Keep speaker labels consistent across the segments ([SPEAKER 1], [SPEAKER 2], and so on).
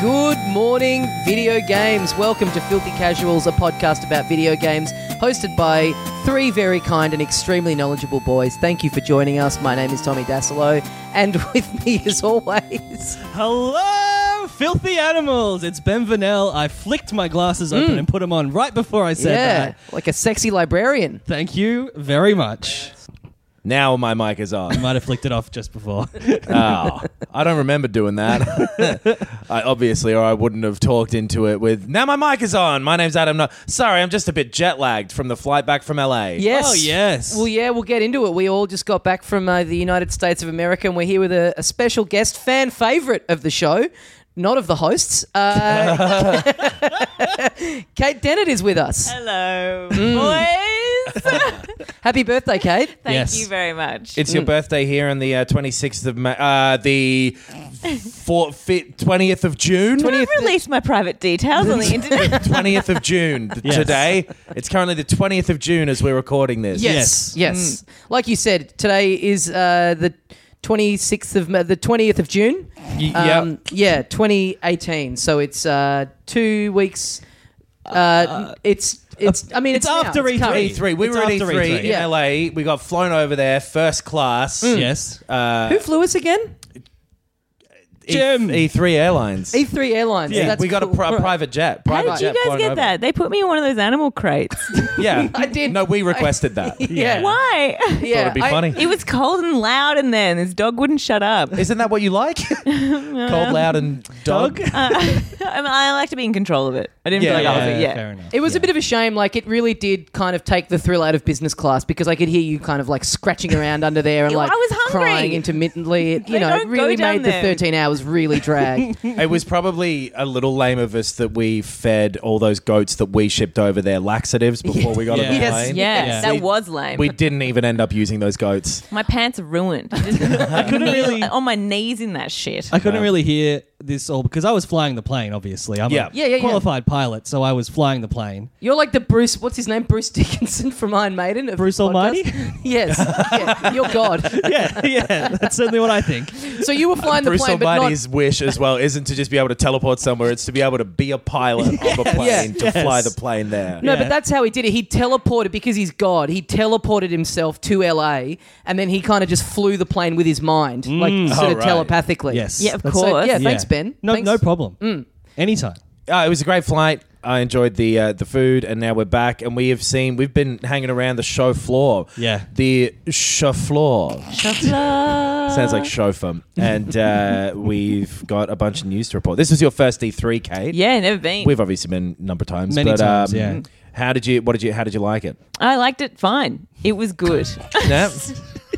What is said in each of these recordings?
[SPEAKER 1] Good morning, video games. Welcome to Filthy Casuals, a podcast about video games hosted by three very kind and extremely knowledgeable boys. Thank you for joining us. My name is Tommy Dasilo, and with me, as always,
[SPEAKER 2] Hello, filthy animals! It's Ben Vanel. I flicked my glasses open and put them on right before I said
[SPEAKER 1] Hmm. yeah,
[SPEAKER 2] that.
[SPEAKER 1] like a sexy librarian.
[SPEAKER 2] Thank you very much.
[SPEAKER 3] Now my mic is on.
[SPEAKER 2] Might have flicked it off just before.
[SPEAKER 3] oh, I don't remember doing that. I obviously, or I wouldn't have talked into it with. Now my mic is on. My name's Adam. No, sorry, I'm just a bit jet lagged from the flight back from LA.
[SPEAKER 1] Yes.
[SPEAKER 2] Oh, yes.
[SPEAKER 1] Well, yeah, we'll get into it. We all just got back from uh, the United States of America, and we're here with a, a special guest, fan favorite of the show, not of the hosts. Uh, Kate Dennett is with us.
[SPEAKER 4] Uh, Hello, boys.
[SPEAKER 1] Happy birthday, Kate.
[SPEAKER 4] Thank
[SPEAKER 2] Yes.
[SPEAKER 4] you very much.
[SPEAKER 3] It's
[SPEAKER 2] Mm.
[SPEAKER 3] your birthday here on the uh, 26th of Ma- uh, the four, fi 20th of June.
[SPEAKER 4] Don't release my private details on the internet.
[SPEAKER 3] 20th of June th-
[SPEAKER 2] Yes.
[SPEAKER 3] today. It's currently the 20th of June as we're recording this.
[SPEAKER 1] Yes. Yes. Mm. Like you said, today is uh, the 26th of Ma- the 20th of June. Um,
[SPEAKER 3] Y- yeah.
[SPEAKER 1] hmm. yeah, 2018. So it's uh, two weeks. Uh, it's it's. I mean, it's,
[SPEAKER 2] it's
[SPEAKER 1] now,
[SPEAKER 2] after
[SPEAKER 1] it's current.
[SPEAKER 2] E3.
[SPEAKER 3] E3. We
[SPEAKER 2] It's
[SPEAKER 3] were at
[SPEAKER 2] after E
[SPEAKER 3] E3,
[SPEAKER 2] E3,
[SPEAKER 3] in
[SPEAKER 1] yeah.
[SPEAKER 3] LA. We got flown over there first class.
[SPEAKER 2] yes.
[SPEAKER 3] Uh,
[SPEAKER 1] Who flew us again?
[SPEAKER 2] Jim.
[SPEAKER 3] E- E3 Airlines.
[SPEAKER 1] E3 Airlines.
[SPEAKER 2] Yeah,
[SPEAKER 1] That's
[SPEAKER 3] we got
[SPEAKER 1] cool.
[SPEAKER 3] a pri-
[SPEAKER 1] Right.
[SPEAKER 3] private jet.
[SPEAKER 4] How
[SPEAKER 3] Private
[SPEAKER 4] did you
[SPEAKER 3] jet
[SPEAKER 4] guys
[SPEAKER 3] flown
[SPEAKER 4] get
[SPEAKER 3] over.
[SPEAKER 4] that? They put me in one of those animal crates.
[SPEAKER 3] Yeah,
[SPEAKER 1] I did.
[SPEAKER 3] No, we requested that.
[SPEAKER 1] Yeah.
[SPEAKER 4] Why?
[SPEAKER 1] Yeah.
[SPEAKER 3] it'd be
[SPEAKER 1] I-
[SPEAKER 3] funny.
[SPEAKER 4] It was cold and loud in there, and this dog wouldn't shut up.
[SPEAKER 3] Isn't that what you like? Cold, loud, and dog.
[SPEAKER 2] Oh,
[SPEAKER 4] I, mean, I like to be in control of it. I didn't
[SPEAKER 3] Yeah,
[SPEAKER 4] feel like I was.
[SPEAKER 3] yeah,
[SPEAKER 4] it yet.
[SPEAKER 2] Fair enough.
[SPEAKER 1] It was a bit of a shame. Like it really did kind of take the thrill out of business class because I could hear you kind of like scratching around under there and
[SPEAKER 4] Ew,
[SPEAKER 1] like
[SPEAKER 4] I was hungry.
[SPEAKER 1] crying intermittently. It, you
[SPEAKER 4] They
[SPEAKER 1] know, it
[SPEAKER 4] don't go
[SPEAKER 1] really
[SPEAKER 4] down
[SPEAKER 1] made the
[SPEAKER 4] there.
[SPEAKER 1] 13 hours really drag.
[SPEAKER 3] it was probably a little lame of us that we fed all those goats that we shipped over their laxatives before we got on the
[SPEAKER 2] Yes,
[SPEAKER 3] plane.
[SPEAKER 4] Yes,
[SPEAKER 2] Yeah.
[SPEAKER 4] that
[SPEAKER 3] We-
[SPEAKER 4] was lame.
[SPEAKER 3] We didn't even end up using those goats.
[SPEAKER 4] my pants are ruined. I, just, I
[SPEAKER 2] couldn't really-
[SPEAKER 4] on my knees in that shit.
[SPEAKER 2] I
[SPEAKER 3] Um,
[SPEAKER 2] couldn't really hear this all because I was flying the plane. Obviously, I'm
[SPEAKER 3] Yeah.
[SPEAKER 2] a
[SPEAKER 3] Yeah,
[SPEAKER 1] yeah, yeah.
[SPEAKER 2] qualified pilot, so I was flying the plane.
[SPEAKER 1] You're like the Bruce, what's his name? Bruce Dickinson from Iron Maiden. Of
[SPEAKER 2] Bruce
[SPEAKER 1] the podcast.
[SPEAKER 2] Almighty?
[SPEAKER 1] yes. Yeah, you're God.
[SPEAKER 2] yeah, yeah, that's certainly what I think.
[SPEAKER 1] So you were flying the
[SPEAKER 3] Bruce
[SPEAKER 1] plane, but not.
[SPEAKER 3] Almighty's wish as well isn't to just be able to teleport somewhere; it's to be able to be a pilot of a plane to
[SPEAKER 2] yes.
[SPEAKER 3] fly the plane there.
[SPEAKER 1] No,
[SPEAKER 2] Yeah.
[SPEAKER 1] but that's how he did it. He teleported because he's God. He teleported himself to LA, and then he kind of just flew the plane with his mind, like sort
[SPEAKER 3] Oh,
[SPEAKER 1] of
[SPEAKER 3] right.
[SPEAKER 1] telepathically.
[SPEAKER 2] Yes.
[SPEAKER 4] Yeah, of
[SPEAKER 1] So,
[SPEAKER 4] course.
[SPEAKER 1] yeah, thanks, Ben.
[SPEAKER 2] No,
[SPEAKER 1] Thanks. Mm.
[SPEAKER 2] no problem. Anytime.
[SPEAKER 3] Uh, it was a great flight. I enjoyed the uh, the food, and now we're back, and we have seen we've been hanging around the show floor.
[SPEAKER 2] Yeah.
[SPEAKER 3] the show floor sounds like chauffeur, and uh, we've got a bunch of news to report. This was your first E three, Kate.
[SPEAKER 4] yeah, never been.
[SPEAKER 3] we've obviously been a number of times.
[SPEAKER 2] Many
[SPEAKER 3] but,
[SPEAKER 2] times,
[SPEAKER 3] um,
[SPEAKER 2] yeah.
[SPEAKER 3] How did you? What did you? How did you like it?
[SPEAKER 4] I liked it fine. It was good.
[SPEAKER 3] Yeah.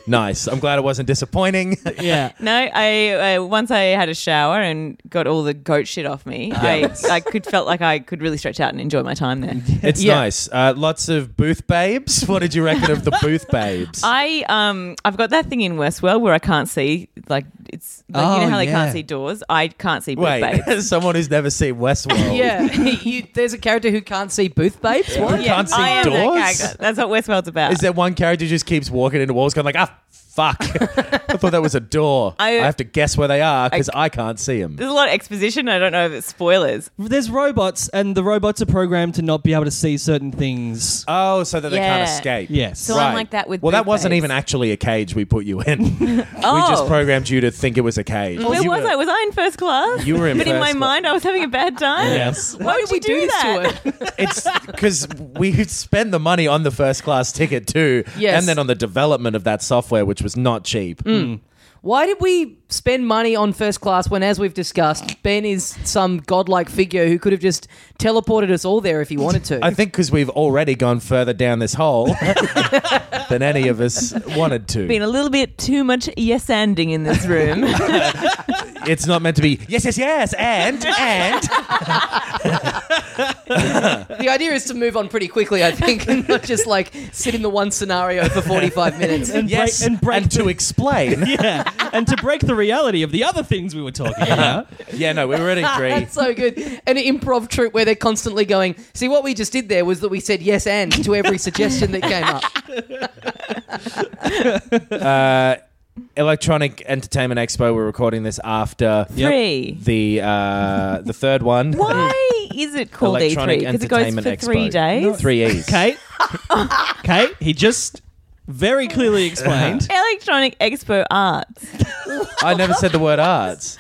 [SPEAKER 3] nice. I'm glad it wasn't disappointing.
[SPEAKER 2] Yeah.
[SPEAKER 4] No, I, I once I had a shower and got all the goat shit off me. I, I could felt like I could really stretch out and enjoy my time there.
[SPEAKER 3] it's
[SPEAKER 1] Yeah.
[SPEAKER 3] nice. Uh, lots of booth babes. What did you reckon of the booth babes?
[SPEAKER 4] I um I've got that thing in Westworld where I can't see like it's like you
[SPEAKER 2] Oh,
[SPEAKER 4] know how they
[SPEAKER 2] yeah.
[SPEAKER 4] can't see doors. I can't see booth
[SPEAKER 3] Wait,
[SPEAKER 4] babes.
[SPEAKER 3] someone who's never seen Westworld.
[SPEAKER 1] Yeah. you, there's a character who can't see booth babes. What?
[SPEAKER 3] Who can't see
[SPEAKER 4] I am that
[SPEAKER 3] doors?
[SPEAKER 4] character. That's what Westworld's about.
[SPEAKER 3] Is there one character who just keeps walking into walls, going like, ah, fuck. I thought that was a door. I,
[SPEAKER 4] I-
[SPEAKER 3] have to guess where they are because I, can't see them.
[SPEAKER 4] There's a lot of exposition. I don't know if it's spoilers.
[SPEAKER 2] There's robots, and the robots are programmed to not be able to see certain things.
[SPEAKER 3] Oh, so that they can't
[SPEAKER 4] Yeah.
[SPEAKER 3] escape.
[SPEAKER 2] Yes. So
[SPEAKER 4] I'm like that with
[SPEAKER 3] Well, that wasn't
[SPEAKER 4] Blueface.
[SPEAKER 3] even actually a cage we put you in. We just
[SPEAKER 4] Oh.
[SPEAKER 3] programmed you to think it was a cage.
[SPEAKER 4] Where
[SPEAKER 3] You
[SPEAKER 4] was
[SPEAKER 3] were-
[SPEAKER 4] I? Was I in first class?
[SPEAKER 3] You were in
[SPEAKER 4] But in
[SPEAKER 3] first
[SPEAKER 4] my
[SPEAKER 3] class.
[SPEAKER 4] mind, I was having a bad time.
[SPEAKER 2] Yes.
[SPEAKER 4] Why, would you do, that?
[SPEAKER 1] to it?
[SPEAKER 3] It's because we spend the money on the first class ticket too,
[SPEAKER 1] Yes.
[SPEAKER 3] and then on the development of that software, which was not cheap.
[SPEAKER 4] Mm.
[SPEAKER 1] Why did we spend money on first class when, as we've discussed, Ben is some godlike figure who could have just teleported us all there if he wanted to?
[SPEAKER 3] I think because we've already gone further down this hole than any of us wanted to.
[SPEAKER 4] Been a little bit too much yes anding in this room.
[SPEAKER 3] it's not meant to be yes, yes, yes, and and.
[SPEAKER 1] the idea is to move on pretty quickly, I think, and not just like sit in the one scenario for 45 minutes.
[SPEAKER 2] And
[SPEAKER 3] Yes,
[SPEAKER 2] break, and break
[SPEAKER 3] to explain. yeah.
[SPEAKER 2] yeah, and to break the reality of the other things we were talking about.
[SPEAKER 3] no, we were at agree.
[SPEAKER 1] That's so good. An improv troupe where they're constantly going, see, what we just did there was that we said yes and to every suggestion that came up.
[SPEAKER 3] Uh, Electronic Entertainment Expo. We're recording this after
[SPEAKER 4] Three.
[SPEAKER 3] the uh, the third one.
[SPEAKER 4] Why is it called
[SPEAKER 3] Electronic
[SPEAKER 4] E3? Because it goes for
[SPEAKER 3] Entertainment Expo.
[SPEAKER 4] three days.
[SPEAKER 3] Three E's.
[SPEAKER 2] Kate, Kate, he just very clearly explained.
[SPEAKER 4] Electronic Expo Arts.
[SPEAKER 3] I never said the word arts.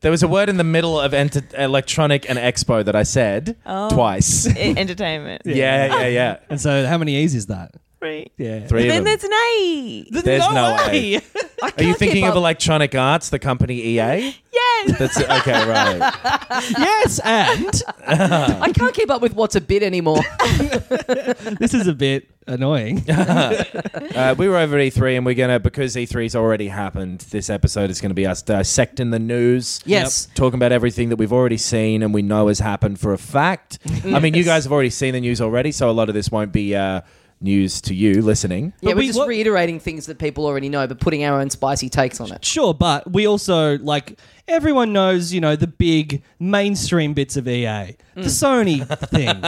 [SPEAKER 3] There was a word in the middle of enter- electronic and expo that I said twice. Yeah,
[SPEAKER 4] E- Entertainment.
[SPEAKER 3] yeah, yeah.
[SPEAKER 2] And so, how many E's is that?
[SPEAKER 4] Three.
[SPEAKER 2] Yeah,
[SPEAKER 3] Three of them.
[SPEAKER 4] Then there's an A.
[SPEAKER 3] There's no way. Are you thinking
[SPEAKER 1] keep
[SPEAKER 3] of
[SPEAKER 1] up.
[SPEAKER 3] Electronic Arts, the company E EA?
[SPEAKER 4] Yes.
[SPEAKER 3] That's okay, right?
[SPEAKER 2] yes, and Uh.
[SPEAKER 1] I can't keep up with what's a bit anymore.
[SPEAKER 2] this is a bit annoying.
[SPEAKER 3] Uh, we were over at E3, and we're gonna because E3's already happened. This episode is gonna be us dissecting the news.
[SPEAKER 1] Yes.
[SPEAKER 3] talking about everything that we've already seen and we know has happened for a fact. I mean, you guys have already seen the news already, so a lot of this won't be uh, news to you listening.
[SPEAKER 1] yeah, we're
[SPEAKER 2] we-
[SPEAKER 1] just
[SPEAKER 2] what-
[SPEAKER 1] reiterating things that people already know, but putting our own spicy takes on it.
[SPEAKER 2] Sure, but we also like everyone knows, you know, the big mainstream bits of EA, the Sony thing,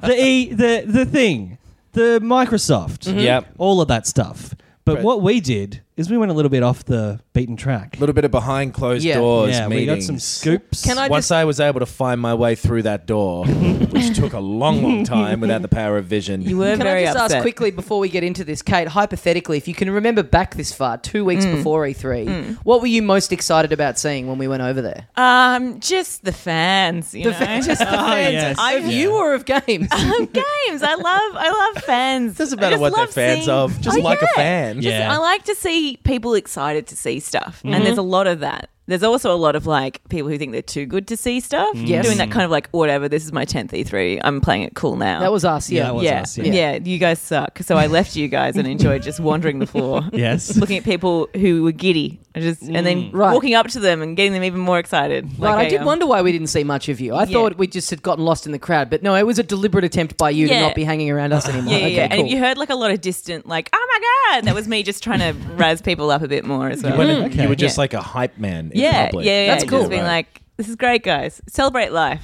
[SPEAKER 2] the E, the the thing, the Microsoft,
[SPEAKER 3] Yep.
[SPEAKER 2] all of that stuff. But
[SPEAKER 3] Right.
[SPEAKER 2] what we did is we went a little bit off the beaten track.
[SPEAKER 3] A little bit of behind closed
[SPEAKER 1] Yeah.
[SPEAKER 3] doors.
[SPEAKER 2] yeah, we got some
[SPEAKER 3] meetings.
[SPEAKER 2] scoops.
[SPEAKER 1] Can I
[SPEAKER 3] Once
[SPEAKER 1] just
[SPEAKER 3] I was able to find my way through that door, which took a long, long time without the power of vision.
[SPEAKER 4] You were
[SPEAKER 1] Can I
[SPEAKER 4] very
[SPEAKER 1] just
[SPEAKER 4] upset.
[SPEAKER 1] ask quickly before we get into this, Kate? Hypothetically, if you can remember back this far, two weeks
[SPEAKER 4] Mm.
[SPEAKER 1] before E3, what were you most excited about seeing when we went over there?
[SPEAKER 4] Um, just the fans. You know? Oh,
[SPEAKER 1] just the fans
[SPEAKER 2] yes.
[SPEAKER 1] of
[SPEAKER 2] Yeah.
[SPEAKER 1] you or of games?
[SPEAKER 4] Of games. I love. I love fans.
[SPEAKER 3] Doesn't
[SPEAKER 4] I
[SPEAKER 3] matter
[SPEAKER 4] just
[SPEAKER 3] what they're
[SPEAKER 4] love
[SPEAKER 3] fans
[SPEAKER 4] seeing-
[SPEAKER 3] of. Just
[SPEAKER 4] Oh,
[SPEAKER 3] like
[SPEAKER 4] yeah.
[SPEAKER 3] a fan.
[SPEAKER 4] Just-
[SPEAKER 2] Yeah.
[SPEAKER 4] I like to see people excited to see stuff,
[SPEAKER 3] Mm-hmm.
[SPEAKER 4] and there's a lot of that. There's also a lot of like people who think they're too good to see stuff.
[SPEAKER 1] Yes.
[SPEAKER 4] Doing that kind of like whatever. This is my tenth E3. I'm playing it cool now.
[SPEAKER 1] that was us. Yeah.
[SPEAKER 2] that was
[SPEAKER 4] yeah,
[SPEAKER 2] us, yeah.
[SPEAKER 4] yeah. You guys suck. So I left you guys and enjoyed just wandering the floor.
[SPEAKER 2] Yes.
[SPEAKER 4] looking at people who were giddy, I just and then
[SPEAKER 1] Right.
[SPEAKER 4] walking up to them and getting them even more excited.
[SPEAKER 1] Right,
[SPEAKER 4] Like
[SPEAKER 1] I did
[SPEAKER 4] um,
[SPEAKER 1] wonder why we didn't see much of you. I
[SPEAKER 4] Yeah.
[SPEAKER 1] thought we just had gotten lost in the crowd, but no, it was a deliberate attempt by you to
[SPEAKER 4] Yeah.
[SPEAKER 1] not be hanging around us anymore.
[SPEAKER 4] Yeah, yeah,
[SPEAKER 1] okay,
[SPEAKER 4] yeah.
[SPEAKER 1] Cool.
[SPEAKER 4] And if you heard like a lot of distant, like, oh my God, that was me just trying to razz people up a bit more as well.
[SPEAKER 3] When You were just
[SPEAKER 4] Yeah.
[SPEAKER 3] like a hype man in
[SPEAKER 4] yeah, yeah,
[SPEAKER 3] public.
[SPEAKER 4] yeah.
[SPEAKER 1] That's cool.
[SPEAKER 4] Just being like, this is great, guys. Celebrate life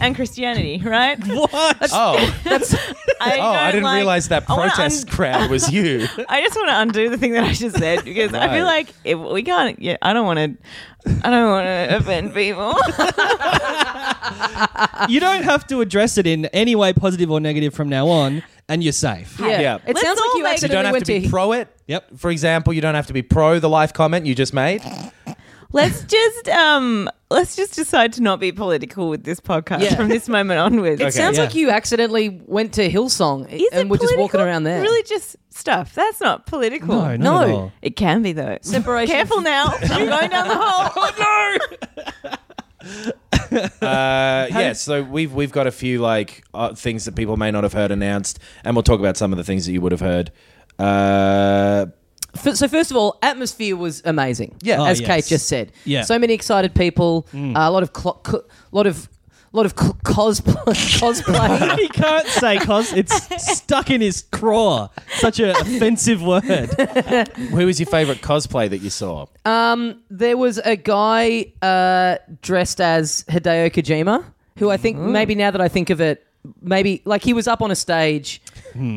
[SPEAKER 4] and Christianity, right?
[SPEAKER 2] what?
[SPEAKER 3] Oh,
[SPEAKER 4] I,
[SPEAKER 3] oh! I
[SPEAKER 4] don't
[SPEAKER 3] didn't
[SPEAKER 4] like-
[SPEAKER 3] realize that
[SPEAKER 4] I wanna
[SPEAKER 3] protest
[SPEAKER 4] un-
[SPEAKER 3] crowd was you.
[SPEAKER 4] I just want to undo the thing that I just said because I feel
[SPEAKER 3] Right.
[SPEAKER 4] like if we can't. Yeah, I don't want to. I don't want to offend people.
[SPEAKER 2] You don't have to address it in any way, positive or negative, from now on, and you're safe.
[SPEAKER 1] yeah.
[SPEAKER 3] Yeah.
[SPEAKER 1] It
[SPEAKER 4] Let's
[SPEAKER 1] sounds like
[SPEAKER 4] all
[SPEAKER 1] you
[SPEAKER 4] make-
[SPEAKER 3] You
[SPEAKER 1] accidentally
[SPEAKER 3] don't have
[SPEAKER 1] went
[SPEAKER 3] to be pro it.
[SPEAKER 2] Yep.
[SPEAKER 3] For example, you don't have to be pro the life comment you just made.
[SPEAKER 4] let's just um, let's just decide to not be political with this podcast
[SPEAKER 1] Yeah.
[SPEAKER 4] from this moment onwards.
[SPEAKER 1] It sounds
[SPEAKER 2] yeah.
[SPEAKER 1] like you accidentally went to Hillsong
[SPEAKER 4] Is
[SPEAKER 1] and
[SPEAKER 4] it
[SPEAKER 1] were just walking
[SPEAKER 4] political?
[SPEAKER 1] around there.
[SPEAKER 4] Religious stuff. That's not political.
[SPEAKER 2] No, not
[SPEAKER 1] No.
[SPEAKER 2] at all.
[SPEAKER 4] It can be though.
[SPEAKER 1] Separation.
[SPEAKER 4] Careful now. I'm going down the hole. Oh no.
[SPEAKER 3] Uh, yeah, so we've we've got a few like uh, things that people may not have heard announced, and we'll talk about some of the things that you would have heard. Uh,
[SPEAKER 1] F- so first of all, atmosphere was amazing.
[SPEAKER 3] Yeah. Oh,
[SPEAKER 1] as
[SPEAKER 2] yes.
[SPEAKER 1] Kate just said.
[SPEAKER 2] Yeah. Mm.
[SPEAKER 1] so many excited people. Uh, a lot of clo- co- lot of lot of co- cosplay. cosplay.
[SPEAKER 2] He can't say cos. It's stuck in his craw. Such an offensive word.
[SPEAKER 3] who was your favorite cosplay that you saw?
[SPEAKER 1] there was a guy uh, dressed as
[SPEAKER 4] Mm.
[SPEAKER 1] Hideo Kojima, who I think maybe now that I think of it, maybe like he was up on a stage.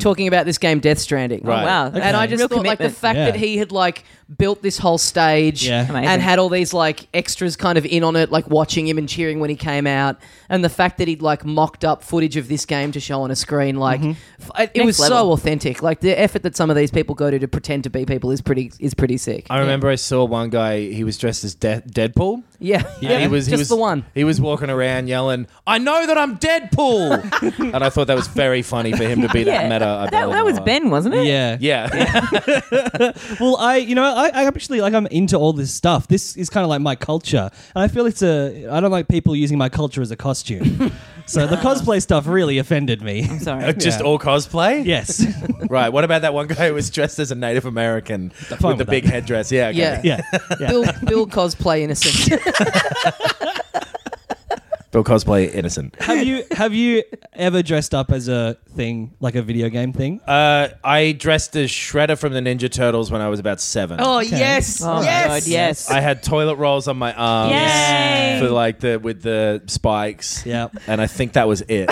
[SPEAKER 1] talking about this game Death Stranding. Oh,
[SPEAKER 3] Right.
[SPEAKER 4] Wow.
[SPEAKER 1] And I just
[SPEAKER 4] Hmm. Real
[SPEAKER 1] thought, like, the
[SPEAKER 4] commitment.
[SPEAKER 1] fact
[SPEAKER 2] Yeah.
[SPEAKER 1] that he had like built this whole stage
[SPEAKER 2] Yeah.
[SPEAKER 4] Amazing.
[SPEAKER 1] and had all these like extras kind of in on it, like watching him and cheering when he came out, and the fact that he'd like mocked up footage of this game to show on a screen, like f- it, it was so
[SPEAKER 4] Mm-hmm. level.
[SPEAKER 1] authentic. Like the effort that some of these people go to to pretend to be people is pretty is pretty sick.
[SPEAKER 3] I remember I saw one guy. He was dressed as De- Deadpool.
[SPEAKER 1] yeah,
[SPEAKER 3] And he was
[SPEAKER 1] just
[SPEAKER 3] he was
[SPEAKER 1] the one.
[SPEAKER 3] He was walking around yelling, "I know that I'm Deadpool," and I thought that was very funny for him to be that meta. about
[SPEAKER 4] that, that
[SPEAKER 3] it.
[SPEAKER 4] was Ben, wasn't it?
[SPEAKER 2] Yeah.
[SPEAKER 3] Yeah,
[SPEAKER 2] Well, I, you know, I, I actually like I'm into all this stuff. This is kind of like my culture, and I feel it's a. I don't like people using my culture as a costume. so the cosplay stuff really offended me.
[SPEAKER 4] I'm sorry.
[SPEAKER 3] Uh, just all cosplay.
[SPEAKER 2] Yes.
[SPEAKER 3] right. What about that one guy who was dressed as a Native American with,
[SPEAKER 2] with
[SPEAKER 3] the
[SPEAKER 2] that.
[SPEAKER 3] big headdress? Yeah, okay.
[SPEAKER 1] Yeah.
[SPEAKER 2] yeah. Yeah.
[SPEAKER 1] Bill, Bill cosplay innocent.
[SPEAKER 3] Bill cosplay innocent.
[SPEAKER 2] have you have you ever dressed up as a thing like a video game thing?
[SPEAKER 3] Uh, I dressed as Shredder from the Ninja Turtles when I was about seven.
[SPEAKER 1] oh yes,
[SPEAKER 4] Oh
[SPEAKER 1] yes.
[SPEAKER 4] my god, yes.
[SPEAKER 3] I had toilet rolls on my arms
[SPEAKER 4] Yay.
[SPEAKER 3] for like the with the spikes.
[SPEAKER 2] Yeah.
[SPEAKER 3] And I think that was it.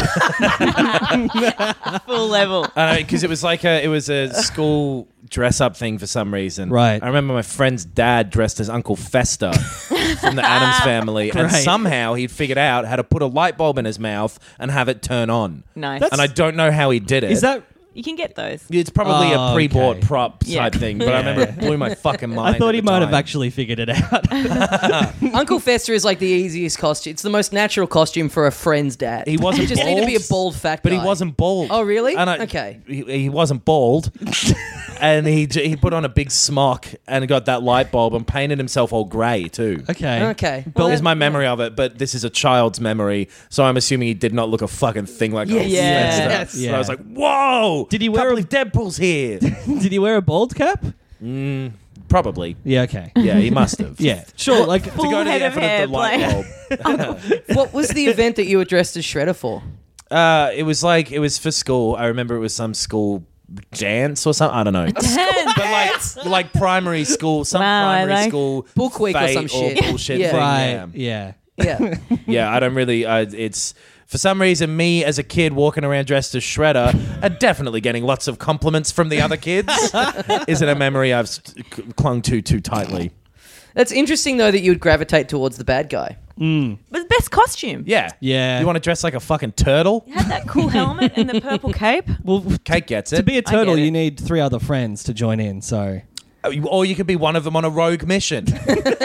[SPEAKER 4] full level.
[SPEAKER 3] because it was like a it was a school dress up thing for some reason.
[SPEAKER 2] Right.
[SPEAKER 3] I remember my friend's dad dressed as Uncle Fester from the Adams family, and
[SPEAKER 2] Great.
[SPEAKER 3] somehow he'd figured out how to put a light bulb in his mouth and have it turn on.
[SPEAKER 4] Nice.
[SPEAKER 3] And I don't know how he did it.
[SPEAKER 2] Is that?
[SPEAKER 4] you can get those.
[SPEAKER 3] It's probably
[SPEAKER 2] Oh,
[SPEAKER 3] a pre-bought
[SPEAKER 2] okay.
[SPEAKER 3] prop
[SPEAKER 4] Yeah.
[SPEAKER 3] type thing, but I remember it blew my fucking mind.
[SPEAKER 2] I thought
[SPEAKER 3] at
[SPEAKER 2] he
[SPEAKER 3] the
[SPEAKER 2] might have
[SPEAKER 3] time.
[SPEAKER 2] actually figured it out.
[SPEAKER 1] Uncle Fester is like the easiest costume. It's the most natural costume for a friend's dad.
[SPEAKER 3] He wasn't
[SPEAKER 1] You just need to be a
[SPEAKER 3] bald,
[SPEAKER 1] bald fat
[SPEAKER 3] But he
[SPEAKER 1] guy.
[SPEAKER 3] wasn't bald.
[SPEAKER 1] Oh, really?
[SPEAKER 3] And I,
[SPEAKER 1] Okay.
[SPEAKER 3] He, he wasn't bald, and he j- he put on a big smock and got that light bulb and painted himself all grey too.
[SPEAKER 2] okay.
[SPEAKER 1] Okay.
[SPEAKER 3] Well, is my memory of it, but this is a child's memory, so I'm assuming he did not look a fucking thing like
[SPEAKER 1] Yes.
[SPEAKER 3] Uncle
[SPEAKER 4] Yes.
[SPEAKER 3] Fester.
[SPEAKER 1] Yes.
[SPEAKER 3] So
[SPEAKER 2] Yeah.
[SPEAKER 3] I was like, whoa!
[SPEAKER 2] Did he
[SPEAKER 3] Can't
[SPEAKER 2] wear a-
[SPEAKER 3] believe Deadpool's here?
[SPEAKER 2] Did he wear a bald cap?
[SPEAKER 3] Probably.
[SPEAKER 2] Yeah. Okay.
[SPEAKER 3] Yeah, he must have.
[SPEAKER 2] Yeah. Sure. Like.
[SPEAKER 3] To go to
[SPEAKER 4] Full head
[SPEAKER 3] the
[SPEAKER 4] of
[SPEAKER 3] effort
[SPEAKER 4] hair,
[SPEAKER 3] of the light
[SPEAKER 4] Blaine.
[SPEAKER 3] bulb.
[SPEAKER 1] what was the event that you were dressed as Shredder for?
[SPEAKER 3] Uh, it was like it was for school. I remember it was some school dance or something. I don't know.
[SPEAKER 4] Dance.
[SPEAKER 3] But like, like primary school, some
[SPEAKER 4] Wow, I
[SPEAKER 3] primary
[SPEAKER 4] like-
[SPEAKER 3] school
[SPEAKER 1] Book week or
[SPEAKER 3] fete
[SPEAKER 1] some shit.
[SPEAKER 3] bullshit
[SPEAKER 1] Yeah.
[SPEAKER 3] thing.
[SPEAKER 2] Right. Yeah.
[SPEAKER 3] Yeah.
[SPEAKER 1] Yeah.
[SPEAKER 3] Yeah, I don't really. I, it's for some reason me as a kid walking around dressed as Shredder, and definitely getting lots of compliments from the other kids. isn't a memory I've st- c- clung to too tightly.
[SPEAKER 1] That's interesting though that you would gravitate towards the bad guy.
[SPEAKER 4] But best costume.
[SPEAKER 3] Yeah,
[SPEAKER 2] Yeah.
[SPEAKER 3] You want to dress like a fucking turtle?
[SPEAKER 4] You had that cool helmet and the purple cape.
[SPEAKER 2] Well,
[SPEAKER 3] Kate gets
[SPEAKER 2] to
[SPEAKER 3] it.
[SPEAKER 2] be a turtle,
[SPEAKER 4] it.
[SPEAKER 2] you need three other friends to join in. So.
[SPEAKER 3] or you could be one of them on a rogue mission.
[SPEAKER 1] A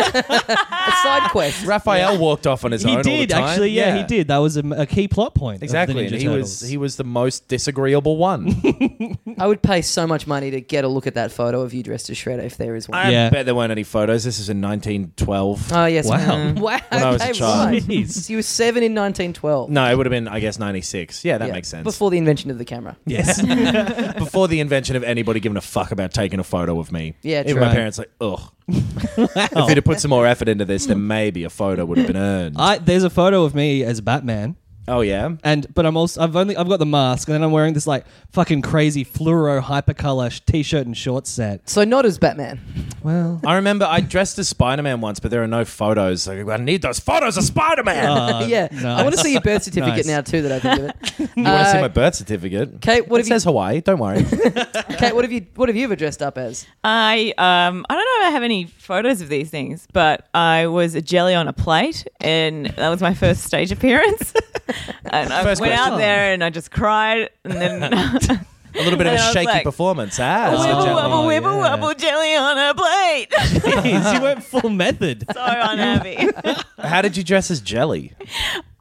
[SPEAKER 3] Ah!
[SPEAKER 1] side quest.
[SPEAKER 3] Raphael walked off on his own.
[SPEAKER 2] He
[SPEAKER 3] all the
[SPEAKER 2] did
[SPEAKER 3] time.
[SPEAKER 2] actually, yeah, he did. That was a, a key plot point. of the
[SPEAKER 3] Exactly,
[SPEAKER 2] Ninja
[SPEAKER 3] and he
[SPEAKER 2] Turtles.
[SPEAKER 3] was he was the most disagreeable one.
[SPEAKER 1] I would pay so much money to get a look at that photo of you dressed as Shredder if there is one.
[SPEAKER 3] I
[SPEAKER 2] Yeah.
[SPEAKER 3] bet there weren't any photos. This is in 1912.
[SPEAKER 1] oh yes.
[SPEAKER 2] Wow.
[SPEAKER 1] Wow.
[SPEAKER 3] When I was a
[SPEAKER 1] okay,
[SPEAKER 3] child.
[SPEAKER 1] right.
[SPEAKER 2] Jeez.
[SPEAKER 1] So you were seven in 1912.
[SPEAKER 3] no, it would have been, I guess, 96. Yeah, that
[SPEAKER 1] Yeah.
[SPEAKER 3] makes sense. Before,
[SPEAKER 1] Before the invention of the camera.
[SPEAKER 2] Yes.
[SPEAKER 3] the invention of anybody giving a fuck about taking a photo of me.
[SPEAKER 1] Yeah,
[SPEAKER 3] Even
[SPEAKER 1] true.
[SPEAKER 3] my parents like, ugh. if he'd have put some more effort into this, then maybe a photo would have been earned.
[SPEAKER 2] I, there's a photo of me as Batman,
[SPEAKER 3] oh yeah,
[SPEAKER 2] and but I'm also I've only I've got the mask, and then I'm wearing this like fucking crazy fluoro hypercolor sh- t-shirt and short set.
[SPEAKER 1] So not as Batman.
[SPEAKER 2] Well,
[SPEAKER 3] I remember I dressed as Spider Man once, but there are no photos. Like, I need those photos of Spider Man.
[SPEAKER 2] uh,
[SPEAKER 1] yeah. I want to
[SPEAKER 2] nice.
[SPEAKER 1] see your birth certificate
[SPEAKER 2] Nice.
[SPEAKER 1] now too. That I think of it.
[SPEAKER 3] you want to see my birth certificate?
[SPEAKER 1] Kate, what
[SPEAKER 3] it
[SPEAKER 1] have you-
[SPEAKER 3] says Hawaii. Don't worry.
[SPEAKER 1] Kate, what have you what have you ever dressed up as?
[SPEAKER 4] I um I don't know if I have any photos of these things, but I was a jelly on a plate, and that was my first stage appearance. and I
[SPEAKER 3] First
[SPEAKER 4] went
[SPEAKER 3] question.
[SPEAKER 4] out there and I just cried, and then
[SPEAKER 3] a little bit of a
[SPEAKER 4] And I was
[SPEAKER 3] shaky
[SPEAKER 4] like,
[SPEAKER 3] performance. Ah,
[SPEAKER 2] Wibble,
[SPEAKER 3] Mr.
[SPEAKER 4] wibble
[SPEAKER 3] Jelly.
[SPEAKER 4] wobble wibble
[SPEAKER 2] yeah.
[SPEAKER 4] wobble jelly on a plate.
[SPEAKER 2] Jeez, you went full method.
[SPEAKER 4] so unhappy.
[SPEAKER 3] How did you dress as Jelly?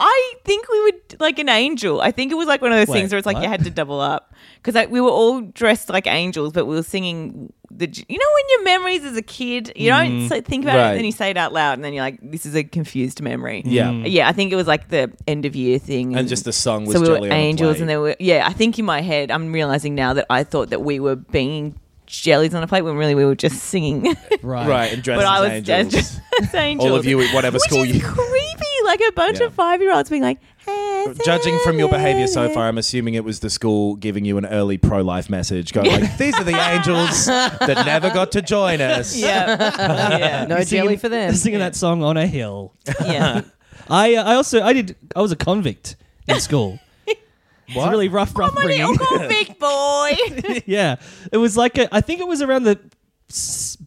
[SPEAKER 4] I think we would like an angel. I think it was like one of those
[SPEAKER 2] Wait,
[SPEAKER 4] things where it's like
[SPEAKER 2] what?
[SPEAKER 4] you had to double up because like we were all dressed like angels, but we were singing the. You know when your memories as a kid, you don't say- think about it,
[SPEAKER 3] Mm-hmm. Right.
[SPEAKER 4] and then you say it out loud, and then you're like, "This is a confused memory." Mm-hmm.
[SPEAKER 3] Yeah.
[SPEAKER 4] yeah. I think it was like the end of year thing,
[SPEAKER 3] And just the song was
[SPEAKER 4] so we
[SPEAKER 3] Jelly
[SPEAKER 4] were
[SPEAKER 3] on a
[SPEAKER 4] angels,
[SPEAKER 3] Plate.
[SPEAKER 4] and there were yeah. I think in my head, I'm realizing now that I thought that we were being jellies on a plate when really we were just singing.
[SPEAKER 2] Right.
[SPEAKER 3] Right, and dressed
[SPEAKER 4] but I
[SPEAKER 3] as
[SPEAKER 4] was
[SPEAKER 3] angels.
[SPEAKER 4] just as angels.
[SPEAKER 3] All of you at whatever
[SPEAKER 4] Which
[SPEAKER 3] school
[SPEAKER 4] is
[SPEAKER 3] you.
[SPEAKER 4] creepy. Like a bunch
[SPEAKER 3] Yeah.
[SPEAKER 4] of five year olds being like, "Hey,
[SPEAKER 3] Judging from your behavior so
[SPEAKER 4] Santa."
[SPEAKER 3] far, I'm assuming it was the school giving you an early pro life message, going like, these are the angels that never got to join us.
[SPEAKER 4] Yeah. yeah.
[SPEAKER 1] No jelly for them.
[SPEAKER 2] Singing that song on a hill.
[SPEAKER 4] yeah.
[SPEAKER 2] I uh, I also I did I was a convict in school. It's a really rough, rough
[SPEAKER 4] Money,
[SPEAKER 2] bringing.
[SPEAKER 4] Uncle Big Boy.
[SPEAKER 2] yeah, it was like a, I think it was around the s-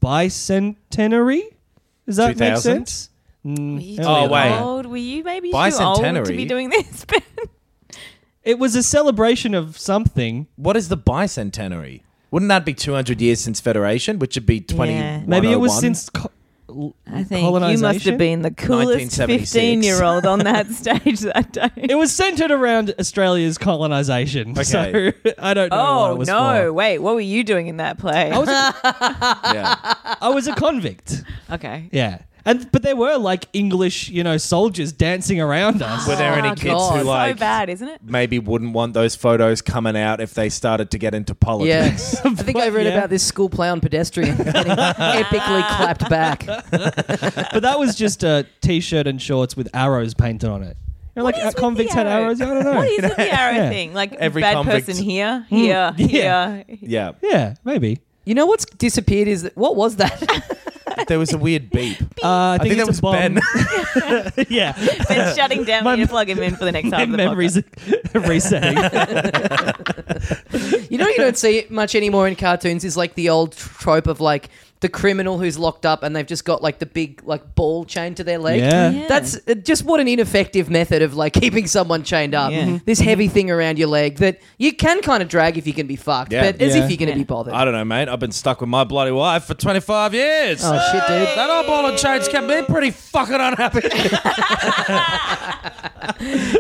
[SPEAKER 2] bicentenary. Does that make
[SPEAKER 3] 2000?
[SPEAKER 2] sense? Mm,
[SPEAKER 4] Were you
[SPEAKER 3] Oh,
[SPEAKER 2] earlier than
[SPEAKER 3] wait.
[SPEAKER 2] that.
[SPEAKER 4] old? Were you maybe too old to be
[SPEAKER 3] Bicentenary?
[SPEAKER 4] doing this? Ben?
[SPEAKER 2] It was a celebration of something.
[SPEAKER 3] What is the bicentenary? Wouldn't that be 200 years since Federation, which would be 20?
[SPEAKER 4] Yeah.
[SPEAKER 2] Maybe it was since. Co- l-
[SPEAKER 4] I think you must
[SPEAKER 2] colonization?
[SPEAKER 4] have been the coolest
[SPEAKER 3] 1976.
[SPEAKER 4] 15 year old on that stage that
[SPEAKER 2] It
[SPEAKER 4] day.
[SPEAKER 2] was centered around Australia's colonization. So
[SPEAKER 3] Okay.
[SPEAKER 2] I don't know what
[SPEAKER 4] Oh,
[SPEAKER 2] it was
[SPEAKER 4] no.
[SPEAKER 2] for.
[SPEAKER 4] Wait, what were you doing in that play?
[SPEAKER 2] I was a,
[SPEAKER 3] Yeah.
[SPEAKER 2] I was a convict.
[SPEAKER 4] okay.
[SPEAKER 2] Yeah. And but there were like English, you know, soldiers dancing around us.
[SPEAKER 3] Were there any
[SPEAKER 1] Oh,
[SPEAKER 3] kids
[SPEAKER 1] God.
[SPEAKER 3] who
[SPEAKER 4] so
[SPEAKER 3] like
[SPEAKER 4] bad, isn't it?
[SPEAKER 3] maybe wouldn't want those photos coming out if they started to get into
[SPEAKER 1] Yeah.
[SPEAKER 3] politics?
[SPEAKER 1] I think I read
[SPEAKER 2] Yeah.
[SPEAKER 1] about this school play on pedestrian getting epically clapped back.
[SPEAKER 2] But that was just a t-shirt and shorts with arrows painted on it. You know, like
[SPEAKER 4] What is
[SPEAKER 2] our
[SPEAKER 4] with
[SPEAKER 2] convicts
[SPEAKER 4] the
[SPEAKER 2] had
[SPEAKER 4] arrow?
[SPEAKER 2] arrows. Yeah, I don't know.
[SPEAKER 4] What is with the arrow
[SPEAKER 2] Yeah.
[SPEAKER 4] thing? Like
[SPEAKER 3] Every
[SPEAKER 4] bad
[SPEAKER 3] convict-
[SPEAKER 4] person here, here,
[SPEAKER 2] yeah.
[SPEAKER 4] here.
[SPEAKER 3] Yeah.
[SPEAKER 2] yeah, maybe.
[SPEAKER 1] You know what's disappeared is that, what was that?
[SPEAKER 3] There was a weird beep.
[SPEAKER 2] Uh, I,
[SPEAKER 3] I
[SPEAKER 2] think
[SPEAKER 3] think that
[SPEAKER 2] it's
[SPEAKER 3] was
[SPEAKER 2] a bomb.
[SPEAKER 3] Ben.
[SPEAKER 2] yeah,
[SPEAKER 4] Ben's shutting down.
[SPEAKER 2] My
[SPEAKER 4] We need to plug him in for the next half
[SPEAKER 2] my
[SPEAKER 4] of the
[SPEAKER 2] memories are resetting.
[SPEAKER 1] You know, what you don't see much anymore in cartoons is like the old trope of like the criminal who's locked up and they've just got like the big like ball chained to their leg.
[SPEAKER 2] Yeah.
[SPEAKER 4] Yeah.
[SPEAKER 1] That's uh, just what an ineffective method of like keeping someone chained up. Mm-hmm.
[SPEAKER 4] Yeah. Mhm.
[SPEAKER 1] This heavy thing around your leg that you can kind of drag if you can be fucked,
[SPEAKER 3] Yeah.
[SPEAKER 1] but as
[SPEAKER 2] Yeah.
[SPEAKER 1] if you're going to
[SPEAKER 4] Yeah.
[SPEAKER 1] be bothered.
[SPEAKER 3] I don't know, mate. I've been stuck with my bloody wife for 25 years.
[SPEAKER 1] Oh, shit, dude.
[SPEAKER 3] That old ball and chain's kept me pretty fucking unhappy.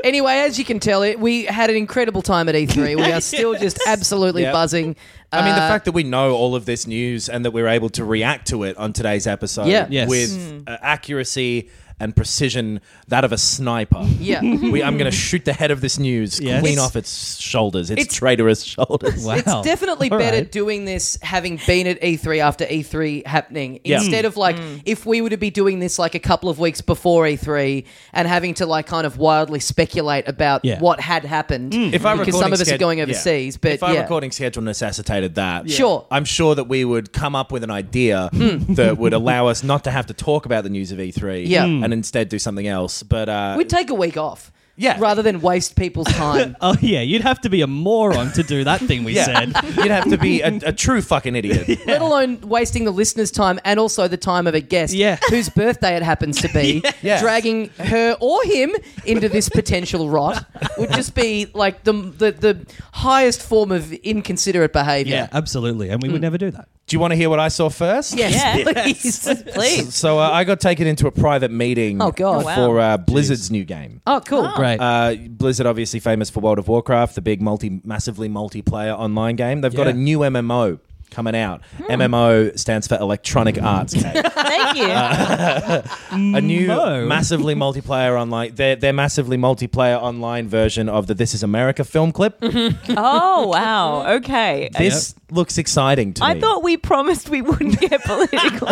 [SPEAKER 1] Anyway, as you can tell, it, we had an incredible time at E3. We are still just absolutely
[SPEAKER 3] Yep.
[SPEAKER 1] buzzing.
[SPEAKER 3] I mean, the
[SPEAKER 1] Uh,
[SPEAKER 3] fact that we know all of this news and that we're able to react to it on today's episode
[SPEAKER 1] Yeah.
[SPEAKER 2] Yes.
[SPEAKER 3] with uh, accuracy and precision, that of a sniper.
[SPEAKER 1] Yeah.
[SPEAKER 3] We, I'm going to shoot the head of this news
[SPEAKER 2] Yes.
[SPEAKER 3] clean
[SPEAKER 2] It's-
[SPEAKER 3] off its shoulders, its,
[SPEAKER 1] it's-
[SPEAKER 3] traitorous shoulders.
[SPEAKER 2] Wow.
[SPEAKER 1] It's definitely
[SPEAKER 2] All
[SPEAKER 1] better
[SPEAKER 2] right.
[SPEAKER 1] doing this having been at E3 after E3 happening
[SPEAKER 3] Yeah.
[SPEAKER 1] instead of like if we were to be doing this like a couple of weeks before E3 and having to like kind of wildly speculate about
[SPEAKER 2] Yeah.
[SPEAKER 1] what had happened
[SPEAKER 3] Mm. If our
[SPEAKER 1] because some
[SPEAKER 3] recording
[SPEAKER 1] of us are
[SPEAKER 3] sched-
[SPEAKER 1] going
[SPEAKER 3] yeah.
[SPEAKER 1] overseas. But
[SPEAKER 3] if our
[SPEAKER 1] yeah.
[SPEAKER 3] recording schedule necessitated that,
[SPEAKER 1] Yeah. Sure. Hmm.
[SPEAKER 3] I'm sure that we would come up with an idea that would allow us not to have to talk about the news of E3,
[SPEAKER 1] Yeah. Mm.
[SPEAKER 3] and instead do something else. But uh,
[SPEAKER 1] we'd take a week off
[SPEAKER 3] Yeah.
[SPEAKER 1] rather than waste people's time.
[SPEAKER 2] Oh yeah, you'd have to be a moron to do that thing we said.
[SPEAKER 3] you'd have to be a, a true fucking idiot.
[SPEAKER 1] Let alone wasting the listeners' time and also the time of a guest
[SPEAKER 2] Yeah.
[SPEAKER 1] whose birthday it happens to be,
[SPEAKER 3] Yeah.
[SPEAKER 1] dragging her or him into this potential rot would just be like the the, the highest form of inconsiderate
[SPEAKER 2] Yeah,
[SPEAKER 1] behaviour.
[SPEAKER 2] absolutely. And we
[SPEAKER 4] Mm.
[SPEAKER 2] would never do that.
[SPEAKER 3] Do you want to hear what I saw first?
[SPEAKER 1] Yes,
[SPEAKER 4] Yeah.
[SPEAKER 1] please.
[SPEAKER 4] Please.
[SPEAKER 3] So uh, I got taken into a private meeting
[SPEAKER 1] Oh, God.
[SPEAKER 4] Oh, wow.
[SPEAKER 3] for uh, Blizzard's new game.
[SPEAKER 1] Oh, cool.
[SPEAKER 2] Great.
[SPEAKER 3] Uh, Blizzard obviously famous for World of Warcraft, the big multi, massively multiplayer online game. They've got
[SPEAKER 2] Yeah.
[SPEAKER 3] a new MMO coming out. MMO stands for Electronic Arts Game.
[SPEAKER 4] Thank you.
[SPEAKER 3] a new
[SPEAKER 2] Mo.
[SPEAKER 3] massively multiplayer online. Their their massively multiplayer online version of the This Is America film clip.
[SPEAKER 4] oh wow. Okay.
[SPEAKER 3] This looks exciting to
[SPEAKER 4] I
[SPEAKER 3] me.
[SPEAKER 4] thought we promised we wouldn't get political.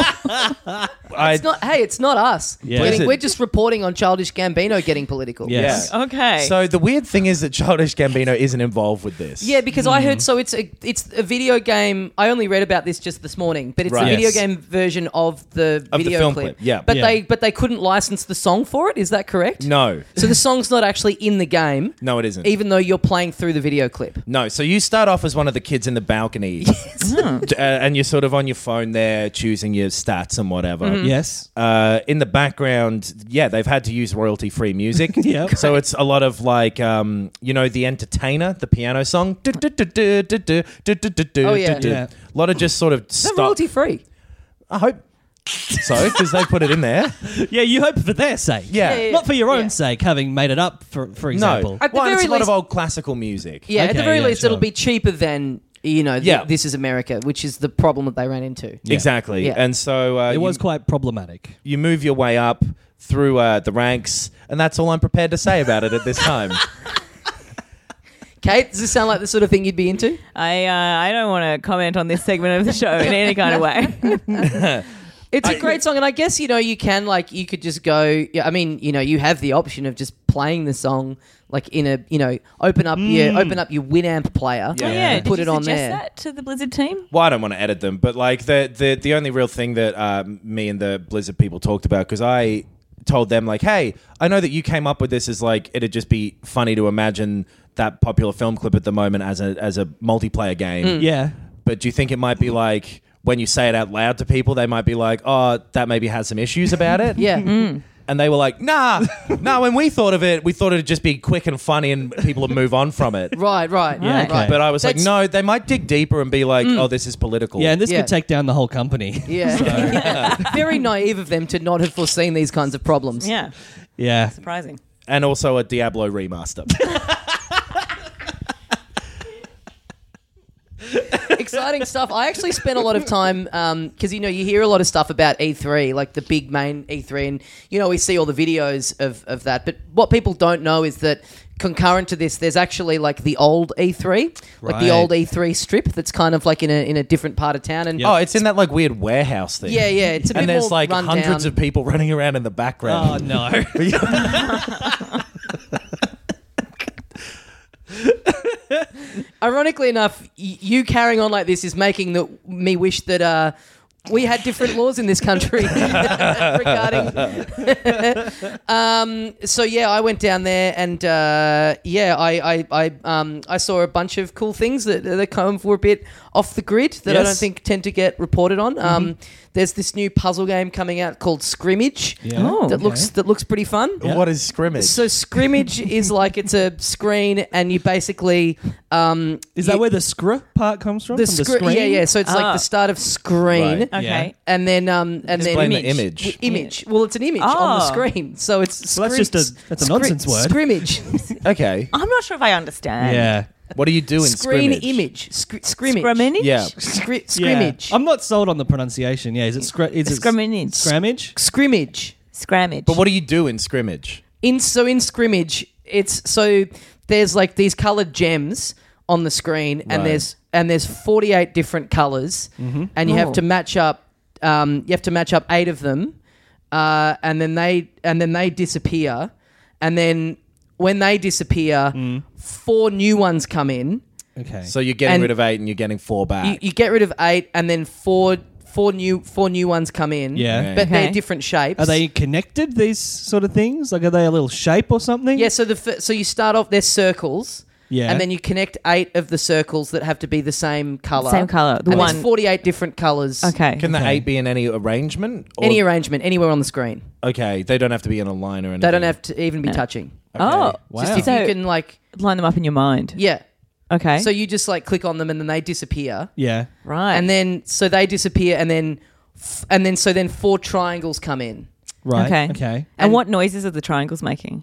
[SPEAKER 3] I,
[SPEAKER 1] It's not, hey, it's not us.
[SPEAKER 2] Yeah.
[SPEAKER 1] Getting-
[SPEAKER 3] Blizzard.
[SPEAKER 1] we're just reporting on Childish Gambino getting political.
[SPEAKER 2] Yes.
[SPEAKER 3] Yeah.
[SPEAKER 4] okay.
[SPEAKER 3] So the weird thing is that Childish Gambino isn't involved with this.
[SPEAKER 1] Yeah, because I
[SPEAKER 3] Mm.
[SPEAKER 1] heard so it's a it's a video game. I only read about this just this morning, but it's a
[SPEAKER 3] Right.
[SPEAKER 1] video
[SPEAKER 3] Yes.
[SPEAKER 1] game version of the
[SPEAKER 3] Of the
[SPEAKER 1] video
[SPEAKER 3] film
[SPEAKER 1] clip.
[SPEAKER 3] clip, yeah.
[SPEAKER 1] but
[SPEAKER 2] Yeah.
[SPEAKER 1] they but they couldn't license the song for it. Is that correct?
[SPEAKER 3] No.
[SPEAKER 1] So the song's not actually in the game,
[SPEAKER 3] No, it isn't.
[SPEAKER 1] even though you're playing through the video clip.
[SPEAKER 3] No, so you start off as one of the kids in the balcony,
[SPEAKER 1] Oh.
[SPEAKER 3] D- uh, and you're sort of on your phone there, choosing your stats and whatever.
[SPEAKER 1] Mm-hmm.
[SPEAKER 2] yes.
[SPEAKER 3] Uh, in the background, yeah, they've had to use royalty-free music.
[SPEAKER 2] Yep.
[SPEAKER 3] So it's a lot of like, um, you know, the entertainer, the piano song.
[SPEAKER 1] Oh,
[SPEAKER 3] Oh
[SPEAKER 1] yeah.
[SPEAKER 2] Yeah.
[SPEAKER 3] A lot of just sort of
[SPEAKER 1] Is that
[SPEAKER 3] stop.
[SPEAKER 1] royalty free?
[SPEAKER 3] I hope so because they put it in there.
[SPEAKER 2] Yeah, you hope for their sake.
[SPEAKER 3] Yeah. Yeah, yeah,
[SPEAKER 2] Not for your own
[SPEAKER 1] yeah.
[SPEAKER 2] sake, having made it up, for, for
[SPEAKER 3] No,
[SPEAKER 2] example.
[SPEAKER 1] At the
[SPEAKER 3] well, it's
[SPEAKER 1] very
[SPEAKER 3] a lot
[SPEAKER 1] least-
[SPEAKER 3] of old classical music.
[SPEAKER 1] Yeah, at
[SPEAKER 2] Okay,
[SPEAKER 1] the very
[SPEAKER 2] yeah,
[SPEAKER 1] least, it'll
[SPEAKER 2] sure.
[SPEAKER 1] be cheaper than you know. the-
[SPEAKER 3] Yeah.
[SPEAKER 1] this is America, which is the problem that they ran into.
[SPEAKER 3] exactly.
[SPEAKER 1] Yeah.
[SPEAKER 3] And so uh,
[SPEAKER 2] it
[SPEAKER 3] you-
[SPEAKER 2] was quite problematic.
[SPEAKER 3] you move your way up through uh, the ranks, and that's all I'm prepared to say about it at this time.
[SPEAKER 1] Kate, does this sound like the sort of thing you'd be into?
[SPEAKER 4] I uh, I don't want to comment on this segment of the show in any kind of way.
[SPEAKER 1] It's a great song, and I guess you know you can like you could just go. yeah, I mean, you know, you have the option of just playing the song like in a you know open up your open up your Winamp player.
[SPEAKER 3] Yeah.
[SPEAKER 4] Oh,
[SPEAKER 3] Yeah.
[SPEAKER 4] yeah.
[SPEAKER 1] Put
[SPEAKER 4] Did
[SPEAKER 1] it
[SPEAKER 4] you
[SPEAKER 1] on
[SPEAKER 4] suggest
[SPEAKER 1] there.
[SPEAKER 4] That to the Blizzard team.
[SPEAKER 3] Well, I don't want to edit them, but like the the the only real thing that uh, me and the Blizzard people talked about because I told them like, "Hey, I know that you came up with this as like it'd just be funny to imagine that popular film clip at the moment as a as a multiplayer game."
[SPEAKER 2] Yeah.
[SPEAKER 3] But do you think it might be like when you say it out loud to people, they might be like, "Oh, that maybe has some issues about it."
[SPEAKER 1] Yeah.
[SPEAKER 3] Mm. And they were like, "Nah, nah." When we thought of it, we thought it'd just be quick and funny, and people would move on from it.
[SPEAKER 1] Right, right.
[SPEAKER 2] Yeah, okay.
[SPEAKER 1] right.
[SPEAKER 3] But I was
[SPEAKER 1] That's- Mm.
[SPEAKER 3] like, "No, they might dig deeper and be like, oh, this is political."
[SPEAKER 2] Yeah, and this
[SPEAKER 1] Yeah.
[SPEAKER 2] could take down the whole company.
[SPEAKER 1] Yeah. Very naive of them to not have foreseen these kinds of problems.
[SPEAKER 4] Yeah,
[SPEAKER 2] yeah.
[SPEAKER 4] surprising.
[SPEAKER 3] and also a Diablo remaster.
[SPEAKER 1] Exciting stuff. I actually spent a lot of time because you know you hear a lot of stuff about E3, like the big main E3, and you know we see all the videos of of that. But what people don't know is that concurrent to this, there's actually like the old E3, like the
[SPEAKER 2] Right.
[SPEAKER 1] old E3 strip that's kind of like in a in a different part of town. And
[SPEAKER 3] Oh, it's in that like weird warehouse thing.
[SPEAKER 1] yeah, yeah, it's a bit
[SPEAKER 3] and
[SPEAKER 1] more
[SPEAKER 3] there's like
[SPEAKER 1] rundown.
[SPEAKER 3] hundreds of people running around in the
[SPEAKER 2] Oh
[SPEAKER 3] background.
[SPEAKER 2] no.
[SPEAKER 1] Ironically enough, y- you carrying on like this is making the, me wish that uh, we had different laws in this country regarding. um, so yeah, I went down there and uh, yeah, I I I, um, I saw a bunch of cool things that that kind of were a bit off the grid that I
[SPEAKER 2] Yes. Mm-hmm.
[SPEAKER 1] don't think tend to get reported on. Um, There's this new puzzle game coming out called Scrimmage
[SPEAKER 2] Yeah.
[SPEAKER 4] Oh.
[SPEAKER 1] that looks that looks pretty fun.
[SPEAKER 3] What is scrimmage?
[SPEAKER 1] Oh, So scrimmage is like it's a screen, and you basically um,
[SPEAKER 2] Is that
[SPEAKER 1] you-
[SPEAKER 2] where the scr part comes from?
[SPEAKER 1] the,
[SPEAKER 2] from the
[SPEAKER 1] screen?
[SPEAKER 2] screen?
[SPEAKER 1] Yeah, yeah. So it's like
[SPEAKER 4] Ah.
[SPEAKER 1] the start of screen,
[SPEAKER 2] Right.
[SPEAKER 4] Okay.
[SPEAKER 2] Yeah.
[SPEAKER 1] and then um, and then
[SPEAKER 3] Explain
[SPEAKER 4] Explain
[SPEAKER 3] the image.
[SPEAKER 1] I- image. Well, it's an image on
[SPEAKER 2] Ah.
[SPEAKER 1] the
[SPEAKER 4] Oh.
[SPEAKER 1] screen, so it's
[SPEAKER 2] Well, that's
[SPEAKER 1] scrim-
[SPEAKER 2] just a- that's a
[SPEAKER 1] scri-
[SPEAKER 2] nonsense word.
[SPEAKER 1] Scrimmage,
[SPEAKER 3] Okay.
[SPEAKER 4] I'm not sure if I understand.
[SPEAKER 2] Yeah.
[SPEAKER 3] What do you do in
[SPEAKER 1] screen
[SPEAKER 3] scrimmage?
[SPEAKER 1] image, Scri- scrimmage,
[SPEAKER 4] Scrimmage?
[SPEAKER 3] Yeah.
[SPEAKER 1] Scri-
[SPEAKER 2] Yeah.
[SPEAKER 1] scrimmage,
[SPEAKER 2] I'm not sold on the pronunciation. Yeah, is it scr- is it
[SPEAKER 4] Scrimmage.
[SPEAKER 2] Scrimmage?
[SPEAKER 1] scrimmage.
[SPEAKER 4] Scrimmage.
[SPEAKER 3] But what do you do in scrimmage?
[SPEAKER 1] In so in scrimmage, it's so there's like these colored gems on the screen,
[SPEAKER 3] Right.
[SPEAKER 1] and there's and there's 48 different colors,
[SPEAKER 2] Mm-hmm.
[SPEAKER 1] and you have
[SPEAKER 4] Ooh.
[SPEAKER 1] to match up. Um, you have to match up eight of them, uh, and then they and then they disappear, and then when they disappear,
[SPEAKER 2] Mm.
[SPEAKER 1] four new ones come in.
[SPEAKER 2] Okay.
[SPEAKER 3] So you're getting
[SPEAKER 1] And-
[SPEAKER 3] rid of eight and you're getting four back.
[SPEAKER 1] You, you get rid of eight, and then four four new four new ones come in.
[SPEAKER 2] Yeah.
[SPEAKER 1] but they're
[SPEAKER 4] Okay.
[SPEAKER 1] different shapes.
[SPEAKER 2] Are they connected? These sort of things? Like, are they a little shape or something?
[SPEAKER 1] Yeah, so the f- so you start off they're circles.
[SPEAKER 2] Yeah.
[SPEAKER 1] And then you connect eight of the circles that have to be the same color.
[SPEAKER 4] Same colour, the
[SPEAKER 1] and
[SPEAKER 4] one-
[SPEAKER 1] There's 48 different colors.
[SPEAKER 4] okay.
[SPEAKER 3] Can the eight be in any arrangement? Or-
[SPEAKER 1] Any arrangement, anywhere on the screen.
[SPEAKER 3] Okay, they don't have to be in a line or anything.
[SPEAKER 1] They don't have to even be touching.
[SPEAKER 4] oh,
[SPEAKER 2] Wow.
[SPEAKER 1] Just if
[SPEAKER 4] So-
[SPEAKER 1] you can, like,
[SPEAKER 4] line them up in your mind.
[SPEAKER 1] yeah.
[SPEAKER 4] Okay.
[SPEAKER 1] So you just, like, click on them and then they disappear.
[SPEAKER 2] Yeah.
[SPEAKER 4] right.
[SPEAKER 1] And then, so they disappear and then, f- and then, so then four triangles come in.
[SPEAKER 2] Right.
[SPEAKER 4] Okay.
[SPEAKER 2] Okay.
[SPEAKER 4] And, what noises are the triangles making?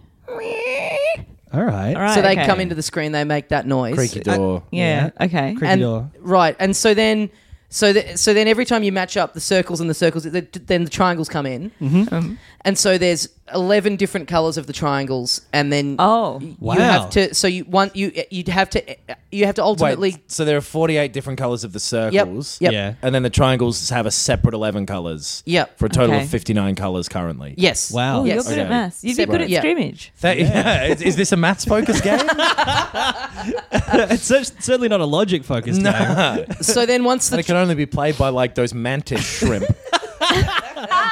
[SPEAKER 2] All right.
[SPEAKER 4] All right.
[SPEAKER 1] so they
[SPEAKER 4] okay.
[SPEAKER 1] come into the screen, they make that noise.
[SPEAKER 3] Creaky door.
[SPEAKER 4] Yeah.
[SPEAKER 2] Yeah.
[SPEAKER 4] Okay.
[SPEAKER 2] Creaky
[SPEAKER 1] and
[SPEAKER 2] door.
[SPEAKER 1] right, and so then, so th- so then every time you match up the circles and the circles, th- then the triangles come in,
[SPEAKER 4] Um,
[SPEAKER 1] and so there's eleven different colors of the triangles, and then
[SPEAKER 4] oh.
[SPEAKER 2] Wow.
[SPEAKER 1] you have to. So you want you you'd have to you have to ultimately.
[SPEAKER 3] Wait, so there are 48 different colors of the
[SPEAKER 1] Yep.
[SPEAKER 3] circles.
[SPEAKER 1] Yep.
[SPEAKER 2] Yeah.
[SPEAKER 3] And then the triangles have a separate 11 colors.
[SPEAKER 1] Yep.
[SPEAKER 3] For a total
[SPEAKER 4] Okay.
[SPEAKER 3] of 59 colors currently.
[SPEAKER 1] Yes.
[SPEAKER 2] Wow.
[SPEAKER 4] Oh,
[SPEAKER 1] Yes.
[SPEAKER 4] you're good
[SPEAKER 3] Okay.
[SPEAKER 4] at maths. You'd be
[SPEAKER 1] Separate.
[SPEAKER 4] good at
[SPEAKER 1] Yeah.
[SPEAKER 4] scrimmage.
[SPEAKER 3] That- yeah. Is, is this a maths focus game?
[SPEAKER 2] it's cer- certainly not a logic focused game.
[SPEAKER 3] no.
[SPEAKER 1] So then once
[SPEAKER 3] And
[SPEAKER 1] the
[SPEAKER 3] it can only be played by like those mantis shrimp.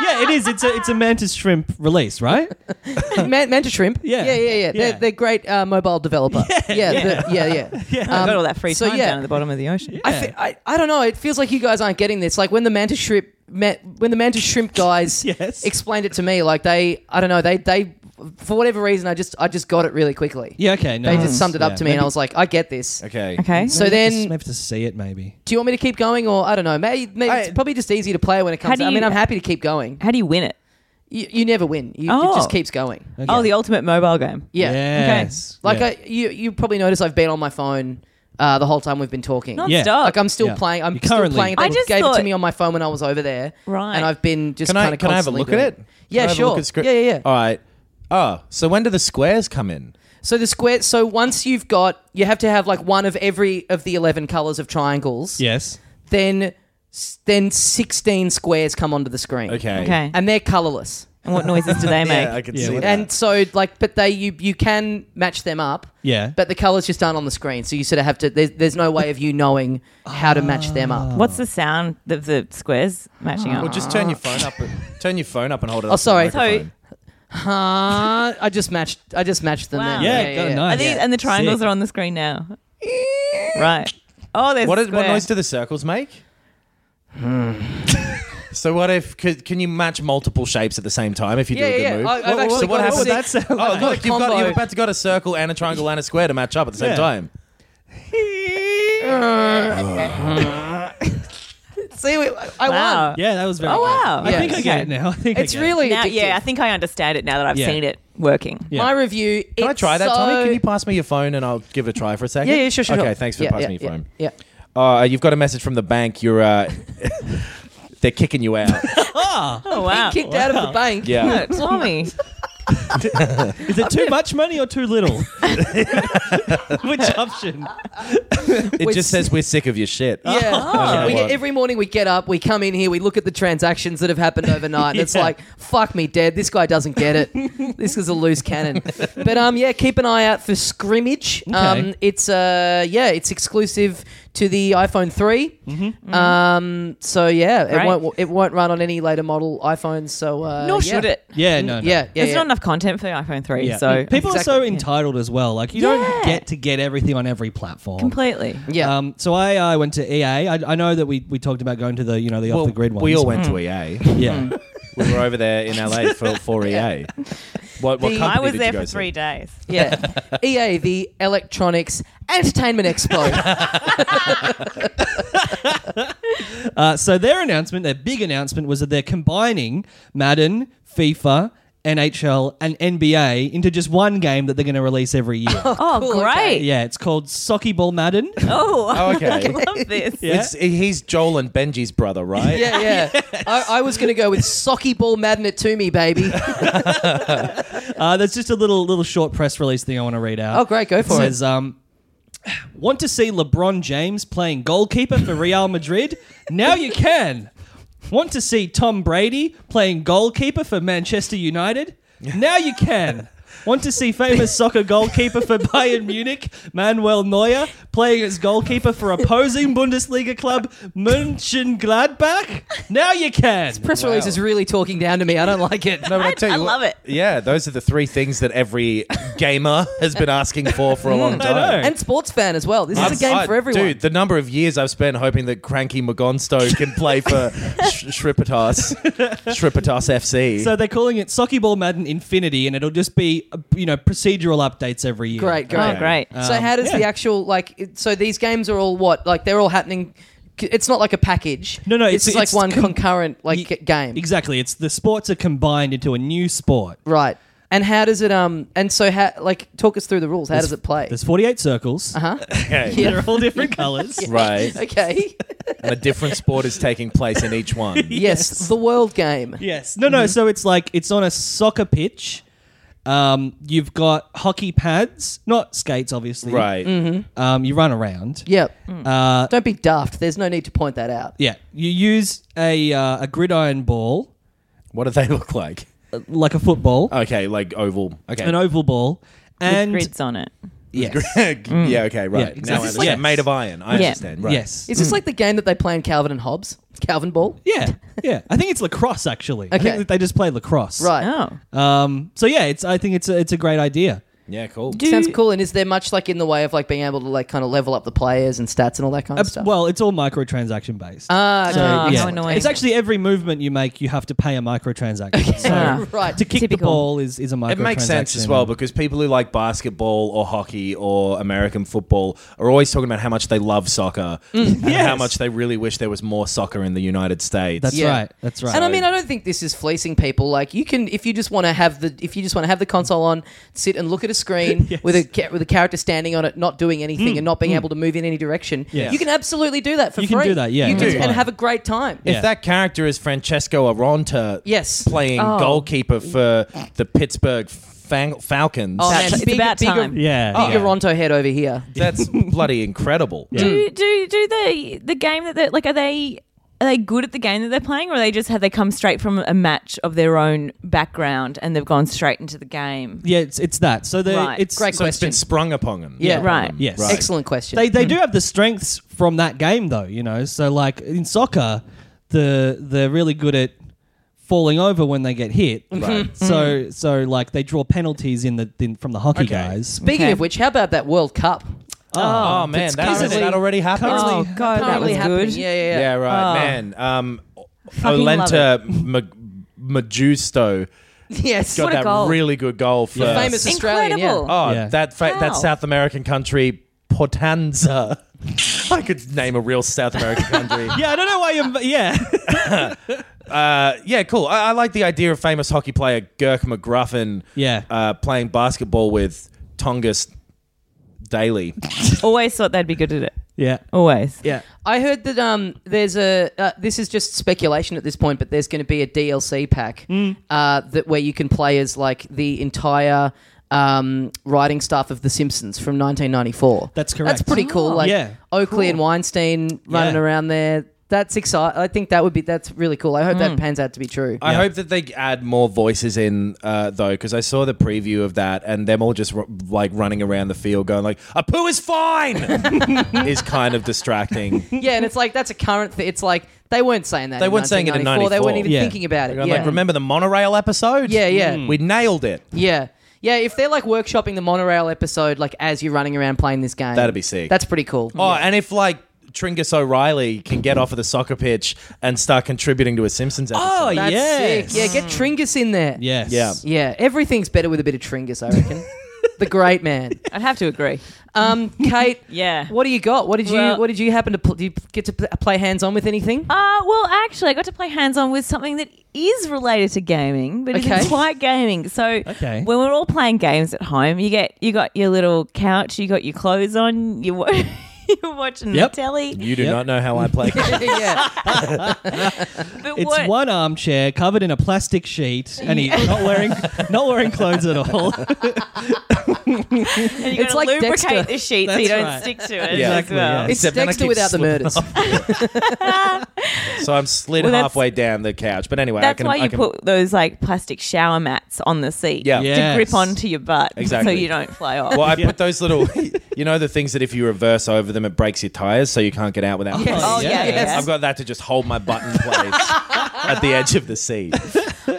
[SPEAKER 2] Yeah, it is. It's a it's a mantis shrimp release, right?
[SPEAKER 1] man, Manta Shrimp,
[SPEAKER 2] Yeah.
[SPEAKER 1] yeah, yeah, yeah,
[SPEAKER 2] Yeah.
[SPEAKER 1] They're, they're great uh, mobile developer. Yeah, yeah, yeah. The, yeah, yeah.
[SPEAKER 4] I got all that free
[SPEAKER 1] so
[SPEAKER 4] time
[SPEAKER 1] yeah.
[SPEAKER 4] down at the bottom of the ocean.
[SPEAKER 1] I, fe- I, I don't know. It feels like you guys aren't getting this. Like when the mantis shrimp, ma- when the mantis shrimp guys
[SPEAKER 2] Yes.
[SPEAKER 1] explained it to me, like they, I don't know, they, they, for whatever reason, I just, I just got it really quickly.
[SPEAKER 2] Yeah. Okay. No.
[SPEAKER 1] They just summed it up
[SPEAKER 2] Yeah,
[SPEAKER 1] to me, and
[SPEAKER 2] maybe-
[SPEAKER 1] I was like, I get this.
[SPEAKER 3] Okay.
[SPEAKER 4] Okay.
[SPEAKER 1] So
[SPEAKER 2] maybe
[SPEAKER 1] then,
[SPEAKER 2] just- maybe to see it, maybe.
[SPEAKER 1] do you want me to keep going, or I don't know? Maybe, maybe
[SPEAKER 3] I-
[SPEAKER 1] it's probably just easy to play when it comes.
[SPEAKER 4] do
[SPEAKER 1] I mean,
[SPEAKER 4] you-
[SPEAKER 1] I'm happy to keep going.
[SPEAKER 4] How do you win it?
[SPEAKER 1] You, you never win. You, It
[SPEAKER 4] Oh.
[SPEAKER 1] just keeps going.
[SPEAKER 4] Oh, the ultimate mobile game.
[SPEAKER 1] Yeah.
[SPEAKER 2] Yes.
[SPEAKER 1] Like
[SPEAKER 2] Uh, Yeah.
[SPEAKER 1] I, you, you probably notice I've been on my phone uh, the whole time we've been talking.
[SPEAKER 4] Not
[SPEAKER 2] Yeah.
[SPEAKER 4] stop.
[SPEAKER 1] Like I'm still
[SPEAKER 2] Yeah.
[SPEAKER 1] playing. I'm
[SPEAKER 2] You
[SPEAKER 1] still
[SPEAKER 2] currently-
[SPEAKER 1] playing. They
[SPEAKER 4] Oh. I just
[SPEAKER 1] gave it to
[SPEAKER 4] thought-
[SPEAKER 1] me on my phone when I was over there.
[SPEAKER 4] Right.
[SPEAKER 1] And I've been just
[SPEAKER 3] Can
[SPEAKER 1] kind
[SPEAKER 3] I,
[SPEAKER 1] of
[SPEAKER 3] can I have a
[SPEAKER 1] constantly
[SPEAKER 3] look at it?
[SPEAKER 1] doing Yeah,
[SPEAKER 3] Can I have a
[SPEAKER 1] sure.
[SPEAKER 3] look at script?
[SPEAKER 1] Yeah, yeah, yeah.
[SPEAKER 3] All right. Oh, so when do the squares come in?
[SPEAKER 1] So the square. So once you've got, you have to have like one of every of the eleven colors of triangles.
[SPEAKER 2] Yes.
[SPEAKER 1] Then, s- then sixteen squares come onto the screen.
[SPEAKER 3] Okay.
[SPEAKER 4] Okay.
[SPEAKER 1] And they're colorless.
[SPEAKER 4] And what noises do they make?
[SPEAKER 3] Yeah, I can
[SPEAKER 2] Yeah,
[SPEAKER 3] see
[SPEAKER 2] well-
[SPEAKER 3] that.
[SPEAKER 1] And so like, but they you you can match them up.
[SPEAKER 2] Yeah.
[SPEAKER 1] But the colors just aren't on the screen, so you sort of have to. There's, there's no way of you knowing how to match them up.
[SPEAKER 4] What's the sound of the squares matching up?
[SPEAKER 3] well, just turn your phone up. And, turn your phone up and hold it.
[SPEAKER 1] Ah. Oh,
[SPEAKER 3] up to the
[SPEAKER 1] sorry.
[SPEAKER 3] microphone.
[SPEAKER 1] Huh? I just matched. I just matched them.
[SPEAKER 4] Ah. Wow.
[SPEAKER 1] Then.
[SPEAKER 2] Yeah, got
[SPEAKER 1] Oh,
[SPEAKER 2] a
[SPEAKER 4] Are
[SPEAKER 2] nice.
[SPEAKER 4] these, and the triangles
[SPEAKER 2] Sick.
[SPEAKER 4] are on the screen now. right. Oh, there's
[SPEAKER 3] What, is, what noise do the circles make? so what if could, can you match multiple shapes at the same time if you
[SPEAKER 1] Yeah,
[SPEAKER 3] do a good
[SPEAKER 1] yeah,
[SPEAKER 3] move?
[SPEAKER 1] I- I've actually
[SPEAKER 3] so what
[SPEAKER 1] got
[SPEAKER 3] happens?
[SPEAKER 1] a
[SPEAKER 2] That sound
[SPEAKER 3] oh,
[SPEAKER 2] like-
[SPEAKER 3] look, you've got
[SPEAKER 1] combo.
[SPEAKER 3] you've about to got a circle and a triangle and a square to match up at the same
[SPEAKER 2] Yeah.
[SPEAKER 3] time.
[SPEAKER 1] See, we- I won.
[SPEAKER 4] Wow.
[SPEAKER 2] yeah, that was very.
[SPEAKER 4] Oh,
[SPEAKER 2] good.
[SPEAKER 4] wow.
[SPEAKER 2] I think I
[SPEAKER 1] Yes.
[SPEAKER 2] get it now. I think I
[SPEAKER 1] It's
[SPEAKER 2] get it.
[SPEAKER 1] really
[SPEAKER 4] Now,
[SPEAKER 1] addictive.
[SPEAKER 4] yeah, I think I understand it now that I've
[SPEAKER 2] Yeah.
[SPEAKER 4] seen it working.
[SPEAKER 2] Yeah.
[SPEAKER 1] My review.
[SPEAKER 3] Can I try that,
[SPEAKER 1] so...
[SPEAKER 3] Tommy? Can you pass me your phone and I'll give it a try for a second?
[SPEAKER 1] Yeah, yeah, sure, sure.
[SPEAKER 3] Okay,
[SPEAKER 1] sure.
[SPEAKER 3] thanks for
[SPEAKER 1] Yeah,
[SPEAKER 3] passing
[SPEAKER 1] yeah,
[SPEAKER 3] me your
[SPEAKER 1] yeah,
[SPEAKER 3] phone.
[SPEAKER 1] Yeah.
[SPEAKER 3] Uh, you've got a message from the bank. You're uh, they're kicking you out.
[SPEAKER 4] Oh, wow.
[SPEAKER 1] Kicked out of the bank.
[SPEAKER 3] Yeah.
[SPEAKER 4] Look, Tommy.
[SPEAKER 2] Is it too much money or too little? Which option?
[SPEAKER 3] It just says we're sick of your shit. Ah,
[SPEAKER 1] Yeah.
[SPEAKER 3] Okay.
[SPEAKER 4] Oh.
[SPEAKER 1] We
[SPEAKER 3] Well-
[SPEAKER 1] every morning we get up, we come in here, we look at the transactions that have happened overnight, and it's like, fuck me dead. This guy doesn't get it. this is a loose cannon. But um, yeah, keep an eye out for Scrimmage. Um,
[SPEAKER 2] Okay.
[SPEAKER 1] it's uh, yeah, it's exclusive to the iPhone 3
[SPEAKER 3] Mm-hmm.
[SPEAKER 1] Um, so yeah, it
[SPEAKER 4] Right.
[SPEAKER 1] won't it won't run on any later model iPhones. So uh,
[SPEAKER 4] Nor
[SPEAKER 1] yeah.
[SPEAKER 4] should it.
[SPEAKER 2] Yeah, no, no.
[SPEAKER 1] Yeah, yeah,
[SPEAKER 4] There's
[SPEAKER 1] yeah.
[SPEAKER 4] not enough content for the iPhone 3,
[SPEAKER 2] Yeah.
[SPEAKER 4] so
[SPEAKER 2] people
[SPEAKER 1] Exactly.
[SPEAKER 2] are so entitled as well. Like you
[SPEAKER 4] Yeah.
[SPEAKER 2] don't get to get everything on every platform.
[SPEAKER 4] completely.
[SPEAKER 1] Yeah.
[SPEAKER 2] Um, so I uh, went to EA. I, I know that we, we talked about going to the you know the off the grid ones.
[SPEAKER 3] we all went to
[SPEAKER 1] E
[SPEAKER 3] EA.
[SPEAKER 2] Yeah.
[SPEAKER 3] we were over there in LA for, for EA. What, what
[SPEAKER 1] The-
[SPEAKER 3] company
[SPEAKER 4] I was
[SPEAKER 3] did
[SPEAKER 4] there
[SPEAKER 3] you go
[SPEAKER 4] for
[SPEAKER 3] to?
[SPEAKER 4] three days.
[SPEAKER 1] yeah. EA, the Electronics Entertainment Expo.
[SPEAKER 2] Uh, so their announcement, their big announcement, was that they're combining Madden, FIFA, NHL, and NBA into just one game that they're going to release every year.
[SPEAKER 4] Oh,
[SPEAKER 1] Cool,
[SPEAKER 4] great.
[SPEAKER 1] okay.
[SPEAKER 2] yeah, it's called Socky Ball Madden.
[SPEAKER 4] Oh,
[SPEAKER 3] Oh, okay.
[SPEAKER 4] I love this.
[SPEAKER 2] Yeah.
[SPEAKER 3] It's, he's Joel and Benji's brother, right?
[SPEAKER 1] yeah, yeah. I, I was going to go with Socky Ball Madden it to me, baby.
[SPEAKER 2] Uh, there's just a little little short press release thing I want to read out.
[SPEAKER 1] Oh, great, go for it.
[SPEAKER 2] says, um, want to see LeBron James playing goalkeeper for Real Madrid? Now you can. Want to see Tom Brady playing goalkeeper for Manchester United? Now you can. Want to see famous soccer goalkeeper for Bayern Munich, Manuel Neuer, playing as goalkeeper for opposing Bundesliga club Mönchengladbach? Now you can.
[SPEAKER 1] Press release is really talking down to me. I don't like it.
[SPEAKER 3] No, but I, tell
[SPEAKER 4] I
[SPEAKER 3] you what-
[SPEAKER 4] love it.
[SPEAKER 3] Yeah, those are the three things that every gamer has been asking for for a long time.
[SPEAKER 2] know.
[SPEAKER 1] and sports fan as well. This
[SPEAKER 3] I've-
[SPEAKER 1] is a game
[SPEAKER 3] I-
[SPEAKER 1] for everyone.
[SPEAKER 3] Dude, the number of years I've spent hoping that Cranky Magonsto can play for Sh- Shripitas, Shripitas FC.
[SPEAKER 2] So they're calling it Socky Ball Madden Infinity, and it'll just be uh, you know procedural updates every year.
[SPEAKER 1] Great, great.
[SPEAKER 4] Oh, great.
[SPEAKER 1] So how does the
[SPEAKER 2] yeah.
[SPEAKER 1] actual like? it- So these games are all what? Like they're all happening. c- It's not like a package.
[SPEAKER 2] No, no,
[SPEAKER 1] It's,
[SPEAKER 2] it's-
[SPEAKER 1] like
[SPEAKER 2] it's
[SPEAKER 1] one
[SPEAKER 2] com-
[SPEAKER 1] concurrent like
[SPEAKER 2] Ye-
[SPEAKER 1] g- game.
[SPEAKER 2] Exactly. It's the sports are combined into a new sport.
[SPEAKER 1] Right. And how does it um? And so how like talk us through the rules? How does it play? Uh-huh.
[SPEAKER 2] There's 48 circles.
[SPEAKER 1] Huh?
[SPEAKER 3] Okay.
[SPEAKER 2] They're all different colors.
[SPEAKER 3] Right.
[SPEAKER 1] Okay.
[SPEAKER 3] And a different sport is taking place in each one.
[SPEAKER 1] yes, the world game.
[SPEAKER 2] Yes. No, no.
[SPEAKER 1] Mm-hmm.
[SPEAKER 2] So it's like it's on a soccer pitch. Um, you've got hockey pads, not skates, obviously.
[SPEAKER 3] Right.
[SPEAKER 2] Um, you run around.
[SPEAKER 1] Yep.
[SPEAKER 2] Uh,
[SPEAKER 1] Don't be daft. There's no need to point that out.
[SPEAKER 2] yeah. You use a uh, a gridiron ball,
[SPEAKER 3] What do they look like?
[SPEAKER 2] uh, like a football,
[SPEAKER 3] Okay, like oval. Oh, Okay.
[SPEAKER 2] an oval ball, and
[SPEAKER 4] Grids on it.
[SPEAKER 2] yes.
[SPEAKER 3] yeah, okay, right.
[SPEAKER 2] Yeah,
[SPEAKER 3] Now I
[SPEAKER 2] exactly.
[SPEAKER 3] understand.
[SPEAKER 2] Yes.
[SPEAKER 3] Made of iron. I
[SPEAKER 4] Yeah.
[SPEAKER 3] understand. Right.
[SPEAKER 2] yes.
[SPEAKER 1] Is this like the game that they play in Calvin and Hobbes? Calvin Ball.
[SPEAKER 2] Yeah, yeah. I think it's lacrosse actually. I
[SPEAKER 1] Okay.
[SPEAKER 2] think that they just play lacrosse.
[SPEAKER 1] Right.
[SPEAKER 4] Oh.
[SPEAKER 2] Um. So yeah, it's. I think it's a, it's a great idea.
[SPEAKER 3] Yeah, cool.
[SPEAKER 4] Do-
[SPEAKER 1] Sounds cool. And is there much like in the way of like being able to like kind of level up the players and stats and all that kind of
[SPEAKER 2] Uh,
[SPEAKER 1] stuff?
[SPEAKER 2] Well, it's all microtransaction based.
[SPEAKER 1] Ah, okay.
[SPEAKER 4] Oh,
[SPEAKER 2] yeah.
[SPEAKER 4] how annoying.
[SPEAKER 2] It's actually every movement you make, you have to pay a microtransaction. So
[SPEAKER 4] Ah.
[SPEAKER 1] right.
[SPEAKER 2] to kick
[SPEAKER 4] Typical.
[SPEAKER 2] the ball is is a microtransaction.
[SPEAKER 3] It makes sense as well because people who like basketball or hockey or American football are always talking about how much they love soccer and how
[SPEAKER 2] Yes.
[SPEAKER 3] much they really wish there was more soccer in the United States.
[SPEAKER 2] That's
[SPEAKER 1] Yeah.
[SPEAKER 2] right. That's right.
[SPEAKER 1] And I mean, I don't think this is fleecing people. Like you can, if you just want to have the, if you just want to have the console on, sit and look at a screen
[SPEAKER 2] Yes.
[SPEAKER 1] with a ca- with a character standing on it, not doing anything and not being able to move in any direction.
[SPEAKER 2] Yeah.
[SPEAKER 1] You can absolutely do that for
[SPEAKER 2] You
[SPEAKER 1] free.
[SPEAKER 2] can do that, yeah,
[SPEAKER 1] You
[SPEAKER 2] that's
[SPEAKER 1] can, and
[SPEAKER 2] fine.
[SPEAKER 1] have a great time.
[SPEAKER 3] if
[SPEAKER 2] Yeah.
[SPEAKER 3] that character is Francesco Aronta
[SPEAKER 1] Yes.
[SPEAKER 3] playing
[SPEAKER 4] Oh.
[SPEAKER 3] goalkeeper for the Pittsburgh Fang- Falcons,
[SPEAKER 1] Oh,
[SPEAKER 4] That's-
[SPEAKER 1] man,
[SPEAKER 4] it's about
[SPEAKER 1] bigger,
[SPEAKER 4] time.
[SPEAKER 2] yeah.
[SPEAKER 1] Bigger
[SPEAKER 2] yeah.
[SPEAKER 1] Ronto head over here.
[SPEAKER 3] that's bloody incredible.
[SPEAKER 4] Do do do the the game that they're like are they are they good at the game that they're playing or are they just have they come straight from a match of their own background and they've gone straight into the game?
[SPEAKER 2] Yeah, It's it's that. So the
[SPEAKER 4] Right.
[SPEAKER 2] it's
[SPEAKER 1] Great
[SPEAKER 3] So it's
[SPEAKER 1] question.
[SPEAKER 3] been sprung upon them.
[SPEAKER 1] Yeah.
[SPEAKER 3] Upon
[SPEAKER 4] Right.
[SPEAKER 3] them.
[SPEAKER 2] Yes.
[SPEAKER 3] Right.
[SPEAKER 1] Excellent question.
[SPEAKER 2] They they do have the strengths from that game though, you know. So like in soccer, the they're really good at falling over when they get hit.
[SPEAKER 3] Right.
[SPEAKER 2] So so like they draw penalties in the in, from the hockey
[SPEAKER 3] Okay.
[SPEAKER 2] guys.
[SPEAKER 1] Speaking
[SPEAKER 4] Okay.
[SPEAKER 1] of which, how about that World Cup?
[SPEAKER 3] Oh, man,
[SPEAKER 2] it's
[SPEAKER 3] that,
[SPEAKER 2] currently-
[SPEAKER 3] that already happened.
[SPEAKER 4] Oh
[SPEAKER 2] Currently-
[SPEAKER 4] god, that was
[SPEAKER 1] Currently happening.
[SPEAKER 4] good.
[SPEAKER 1] Yeah, yeah,
[SPEAKER 3] yeah.
[SPEAKER 1] yeah.
[SPEAKER 3] right,
[SPEAKER 4] Oh.
[SPEAKER 3] man. Um,
[SPEAKER 4] Fucking love
[SPEAKER 3] Olenta M- Majusto
[SPEAKER 1] Yes.
[SPEAKER 3] got
[SPEAKER 4] What a
[SPEAKER 3] that
[SPEAKER 4] goal.
[SPEAKER 3] really good goal for
[SPEAKER 1] The
[SPEAKER 2] Uh,
[SPEAKER 1] famous Australian. yeah.
[SPEAKER 4] Incredible.
[SPEAKER 3] Oh,
[SPEAKER 2] Yeah.
[SPEAKER 3] that fa- that
[SPEAKER 4] Wow.
[SPEAKER 3] South American country Portanza. I could name a real South American country.
[SPEAKER 2] Yeah, I don't know why you're. Yeah,
[SPEAKER 3] Uh, yeah, cool. I-, I like the idea of famous hockey player Girk McGruffin
[SPEAKER 2] Yeah.
[SPEAKER 3] uh, playing basketball with Tongas Daly.
[SPEAKER 4] Always thought they'd be good at it.
[SPEAKER 2] yeah.
[SPEAKER 4] Always.
[SPEAKER 2] Yeah.
[SPEAKER 1] I heard that um, there's a. Uh, this is just speculation at this point, but there's going to be a DLC pack
[SPEAKER 2] Mm.
[SPEAKER 1] uh, that where you can play as like the entire um, writing staff of The Simpsons from 1994.
[SPEAKER 2] That's
[SPEAKER 1] That's
[SPEAKER 2] correct.
[SPEAKER 1] pretty cool.
[SPEAKER 4] Oh.
[SPEAKER 1] like
[SPEAKER 2] Yeah.
[SPEAKER 1] Oakley and Weinstein running
[SPEAKER 2] Yeah.
[SPEAKER 1] around there. That's exciting. I think that would be. That's really cool. I hope
[SPEAKER 2] Mm.
[SPEAKER 1] that pans out to be true.
[SPEAKER 3] I hope that they add more voices in, uh, though, because I saw the preview of that and them all just r- like running around the field going like, "A poo is fine," is kind of distracting.
[SPEAKER 1] yeah, and it's like that's a current. Th- it's like they weren't saying that.
[SPEAKER 3] They weren't saying it in
[SPEAKER 1] 1994. They weren't
[SPEAKER 3] 94.
[SPEAKER 1] even
[SPEAKER 2] Yeah.
[SPEAKER 1] thinking about it.
[SPEAKER 3] I'm
[SPEAKER 1] yeah.
[SPEAKER 3] Like, remember Hmm. the monorail episode? Mm.
[SPEAKER 1] Yeah, yeah.
[SPEAKER 3] we nailed it.
[SPEAKER 1] Yeah. Yeah, if they're like workshopping the monorail episode, like as you're running around playing this game,
[SPEAKER 3] That'd be sick.
[SPEAKER 1] That's pretty cool.
[SPEAKER 3] Oh, and if like Tringus O'Reilly can get off of the soccer pitch and start contributing to a Simpsons episode.
[SPEAKER 2] Oh,
[SPEAKER 1] that's
[SPEAKER 2] yes.
[SPEAKER 1] sick. Yeah, get
[SPEAKER 4] Hmm.
[SPEAKER 1] Tringus in there.
[SPEAKER 2] Yes.
[SPEAKER 3] Yeah.
[SPEAKER 1] yeah. Everything's better with a bit of Tringus, I reckon. the great man.
[SPEAKER 4] I'd have to agree.
[SPEAKER 1] Um, Kate,
[SPEAKER 4] Yeah.
[SPEAKER 1] what do you got? What did you
[SPEAKER 4] Well-
[SPEAKER 1] What did you happen to? Pl- do you get to pl- play hands on with anything?
[SPEAKER 4] Uh, well, actually, I got to play hands on with something that is related to gaming, but
[SPEAKER 1] Okay.
[SPEAKER 4] isn't quite gaming. So,
[SPEAKER 2] Okay.
[SPEAKER 4] when we're all playing games at home, you get you got your little couch, you got your clothes on, you wa- you're watching
[SPEAKER 2] Yep.
[SPEAKER 4] the telly.
[SPEAKER 3] You do
[SPEAKER 2] Yep.
[SPEAKER 3] not know how I play.
[SPEAKER 1] yeah,
[SPEAKER 4] But
[SPEAKER 2] It's
[SPEAKER 4] what,
[SPEAKER 2] one armchair covered in a plastic sheet, and he's not wearing not wearing clothes at all.
[SPEAKER 4] and you
[SPEAKER 1] it's
[SPEAKER 4] it's
[SPEAKER 1] like
[SPEAKER 4] like lubricate
[SPEAKER 1] Dexter.
[SPEAKER 4] the sheet so
[SPEAKER 2] That's
[SPEAKER 4] you don't
[SPEAKER 2] right.
[SPEAKER 4] stick to it.
[SPEAKER 3] Yeah.
[SPEAKER 4] as
[SPEAKER 2] Exactly,
[SPEAKER 4] well.
[SPEAKER 2] yeah.
[SPEAKER 1] it's
[SPEAKER 3] Except then I
[SPEAKER 1] Dexter
[SPEAKER 3] keep
[SPEAKER 1] without the
[SPEAKER 3] slipping
[SPEAKER 1] murders.
[SPEAKER 3] so I'm slid
[SPEAKER 4] Well, that's-
[SPEAKER 3] halfway down the couch. But anyway, I
[SPEAKER 4] That's
[SPEAKER 3] can.
[SPEAKER 4] why
[SPEAKER 3] I
[SPEAKER 4] you
[SPEAKER 3] can-
[SPEAKER 4] put those like plastic shower mats on the seat
[SPEAKER 3] Yeah.
[SPEAKER 4] to
[SPEAKER 2] Yes.
[SPEAKER 4] grip onto your butt,
[SPEAKER 3] Exactly.
[SPEAKER 4] so you don't fly off.
[SPEAKER 3] Well, I put those little, you know, the things that if you reverse over them, it breaks your tires, so you can't get out without.
[SPEAKER 1] Yes.
[SPEAKER 4] Oh, yeah,
[SPEAKER 1] Yes.
[SPEAKER 4] yeah.
[SPEAKER 3] I've got that to just hold my butt in place at the edge of the seat.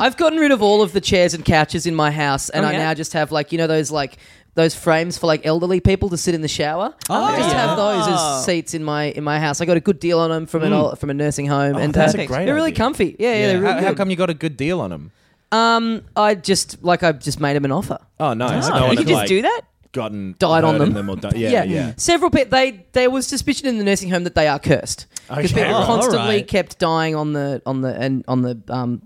[SPEAKER 1] I've gotten rid of all of the chairs and couches in my house, and
[SPEAKER 4] Oh,
[SPEAKER 1] I
[SPEAKER 4] yeah?
[SPEAKER 1] now just have like you know those like those frames for like elderly people to sit in the shower.
[SPEAKER 3] Oh,
[SPEAKER 1] I just
[SPEAKER 2] yeah.
[SPEAKER 1] have those as seats in my in my house. I got a good deal on them from an old, from a nursing home, and
[SPEAKER 3] Mm. Oh, that's
[SPEAKER 1] uh,
[SPEAKER 3] a great
[SPEAKER 1] They're really
[SPEAKER 3] idea.
[SPEAKER 1] comfy. Yeah, yeah.
[SPEAKER 2] Yeah.
[SPEAKER 1] they're really
[SPEAKER 3] How, how
[SPEAKER 1] good.
[SPEAKER 3] come you got a good deal on them?
[SPEAKER 1] Um, I just like I just made him an offer.
[SPEAKER 3] Oh, nice.
[SPEAKER 4] Oh,
[SPEAKER 3] no
[SPEAKER 4] you
[SPEAKER 3] one
[SPEAKER 4] could
[SPEAKER 3] had,
[SPEAKER 4] just
[SPEAKER 3] like,
[SPEAKER 4] do that.
[SPEAKER 3] Gotten
[SPEAKER 1] Died on
[SPEAKER 3] hurt in
[SPEAKER 1] them.
[SPEAKER 3] or di- yeah, yeah. yeah.
[SPEAKER 1] Several people they there was suspicion in the nursing home that they are cursed because
[SPEAKER 3] Okay.
[SPEAKER 1] people
[SPEAKER 3] Oh,
[SPEAKER 1] constantly
[SPEAKER 2] alright.
[SPEAKER 1] kept dying on the on the and on the um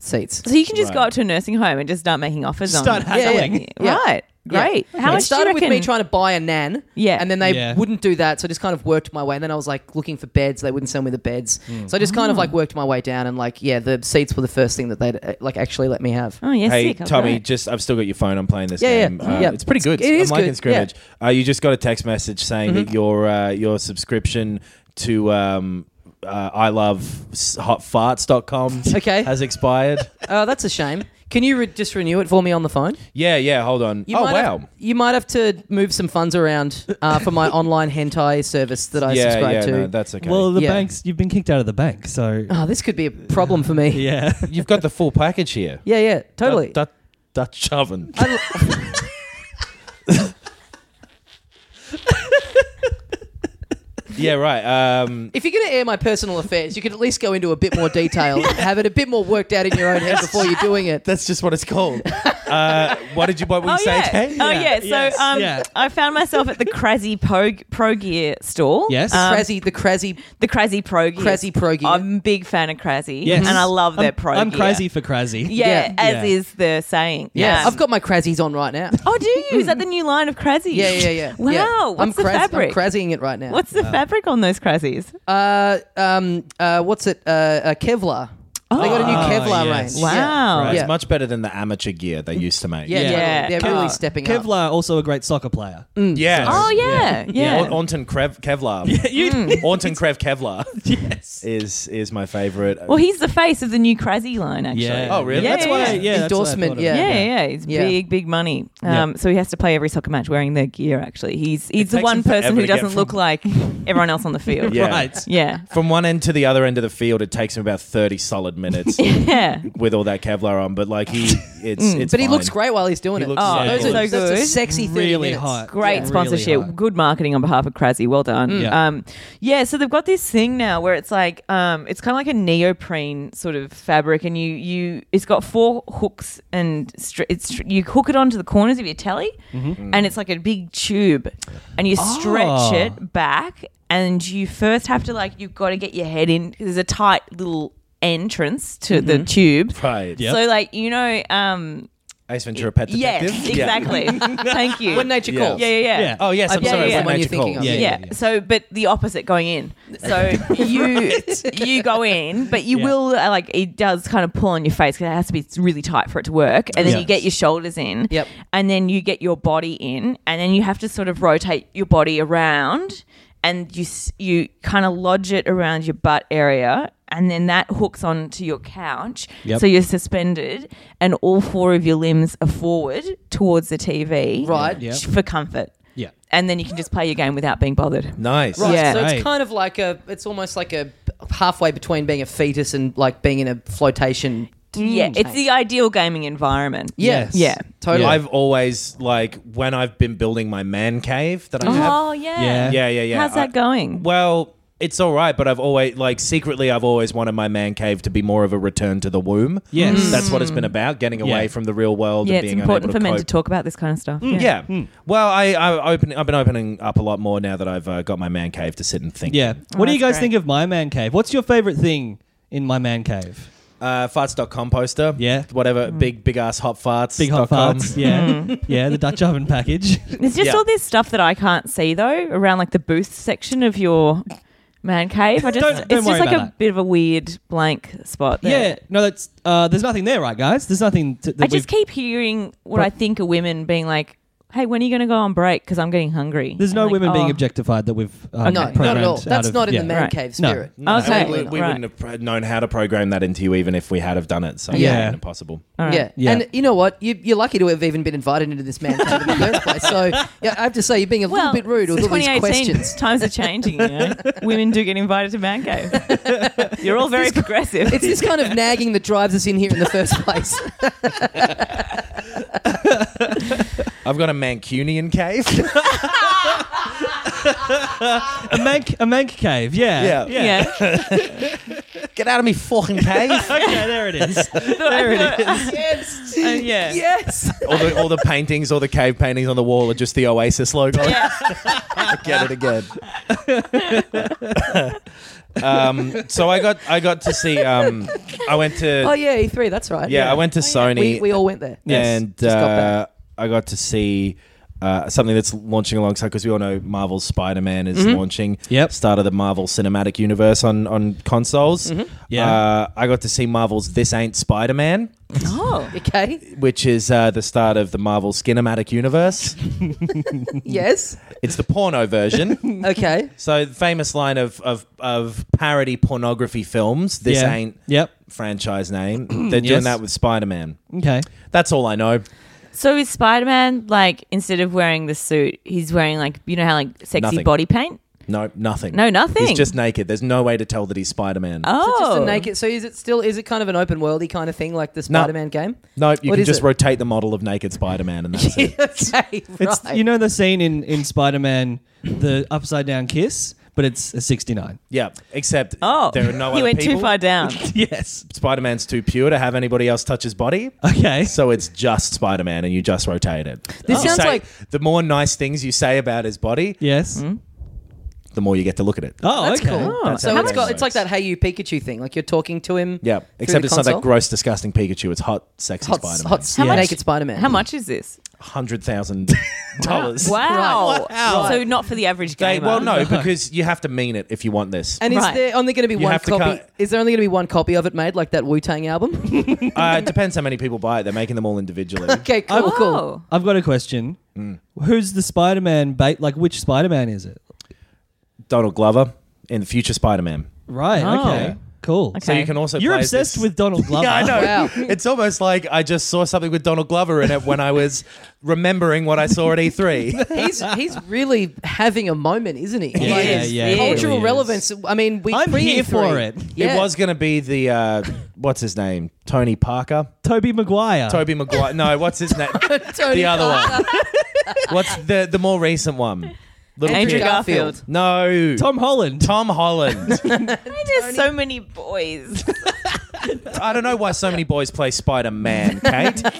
[SPEAKER 1] seats.
[SPEAKER 4] So you can just go
[SPEAKER 3] Right.
[SPEAKER 4] up to a nursing home and just start making offers
[SPEAKER 2] Just start
[SPEAKER 4] on
[SPEAKER 2] haggling.
[SPEAKER 4] something.
[SPEAKER 1] Yeah, yeah.
[SPEAKER 4] Right. Great.
[SPEAKER 1] it
[SPEAKER 4] How much do you
[SPEAKER 1] started with me
[SPEAKER 4] reckon-
[SPEAKER 1] trying to buy a nan.
[SPEAKER 4] Yeah.
[SPEAKER 1] And then they
[SPEAKER 2] Yeah.
[SPEAKER 1] wouldn't do that. So I just kind of worked my way. And then I was like looking for beds. They wouldn't sell me the beds.
[SPEAKER 3] Hmm.
[SPEAKER 1] So I just kind of
[SPEAKER 4] Ah.
[SPEAKER 1] like worked my way down. And like, yeah, the seats were the first thing that they'd uh, like actually let me have.
[SPEAKER 4] Oh yes,
[SPEAKER 3] Hey
[SPEAKER 4] sick. All
[SPEAKER 3] Tommy,
[SPEAKER 4] right.
[SPEAKER 3] just I've still got your phone. I'm playing this
[SPEAKER 1] Yeah, yeah.
[SPEAKER 3] game.
[SPEAKER 1] Mm.
[SPEAKER 3] Uh,
[SPEAKER 1] Yeah. Mm-hmm.
[SPEAKER 3] It's pretty good.
[SPEAKER 1] It is
[SPEAKER 3] I'm liking
[SPEAKER 1] good,
[SPEAKER 3] scrimmage. Uh, you just got a text message saying that your uh, your subscription to um, uh, I love s- hotfarts.com
[SPEAKER 1] Okay.
[SPEAKER 3] has expired.
[SPEAKER 1] Oh, that's a shame. Can you re- just renew it for me on the phone?
[SPEAKER 3] yeah, yeah. Hold on.
[SPEAKER 1] You
[SPEAKER 3] oh
[SPEAKER 1] might
[SPEAKER 3] wow.
[SPEAKER 1] Have, you might have to move some funds around uh, for my online hentai service that I
[SPEAKER 3] yeah,
[SPEAKER 1] subscribe
[SPEAKER 3] yeah.
[SPEAKER 1] to.
[SPEAKER 3] No, that's okay.
[SPEAKER 2] Well, the
[SPEAKER 1] Yeah.
[SPEAKER 2] banks. You've been kicked out of the bank, so
[SPEAKER 1] oh, this could be a problem for me. Yeah,
[SPEAKER 2] yeah.
[SPEAKER 3] you've got the full package here.
[SPEAKER 1] yeah, totally.
[SPEAKER 3] Dut- Dutch oven. yeah, right. Um,
[SPEAKER 1] If you're going to air my personal affairs, you could at least go into a bit more detail, have it a bit more worked out in your own head before you're doing it.
[SPEAKER 3] that's just what it's called. Uh, what did you? What were you
[SPEAKER 4] Oh
[SPEAKER 3] saying?
[SPEAKER 4] yeah.
[SPEAKER 3] Kate?
[SPEAKER 4] oh yeah. So
[SPEAKER 2] Yes.
[SPEAKER 4] um,
[SPEAKER 2] Yeah.
[SPEAKER 4] I found myself at the Crazy Pro, Pro Gear store.
[SPEAKER 2] Yes.
[SPEAKER 4] um,
[SPEAKER 1] Crazy, the crazy
[SPEAKER 4] the Crazy Pro Gear.
[SPEAKER 1] Crazy Pro Gear.
[SPEAKER 4] I'm a big fan of Crazy.
[SPEAKER 2] Yes.
[SPEAKER 4] and I love their
[SPEAKER 2] I'm-
[SPEAKER 4] Pro
[SPEAKER 2] I'm
[SPEAKER 4] Gear.
[SPEAKER 2] crazy for crazy.
[SPEAKER 1] Yeah.
[SPEAKER 4] Yeah, as
[SPEAKER 2] Yeah.
[SPEAKER 4] is the saying.
[SPEAKER 1] Yeah,
[SPEAKER 4] Um,
[SPEAKER 1] I've got my crazies on right now.
[SPEAKER 4] oh, do you? Is that the new line of Crazy?
[SPEAKER 1] Yeah, yeah, yeah.
[SPEAKER 4] Wow.
[SPEAKER 1] Yeah.
[SPEAKER 4] What's
[SPEAKER 1] I'm
[SPEAKER 4] the
[SPEAKER 1] craz-
[SPEAKER 4] fabric?
[SPEAKER 1] I'm crazzying it right now.
[SPEAKER 4] What's the fabric on those Crazies?
[SPEAKER 1] uh, um, uh, what's it? Uh, uh, Kevlar. They got a
[SPEAKER 2] Oh,
[SPEAKER 1] new Kevlar
[SPEAKER 2] yes.
[SPEAKER 1] range.
[SPEAKER 4] Wow.
[SPEAKER 1] Yeah.
[SPEAKER 3] It's
[SPEAKER 1] Yeah.
[SPEAKER 3] much better than the amateur gear they used to make.
[SPEAKER 1] Yeah,
[SPEAKER 4] Yeah.
[SPEAKER 1] They're, they're really
[SPEAKER 4] Kev-
[SPEAKER 1] stepping up.
[SPEAKER 2] Kevlar also a great soccer player.
[SPEAKER 3] yeah.
[SPEAKER 4] Oh yeah, yeah.
[SPEAKER 3] Or- Orton Krev Kevlar.
[SPEAKER 4] Mm.
[SPEAKER 3] Orton Krev Kevlar
[SPEAKER 2] yes.
[SPEAKER 3] is is my favorite.
[SPEAKER 4] Well, he's the face of the new Crazy line, actually.
[SPEAKER 2] Yeah.
[SPEAKER 3] Oh, really?
[SPEAKER 2] That's
[SPEAKER 4] Yeah,
[SPEAKER 2] why. Yeah.
[SPEAKER 4] yeah.
[SPEAKER 2] that's why I
[SPEAKER 1] Endorsement,
[SPEAKER 2] thought of it.
[SPEAKER 1] yeah.
[SPEAKER 4] Yeah, yeah, it's
[SPEAKER 1] Yeah.
[SPEAKER 4] big, big money.
[SPEAKER 2] Yeah.
[SPEAKER 4] Um, So he has to play every soccer match wearing their gear. Actually, he's he's
[SPEAKER 3] takes
[SPEAKER 4] the
[SPEAKER 3] him
[SPEAKER 4] one
[SPEAKER 3] forever
[SPEAKER 4] person who
[SPEAKER 3] to get
[SPEAKER 4] doesn't
[SPEAKER 3] from-
[SPEAKER 4] look like everyone else on the field.
[SPEAKER 3] Yeah.
[SPEAKER 2] Right.
[SPEAKER 4] yeah.
[SPEAKER 3] From one end to the other end of the field, it takes him about 30 solid minutes
[SPEAKER 4] Yeah.
[SPEAKER 3] with all that Kevlar on, but like he, it's
[SPEAKER 4] Mm,
[SPEAKER 3] it's.
[SPEAKER 1] But he looks
[SPEAKER 3] fine.
[SPEAKER 1] great while he's doing
[SPEAKER 3] He
[SPEAKER 1] it.
[SPEAKER 3] looks
[SPEAKER 4] Oh,
[SPEAKER 1] Those
[SPEAKER 3] so
[SPEAKER 1] are,
[SPEAKER 3] good.
[SPEAKER 1] that's a
[SPEAKER 4] good.
[SPEAKER 1] sexy 30
[SPEAKER 2] really
[SPEAKER 1] minutes.
[SPEAKER 2] hot.
[SPEAKER 4] Great
[SPEAKER 2] Yeah.
[SPEAKER 4] sponsorship.
[SPEAKER 2] Really Mm. hot.
[SPEAKER 4] Good marketing on behalf of Kraszy. Well done.
[SPEAKER 2] Yeah.
[SPEAKER 4] Um, yeah. So they've got this thing now where it's like um, it's kind of like a neoprene sort of fabric, and you you it's got four hooks and str- it's str- you hook it onto the corners of your telly,
[SPEAKER 2] Mm-hmm.
[SPEAKER 4] and it's like a big tube, and you stretch
[SPEAKER 2] Oh.
[SPEAKER 4] it back, and you first have to like you've got to get your head in. 'cause There's a tight little entrance to the tube.
[SPEAKER 3] Right.
[SPEAKER 2] Mm-hmm. Yep.
[SPEAKER 4] So like you know, um,
[SPEAKER 3] Ace Ventura Pet
[SPEAKER 4] yes,
[SPEAKER 3] Detective. Yeah.
[SPEAKER 4] exactly. Thank you.
[SPEAKER 1] When nature
[SPEAKER 3] Yeah.
[SPEAKER 1] calls.
[SPEAKER 4] yeah, yeah, yeah.
[SPEAKER 2] Yeah.
[SPEAKER 3] Oh yes, I'm
[SPEAKER 4] Yeah,
[SPEAKER 3] sorry.
[SPEAKER 4] yeah,
[SPEAKER 3] Yeah,
[SPEAKER 4] yeah.
[SPEAKER 1] One you're
[SPEAKER 3] Magic
[SPEAKER 1] thinking
[SPEAKER 3] Call.
[SPEAKER 1] of.
[SPEAKER 3] Yeah.
[SPEAKER 2] Yeah.
[SPEAKER 4] yeah. So, but the opposite going in. So you you go in, but you
[SPEAKER 2] Yeah.
[SPEAKER 4] will uh, like it does kind of pull on your face because it has to be really tight for it to work, and then
[SPEAKER 2] Yeah.
[SPEAKER 4] you get your shoulders in.
[SPEAKER 1] Yep.
[SPEAKER 4] And then you get your body in, and then you have to sort of rotate your body around, and you s- you kind of lodge it around your butt area. And then that hooks onto your couch.
[SPEAKER 2] Yep.
[SPEAKER 4] So you're suspended, and all four of your limbs are forward towards the TV
[SPEAKER 1] Right.
[SPEAKER 2] Yeah.
[SPEAKER 4] for comfort.
[SPEAKER 2] Yeah.
[SPEAKER 4] And then you can just play your game without being bothered.
[SPEAKER 3] Nice.
[SPEAKER 1] Right.
[SPEAKER 4] Yeah.
[SPEAKER 1] So it's
[SPEAKER 2] Right.
[SPEAKER 1] kind of like a, it's almost like a halfway between being a fetus and like being in a flotation.
[SPEAKER 4] Yeah, it's the ideal gaming environment.
[SPEAKER 2] Yes.
[SPEAKER 4] Yeah.
[SPEAKER 1] Totally.
[SPEAKER 2] Yeah.
[SPEAKER 3] I've always like when I've been building my man cave that I have.
[SPEAKER 4] Oh yeah.
[SPEAKER 2] Yeah.
[SPEAKER 3] Yeah, yeah, yeah.
[SPEAKER 4] How's
[SPEAKER 3] I-
[SPEAKER 4] that going?
[SPEAKER 3] Well, it's all right, but I've always like secretly I've always wanted my man cave to be more of a return to the womb.
[SPEAKER 2] Yes. Mm.
[SPEAKER 3] that's what it's been about, getting away
[SPEAKER 2] Yeah.
[SPEAKER 3] from the real world.
[SPEAKER 4] yeah,
[SPEAKER 3] and
[SPEAKER 4] it's
[SPEAKER 3] being
[SPEAKER 4] important
[SPEAKER 3] unable
[SPEAKER 4] for men
[SPEAKER 3] cope.
[SPEAKER 4] to talk about this kind of stuff.
[SPEAKER 2] Mm,
[SPEAKER 3] Yeah.
[SPEAKER 2] Hmm.
[SPEAKER 3] Well, I, I open, I've been opening up a lot more now that I've uh, got my man cave to sit and think.
[SPEAKER 2] Yeah.
[SPEAKER 1] Oh,
[SPEAKER 2] What do you guys
[SPEAKER 4] that's great.
[SPEAKER 2] think of my man cave? What's your favorite thing in my man cave?
[SPEAKER 3] Uh, farts.com poster.
[SPEAKER 2] Yeah.
[SPEAKER 3] Whatever. Big, big ass hot farts.
[SPEAKER 2] Big hot
[SPEAKER 3] dot com.
[SPEAKER 2] farts. Yeah.
[SPEAKER 1] Mm.
[SPEAKER 2] yeah. The Dutch oven package.
[SPEAKER 4] There's just
[SPEAKER 3] Yeah.
[SPEAKER 4] all this stuff that I can't see though around like the booth section of your man cave. I just
[SPEAKER 2] Don't-
[SPEAKER 4] it's
[SPEAKER 2] don't
[SPEAKER 4] just
[SPEAKER 2] worry
[SPEAKER 4] like a
[SPEAKER 2] about that.
[SPEAKER 4] bit of a weird blank spot. There.
[SPEAKER 2] yeah. No, that's uh, there's nothing there, right, guys? There's nothing. To, that
[SPEAKER 4] I just
[SPEAKER 2] we've-
[SPEAKER 4] keep hearing what
[SPEAKER 2] But-
[SPEAKER 4] I think are women being like, "Hey, when are you going to go on break? Because I'm getting hungry."
[SPEAKER 2] There's
[SPEAKER 4] I'm
[SPEAKER 2] no
[SPEAKER 4] like,
[SPEAKER 2] women being
[SPEAKER 4] "Oh."
[SPEAKER 2] objectified that we've um,
[SPEAKER 1] no, not
[SPEAKER 2] programmed
[SPEAKER 1] at all.
[SPEAKER 2] out
[SPEAKER 1] That's
[SPEAKER 2] of-
[SPEAKER 1] not in the
[SPEAKER 2] yeah.
[SPEAKER 1] man
[SPEAKER 4] Right.
[SPEAKER 1] cave
[SPEAKER 2] No.
[SPEAKER 1] spirit.
[SPEAKER 3] No,
[SPEAKER 4] Okay.
[SPEAKER 3] We, we
[SPEAKER 4] Right.
[SPEAKER 3] wouldn't have pr- known how to program that into you even if we had have done it. So
[SPEAKER 1] Yeah.
[SPEAKER 3] yeah. Impossible.
[SPEAKER 4] right.
[SPEAKER 1] Yeah.
[SPEAKER 2] Yeah.
[SPEAKER 1] and you know what? You, you're lucky to have even been invited into this man cave in the first place. So yeah, I have to say, you're being a little
[SPEAKER 4] Well,
[SPEAKER 1] bit rude with all these
[SPEAKER 4] 2018
[SPEAKER 1] questions.
[SPEAKER 4] Times are changing. You know? Women do get invited to man cave. You're all very progressive.
[SPEAKER 1] It's this kind of nagging that drives us in here in the first place.
[SPEAKER 3] I've got a Mancunian cave.
[SPEAKER 2] A mank, a mank cave. Yeah.
[SPEAKER 3] Yeah.
[SPEAKER 4] yeah.
[SPEAKER 3] Get out of me fucking cave.
[SPEAKER 2] okay, there it is.
[SPEAKER 4] there it is. Uh, yeah.
[SPEAKER 1] yes.
[SPEAKER 3] all the all the paintings, all the cave paintings on the wall are just the Oasis logo.
[SPEAKER 4] Yeah.
[SPEAKER 3] Get it again. um, so I got I got to see. Um, I went to
[SPEAKER 1] Oh yeah, E3. That's right.
[SPEAKER 3] yeah, I went to Sony
[SPEAKER 1] We, we all went there.
[SPEAKER 2] Yes,
[SPEAKER 3] and
[SPEAKER 1] just got
[SPEAKER 3] uh, I got to see. Uh, something that's launching alongside because we all know Marvel's Spider-Man is launching.
[SPEAKER 2] Mm-hmm. Yep.
[SPEAKER 3] Start of the Marvel Cinematic Universe on on consoles.
[SPEAKER 2] Yeah.
[SPEAKER 3] Uh, I got to see Marvel's This Ain't Spider-Man,
[SPEAKER 4] Oh.
[SPEAKER 1] Okay.
[SPEAKER 3] which is uh, the start of the Marvel Cinematic Universe.
[SPEAKER 1] Yes.
[SPEAKER 3] it's the porno version.
[SPEAKER 1] Okay.
[SPEAKER 3] So the famous line of of, of parody pornography films. This
[SPEAKER 2] Yeah.
[SPEAKER 3] ain't
[SPEAKER 2] Yep.
[SPEAKER 3] franchise name. They're doing
[SPEAKER 2] Yes.
[SPEAKER 3] that with Spider Man.
[SPEAKER 2] Okay.
[SPEAKER 3] That's all I know.
[SPEAKER 4] So is Spider Man like instead of wearing the suit, he's wearing like you know how like sexy
[SPEAKER 3] Nothing.
[SPEAKER 4] body paint?
[SPEAKER 3] No, nothing.
[SPEAKER 4] No, nothing.
[SPEAKER 3] He's just naked. There's no way to tell that he's Spider Man.
[SPEAKER 4] Oh,
[SPEAKER 1] Just a naked. So is it still? Is it kind of an open worldy kind of thing, like the
[SPEAKER 3] No.
[SPEAKER 1] Spider-Man game?
[SPEAKER 3] No, you
[SPEAKER 1] What
[SPEAKER 3] can
[SPEAKER 1] is
[SPEAKER 3] just
[SPEAKER 1] it?
[SPEAKER 3] rotate the model of naked Spider Man, and that's it.
[SPEAKER 1] okay.
[SPEAKER 2] It's
[SPEAKER 1] right.
[SPEAKER 2] you know the scene in in Spider Man, the upside down kiss, but it's a sixty nine.
[SPEAKER 3] Yeah, except
[SPEAKER 4] Oh,
[SPEAKER 3] there are no
[SPEAKER 4] he
[SPEAKER 3] other
[SPEAKER 4] went
[SPEAKER 3] people.
[SPEAKER 4] too far down.
[SPEAKER 2] Yes.
[SPEAKER 3] Spider Man's too pure to have anybody else touch his body.
[SPEAKER 2] Okay.
[SPEAKER 3] So it's just Spider Man, and you just rotate it.
[SPEAKER 1] This
[SPEAKER 3] You
[SPEAKER 1] sounds
[SPEAKER 3] say-
[SPEAKER 1] like-
[SPEAKER 3] the more nice things you say about his body,
[SPEAKER 2] Yes.
[SPEAKER 3] the more you get to look at it.
[SPEAKER 2] Oh,
[SPEAKER 1] Mm. That's
[SPEAKER 2] okay.
[SPEAKER 1] cool.
[SPEAKER 3] That's
[SPEAKER 1] so
[SPEAKER 3] how
[SPEAKER 1] it's
[SPEAKER 3] it
[SPEAKER 1] got.
[SPEAKER 3] works.
[SPEAKER 1] It's like that Hey You Pikachu thing. Like you're talking to him.
[SPEAKER 3] Yeah,
[SPEAKER 1] through
[SPEAKER 3] except
[SPEAKER 1] the
[SPEAKER 3] it's not that
[SPEAKER 1] console.
[SPEAKER 3] gross, disgusting Pikachu. It's hot, sexy
[SPEAKER 1] Hot,
[SPEAKER 3] Spider-Man.
[SPEAKER 1] hot,
[SPEAKER 4] How much-
[SPEAKER 1] naked Spider-Man.
[SPEAKER 4] How much is this?
[SPEAKER 3] Hundred thousand dollars.
[SPEAKER 4] Wow.
[SPEAKER 1] Wow.
[SPEAKER 4] So not for the average
[SPEAKER 3] They,
[SPEAKER 4] gamer.
[SPEAKER 3] well, no, because you have to mean it if you want this.
[SPEAKER 1] And is
[SPEAKER 4] Right.
[SPEAKER 1] there only going to be one
[SPEAKER 3] have to
[SPEAKER 1] copy?
[SPEAKER 3] cut-
[SPEAKER 1] Is there only going to be one copy of it made, like that Wu Tang album?
[SPEAKER 3] Uh, it depends how many people buy it. They're making them all individually.
[SPEAKER 1] okay, cool, cool.
[SPEAKER 4] Oh.
[SPEAKER 2] I've got a question.
[SPEAKER 3] Mm.
[SPEAKER 2] Who's the Spider Man bait? Like, which Spider Man is it?
[SPEAKER 3] Donald Glover in the future Spider-Man.
[SPEAKER 2] Right.
[SPEAKER 4] Oh.
[SPEAKER 2] Okay. Cool.
[SPEAKER 3] So you can also
[SPEAKER 2] You're
[SPEAKER 3] play as
[SPEAKER 2] obsessed
[SPEAKER 3] this-
[SPEAKER 2] with Donald Glover.
[SPEAKER 3] Yeah, I know.
[SPEAKER 1] Wow.
[SPEAKER 3] It's almost like I just saw something with Donald Glover in it when I was remembering what I saw at E E3.
[SPEAKER 1] He's he's really having a moment, isn't he?
[SPEAKER 2] Yeah, yeah, yeah, he
[SPEAKER 1] Cultural
[SPEAKER 2] really is.
[SPEAKER 1] relevance. I mean, we
[SPEAKER 2] I'm
[SPEAKER 1] pre-
[SPEAKER 2] here for
[SPEAKER 1] E3.
[SPEAKER 2] it.
[SPEAKER 1] Yeah.
[SPEAKER 3] It was going to be the uh, what's his name, Tony Parker,
[SPEAKER 2] Toby Maguire.
[SPEAKER 3] Toby Maguire. No, what's his name?
[SPEAKER 1] Tony
[SPEAKER 3] the other one. What's the the more recent one? Little
[SPEAKER 4] Andrew
[SPEAKER 3] kid.
[SPEAKER 4] Garfield.
[SPEAKER 1] Garfield.
[SPEAKER 3] No,
[SPEAKER 2] Tom Holland.
[SPEAKER 3] Tom Holland.
[SPEAKER 4] There's so many boys.
[SPEAKER 3] I don't know why so many boys play Spider Man, Kate.
[SPEAKER 4] no,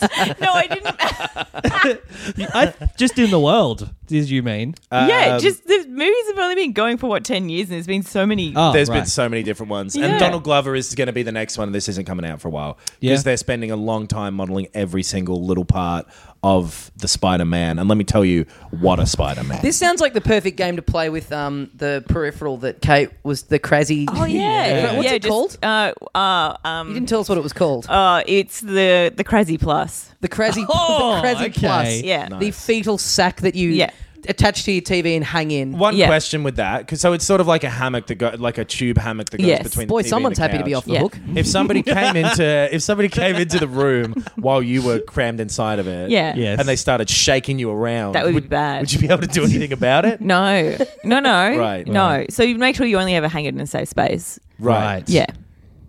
[SPEAKER 4] I didn't.
[SPEAKER 2] I, just in the world, did you mean?
[SPEAKER 4] yeah,
[SPEAKER 3] Um,
[SPEAKER 4] just the movies have only been going for what ten years, and there's been so many.
[SPEAKER 2] Oh,
[SPEAKER 3] Uh, There's
[SPEAKER 2] right.
[SPEAKER 3] been so many different ones.
[SPEAKER 4] Yeah.
[SPEAKER 3] And Donald Glover is going to be the next one. This isn't coming out for a while because
[SPEAKER 2] Yeah.
[SPEAKER 3] they're spending a long time modeling every single little part of the Spider Man. And let me tell you, what a Spider Man.
[SPEAKER 1] This sounds like the perfect game to play with um, the peripheral that Kate was the crazy.
[SPEAKER 4] Oh yeah,
[SPEAKER 1] Yeah. What's
[SPEAKER 4] yeah,
[SPEAKER 1] it
[SPEAKER 4] just,
[SPEAKER 1] called?
[SPEAKER 4] Uh, uh, um,
[SPEAKER 1] You didn't tell us what it was called.
[SPEAKER 4] uh, it's the the Crazy Plus.
[SPEAKER 1] the crazy,
[SPEAKER 4] Oh,
[SPEAKER 1] the crazy
[SPEAKER 2] okay.
[SPEAKER 1] plus.
[SPEAKER 4] Yeah.
[SPEAKER 1] The fetal sack that you
[SPEAKER 4] Yeah.
[SPEAKER 1] attach to your TV and hang in.
[SPEAKER 3] One
[SPEAKER 4] Yeah.
[SPEAKER 3] question with that, 'cause- so it's sort of like a hammock that go, like a tube hammock that goes
[SPEAKER 4] Yes.
[SPEAKER 3] between.
[SPEAKER 1] Boy,
[SPEAKER 3] the TV
[SPEAKER 1] someone's
[SPEAKER 3] and the
[SPEAKER 1] happy to be
[SPEAKER 3] couch.
[SPEAKER 1] off the
[SPEAKER 4] Yeah.
[SPEAKER 1] hook.
[SPEAKER 3] If somebody came into if somebody came into the room while you were crammed inside of it,
[SPEAKER 4] Yeah.
[SPEAKER 2] Yes.
[SPEAKER 3] and they started shaking you around,
[SPEAKER 4] That would be bad.
[SPEAKER 3] Would you be able to do anything about it?
[SPEAKER 4] No, no, no,
[SPEAKER 3] Right,
[SPEAKER 4] no.
[SPEAKER 3] right.
[SPEAKER 4] So you make sure you only ever hang it in a safe space.
[SPEAKER 3] Right.
[SPEAKER 4] Yeah,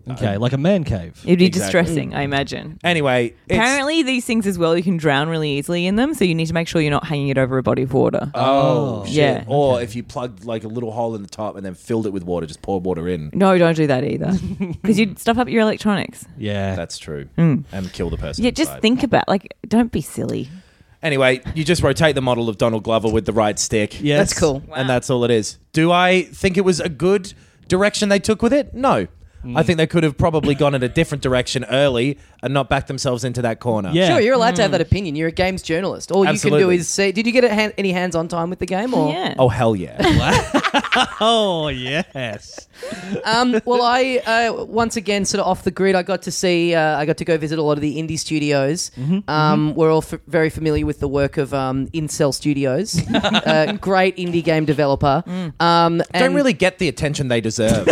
[SPEAKER 2] Okay, like a man cave.
[SPEAKER 4] it'd be
[SPEAKER 3] Exactly.
[SPEAKER 1] Mm.
[SPEAKER 4] distressing, I imagine.
[SPEAKER 3] Anyway, it's,
[SPEAKER 4] Apparently, these things as well, you can drown really easily in them, so you need to make sure you're not hanging it over a body of water.
[SPEAKER 3] Oh, shit.
[SPEAKER 4] Yeah.
[SPEAKER 3] Or if you plugged like a little hole in the top and then filled it with water, just pour water in.
[SPEAKER 4] No, don't do that either, because you'd stuff up your electronics.
[SPEAKER 2] Yeah.
[SPEAKER 3] That's true.
[SPEAKER 1] Hmm.
[SPEAKER 3] And kill the person.
[SPEAKER 4] Yeah, just
[SPEAKER 3] inside.
[SPEAKER 4] think about like, don't be silly.
[SPEAKER 3] Anyway, you just rotate the model of Donald Glover with the right stick.
[SPEAKER 2] Yes.
[SPEAKER 1] That's cool.
[SPEAKER 3] And that's all it is. Do I think it was a good direction they took with it? No.
[SPEAKER 1] Hmm.
[SPEAKER 3] I think they could have probably gone in a different direction early and not backed themselves into that corner.
[SPEAKER 2] Yeah.
[SPEAKER 1] Sure, you're allowed to have that opinion. You're a games journalist. All you can
[SPEAKER 3] Absolutely.
[SPEAKER 1] do is say, did you get a hand, any hands on time with the game? Or
[SPEAKER 4] Yeah.
[SPEAKER 3] Oh, hell yeah.
[SPEAKER 2] Oh yes.
[SPEAKER 1] um, well, I uh, once again sort of off the grid. I got to see. Uh, I got to go visit a lot of the indie studios. Um, We're all f- very familiar with the work of um, Incel Studios, uh, great indie game developer. Um,
[SPEAKER 3] Don't
[SPEAKER 1] and-
[SPEAKER 3] really get the attention they deserve.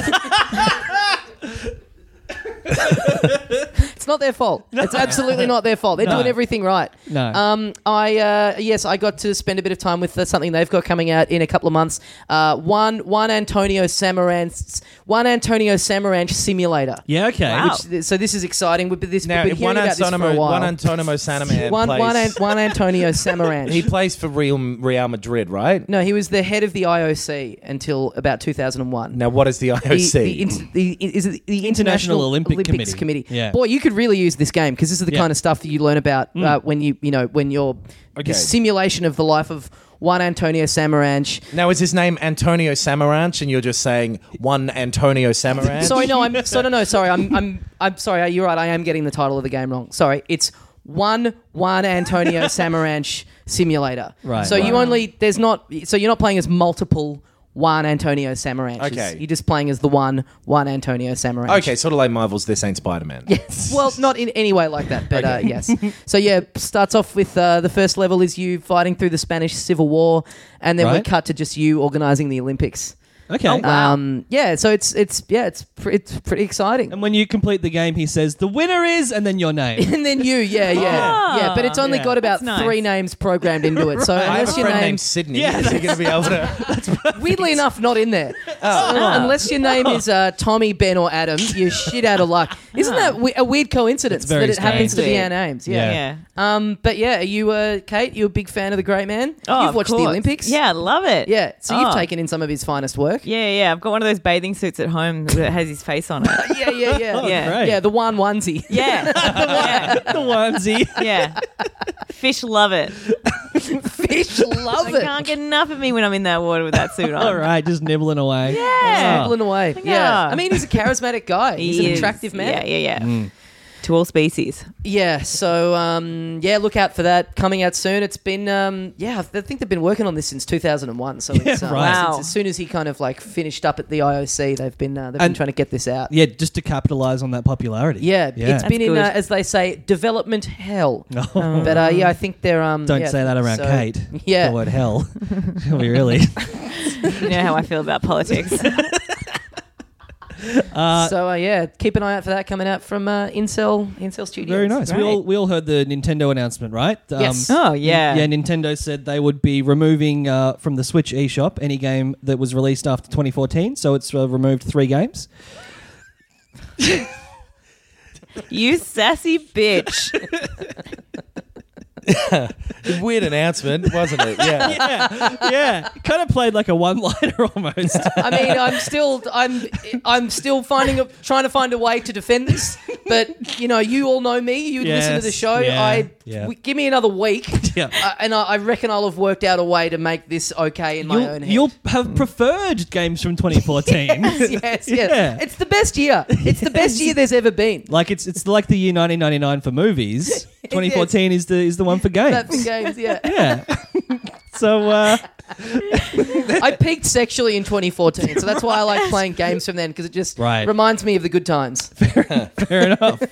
[SPEAKER 1] It's not their fault. It's absolutely not their fault. They're doing everything right.
[SPEAKER 2] No.
[SPEAKER 1] Um, I uh, yes, I got to spend a bit of time with uh, something they've got coming out in a couple of months. Uh, one one Antonio Samaranch one Antonio Samaranch simulator.
[SPEAKER 2] Yeah. Okay.
[SPEAKER 4] Wow.
[SPEAKER 1] Which, so this is exciting. We've been, this,
[SPEAKER 3] now,
[SPEAKER 1] we've been
[SPEAKER 3] if one
[SPEAKER 1] hearing about this for a
[SPEAKER 3] Antonimo,
[SPEAKER 1] while.
[SPEAKER 3] one Antonimo Sanaman
[SPEAKER 1] one,
[SPEAKER 3] plays,
[SPEAKER 1] one, An- one Antonio Samaranch.
[SPEAKER 3] he plays for Real Real Madrid, right?
[SPEAKER 1] no, he was the head of the IOC until about 2001.
[SPEAKER 3] Now, what is the
[SPEAKER 1] The,
[SPEAKER 3] IOC?
[SPEAKER 1] the, int- the, is it the International
[SPEAKER 2] Olympic
[SPEAKER 1] Olympics
[SPEAKER 2] Committee.
[SPEAKER 1] Committee.
[SPEAKER 2] Yeah.
[SPEAKER 1] Boy, you could really use this game because this is the
[SPEAKER 2] Yeah.
[SPEAKER 1] kind of stuff that you learn about uh, when you you know when you're
[SPEAKER 3] Okay.
[SPEAKER 1] the simulation of the life of one Antonio Samaranch.
[SPEAKER 3] Now is his name Antonio Samaranch, and you're just saying one Antonio Samaranch?
[SPEAKER 1] Sorry, no, I'm so no, no, sorry, I'm I'm I'm sorry. uh, You're right. I am getting the title of the game wrong. Sorry, it's one one Antonio Samaranch simulator.
[SPEAKER 2] Right.
[SPEAKER 1] So you
[SPEAKER 2] Wow.
[SPEAKER 1] only there's not so you're not playing as multiple one Antonio Samaranches.
[SPEAKER 3] Okay.
[SPEAKER 1] You're just playing as the one one Antonio Samaranch.
[SPEAKER 3] Okay, sort of like Marvel's This Ain't Spider Man.
[SPEAKER 1] Yes. Well, not in any way like that, but uh, yes. So yeah, starts off with uh, the first level is you fighting through the Spanish Civil War, and then we
[SPEAKER 2] Right.
[SPEAKER 1] cut to just you organizing the Olympics.
[SPEAKER 2] Okay.
[SPEAKER 1] Um, yeah, so it's it's yeah, it's pr- it's pretty exciting.
[SPEAKER 2] and when you complete the game, he says the winner is, and then your name.
[SPEAKER 1] And then you, yeah, yeah,
[SPEAKER 4] Ah.
[SPEAKER 1] yeah, but it's only
[SPEAKER 2] Yeah.
[SPEAKER 1] got about
[SPEAKER 4] That's nice.
[SPEAKER 1] three names programmed into it. So
[SPEAKER 3] I have a
[SPEAKER 1] unless your
[SPEAKER 3] friend
[SPEAKER 1] name,
[SPEAKER 3] named Sydney.
[SPEAKER 2] Yeah,
[SPEAKER 3] is he going to be able to?
[SPEAKER 1] weirdly enough, not in there. So, Ah, unless your name is uh, Tommy, Ben, or Adam, you're shit out of luck. Isn't that we- a weird coincidence
[SPEAKER 2] very
[SPEAKER 1] that it happens to
[SPEAKER 4] strange.
[SPEAKER 1] be our names?
[SPEAKER 2] Yeah.
[SPEAKER 4] yeah.
[SPEAKER 1] Um, but yeah, are you uh, Kate, you a big fan of the great man.
[SPEAKER 4] Oh,
[SPEAKER 1] you've
[SPEAKER 4] of
[SPEAKER 1] watched the
[SPEAKER 4] course.
[SPEAKER 1] Olympics.
[SPEAKER 4] Yeah, I love it.
[SPEAKER 1] yeah. So you've
[SPEAKER 4] Oh.
[SPEAKER 1] taken in some of his finest work.
[SPEAKER 4] Yeah, yeah. I've got one of those bathing suits at home that has his face on it.
[SPEAKER 1] yeah, yeah, yeah.
[SPEAKER 4] Yeah.
[SPEAKER 2] Great.
[SPEAKER 1] Yeah, the one onesie.
[SPEAKER 4] Oh, Yeah. yeah.
[SPEAKER 2] the onesie.
[SPEAKER 4] Yeah. Fish love it.
[SPEAKER 1] Fish love
[SPEAKER 4] They
[SPEAKER 1] it.
[SPEAKER 4] can't get enough of me when I'm in that water with that suit on.
[SPEAKER 2] All right, just nibbling away.
[SPEAKER 4] Yeah.
[SPEAKER 1] Pulling away. Yeah.
[SPEAKER 4] Yeah.
[SPEAKER 1] I mean, he's a charismatic guy.
[SPEAKER 4] He
[SPEAKER 1] He's an
[SPEAKER 4] is.
[SPEAKER 1] attractive man.
[SPEAKER 4] Yeah, yeah, yeah.
[SPEAKER 2] Mm.
[SPEAKER 4] To all species.
[SPEAKER 1] Yeah. So, um, yeah, look out for that coming out soon. It's been, um, yeah, I think they've been working on this since 2001. So, it's, um,
[SPEAKER 2] right.
[SPEAKER 1] since-
[SPEAKER 4] Wow.
[SPEAKER 1] as soon as he kind of like finished up at the IOC, they've been uh, they've been
[SPEAKER 2] And-
[SPEAKER 1] trying to get this out.
[SPEAKER 2] Yeah, just to capitalize on that popularity.
[SPEAKER 1] Yeah, it's been in,
[SPEAKER 4] good.
[SPEAKER 1] uh, as they say, development hell.
[SPEAKER 2] No.
[SPEAKER 1] But uh, yeah, I think they're. Um,
[SPEAKER 2] Don't
[SPEAKER 1] yeah,
[SPEAKER 2] say that around
[SPEAKER 1] so-
[SPEAKER 2] Kate.
[SPEAKER 1] Yeah.
[SPEAKER 2] The word hell. She'll be really.
[SPEAKER 4] You know how I feel about politics.
[SPEAKER 1] so uh, yeah, keep an eye out for that coming out from uh, Incel Incel Studios.
[SPEAKER 2] Very nice. We
[SPEAKER 1] Great.
[SPEAKER 2] all we all heard the Nintendo announcement, right? Um,
[SPEAKER 1] Yes.
[SPEAKER 4] Oh, yeah.
[SPEAKER 2] Yeah, Nintendo said they would be removing uh, from the Switch eShop any game that was released after 2014. So it's uh, removed three games.
[SPEAKER 4] You sassy bitch.
[SPEAKER 3] Weird announcement, wasn't it? Yeah.
[SPEAKER 2] Yeah, yeah. Kind of played like a one-liner almost.
[SPEAKER 1] I mean, I'm still I'm I'm still finding a, trying to find a way to defend this, but you know, you all know me. You would listen to the
[SPEAKER 2] Yes,
[SPEAKER 1] show.
[SPEAKER 2] yeah,
[SPEAKER 1] I
[SPEAKER 2] yeah.
[SPEAKER 1] w- give me another week,
[SPEAKER 2] Yeah.
[SPEAKER 1] uh, and I, I reckon I'll have worked out a way to make this okay in my
[SPEAKER 2] you'll,
[SPEAKER 1] own head. Mm.
[SPEAKER 2] you'll have preferred games from 2014.
[SPEAKER 1] yes, yes.
[SPEAKER 2] Yeah.
[SPEAKER 1] It's the best year. It's the best year there's ever been.
[SPEAKER 2] Like it's it's like the year 1999 for movies. 2014 is the is the one for games.
[SPEAKER 1] That for games, yeah.
[SPEAKER 2] yeah. so uh,
[SPEAKER 1] I peaked sexually in 2014, so that's why I like playing games from then because it just
[SPEAKER 2] Right.
[SPEAKER 1] reminds me of the good times.
[SPEAKER 2] fair enough.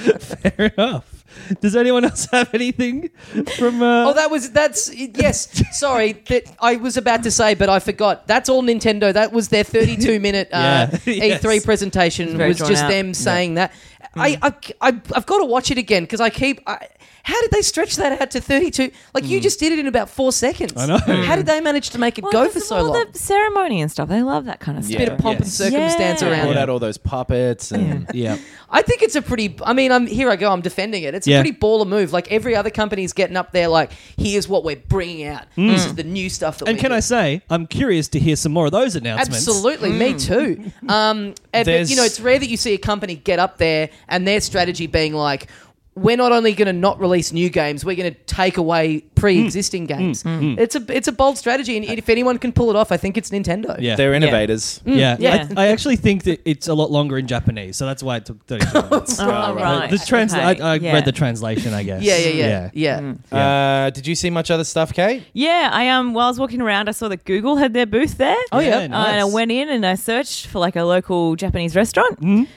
[SPEAKER 2] fair enough. Does anyone else have anything from? Uh,
[SPEAKER 1] Oh, that was that's yes. Sorry, that I was about to say, but I forgot. That's all Nintendo. That was their 32 minute uh,
[SPEAKER 2] Yeah. Yes. Mm.
[SPEAKER 1] E3 presentation.
[SPEAKER 4] very
[SPEAKER 1] Was
[SPEAKER 4] drawn
[SPEAKER 1] just
[SPEAKER 4] out.
[SPEAKER 1] them saying that. I, I, I I've got to watch it again because I keep. I, how did they stretch that out to 32? Like you just did it in about four seconds. I
[SPEAKER 2] Mm. know.
[SPEAKER 1] How did they manage to make it go for so long?
[SPEAKER 4] the ceremony and stuff. They love that kind of stuff.
[SPEAKER 1] Bit of pomp and
[SPEAKER 2] Yes.
[SPEAKER 1] circumstance
[SPEAKER 4] Yeah.
[SPEAKER 1] around
[SPEAKER 3] Brought
[SPEAKER 1] it.
[SPEAKER 3] out all those puppets and
[SPEAKER 2] yeah.
[SPEAKER 1] I think it's a pretty. I mean, I'm here. I go. I'm defending it. It's
[SPEAKER 2] Yeah.
[SPEAKER 1] a pretty baller move. Like every other company's getting up there. Like here's what we're bringing out. This is the new stuff. That
[SPEAKER 2] Hmm. And
[SPEAKER 1] we're
[SPEAKER 2] can I
[SPEAKER 1] doing.
[SPEAKER 2] say, I'm curious to hear some more of those announcements.
[SPEAKER 1] Absolutely, me too. Um, and, but,
[SPEAKER 3] There's-
[SPEAKER 1] you know, it's rare that you see a company get up there and their strategy being like, "We're not only going to not release new games, we're going to take away pre-existing
[SPEAKER 2] Hmm.
[SPEAKER 1] games." It's a it's a bold strategy, and if anyone can pull it off, I think it's Nintendo.
[SPEAKER 2] Yeah.
[SPEAKER 3] they're innovators.
[SPEAKER 2] yeah.
[SPEAKER 4] Hmm, yeah.
[SPEAKER 2] I, I actually think that it's a lot longer in Japanese, so that's why it took 32 minutes.
[SPEAKER 4] Oh, right.
[SPEAKER 2] The trans-
[SPEAKER 4] Okay.
[SPEAKER 2] I, I
[SPEAKER 4] yeah.
[SPEAKER 2] read the translation, I guess.
[SPEAKER 1] yeah, yeah, yeah, yeah.
[SPEAKER 3] Uh, did you see much other stuff, Kate?
[SPEAKER 4] Yeah, I um while I was walking around, I saw that Google had their booth there.
[SPEAKER 2] Oh, yeah.
[SPEAKER 4] Uh,
[SPEAKER 2] nice.
[SPEAKER 4] and I went in and I searched for like a local Japanese restaurant.
[SPEAKER 2] Mm-hmm.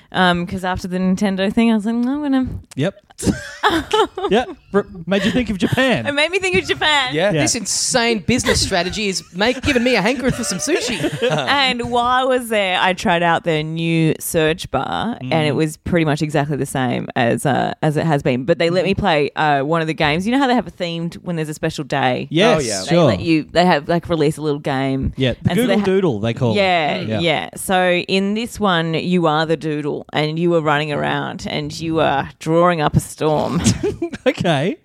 [SPEAKER 4] Because after the Nintendo thing, I was like, I'm gonna.
[SPEAKER 2] Yep. yeah. R- made you think of Japan.
[SPEAKER 4] It made me think of Japan.
[SPEAKER 2] Yeah.
[SPEAKER 1] This insane business strategy is make, giving me a hankering for some sushi.
[SPEAKER 4] And while I was there, I tried out their new search bar, and it
[SPEAKER 2] Mm.
[SPEAKER 4] was pretty much exactly the same as uh, as it has been. But they let
[SPEAKER 2] Mm-hmm.
[SPEAKER 4] me play uh, one of the games. You know how they have a themed when there's a special day.
[SPEAKER 2] Yes,
[SPEAKER 3] Oh, yeah.
[SPEAKER 4] They
[SPEAKER 2] sure.
[SPEAKER 4] let you. They have like release a little game.
[SPEAKER 2] yeah, the
[SPEAKER 4] And so they
[SPEAKER 2] Google
[SPEAKER 4] ha-
[SPEAKER 2] Doodle, they call
[SPEAKER 4] Yeah,
[SPEAKER 2] it.
[SPEAKER 4] yeah, So in this one, you are the doodle, and you are running around, and you are drawing up a storm.
[SPEAKER 2] Okay.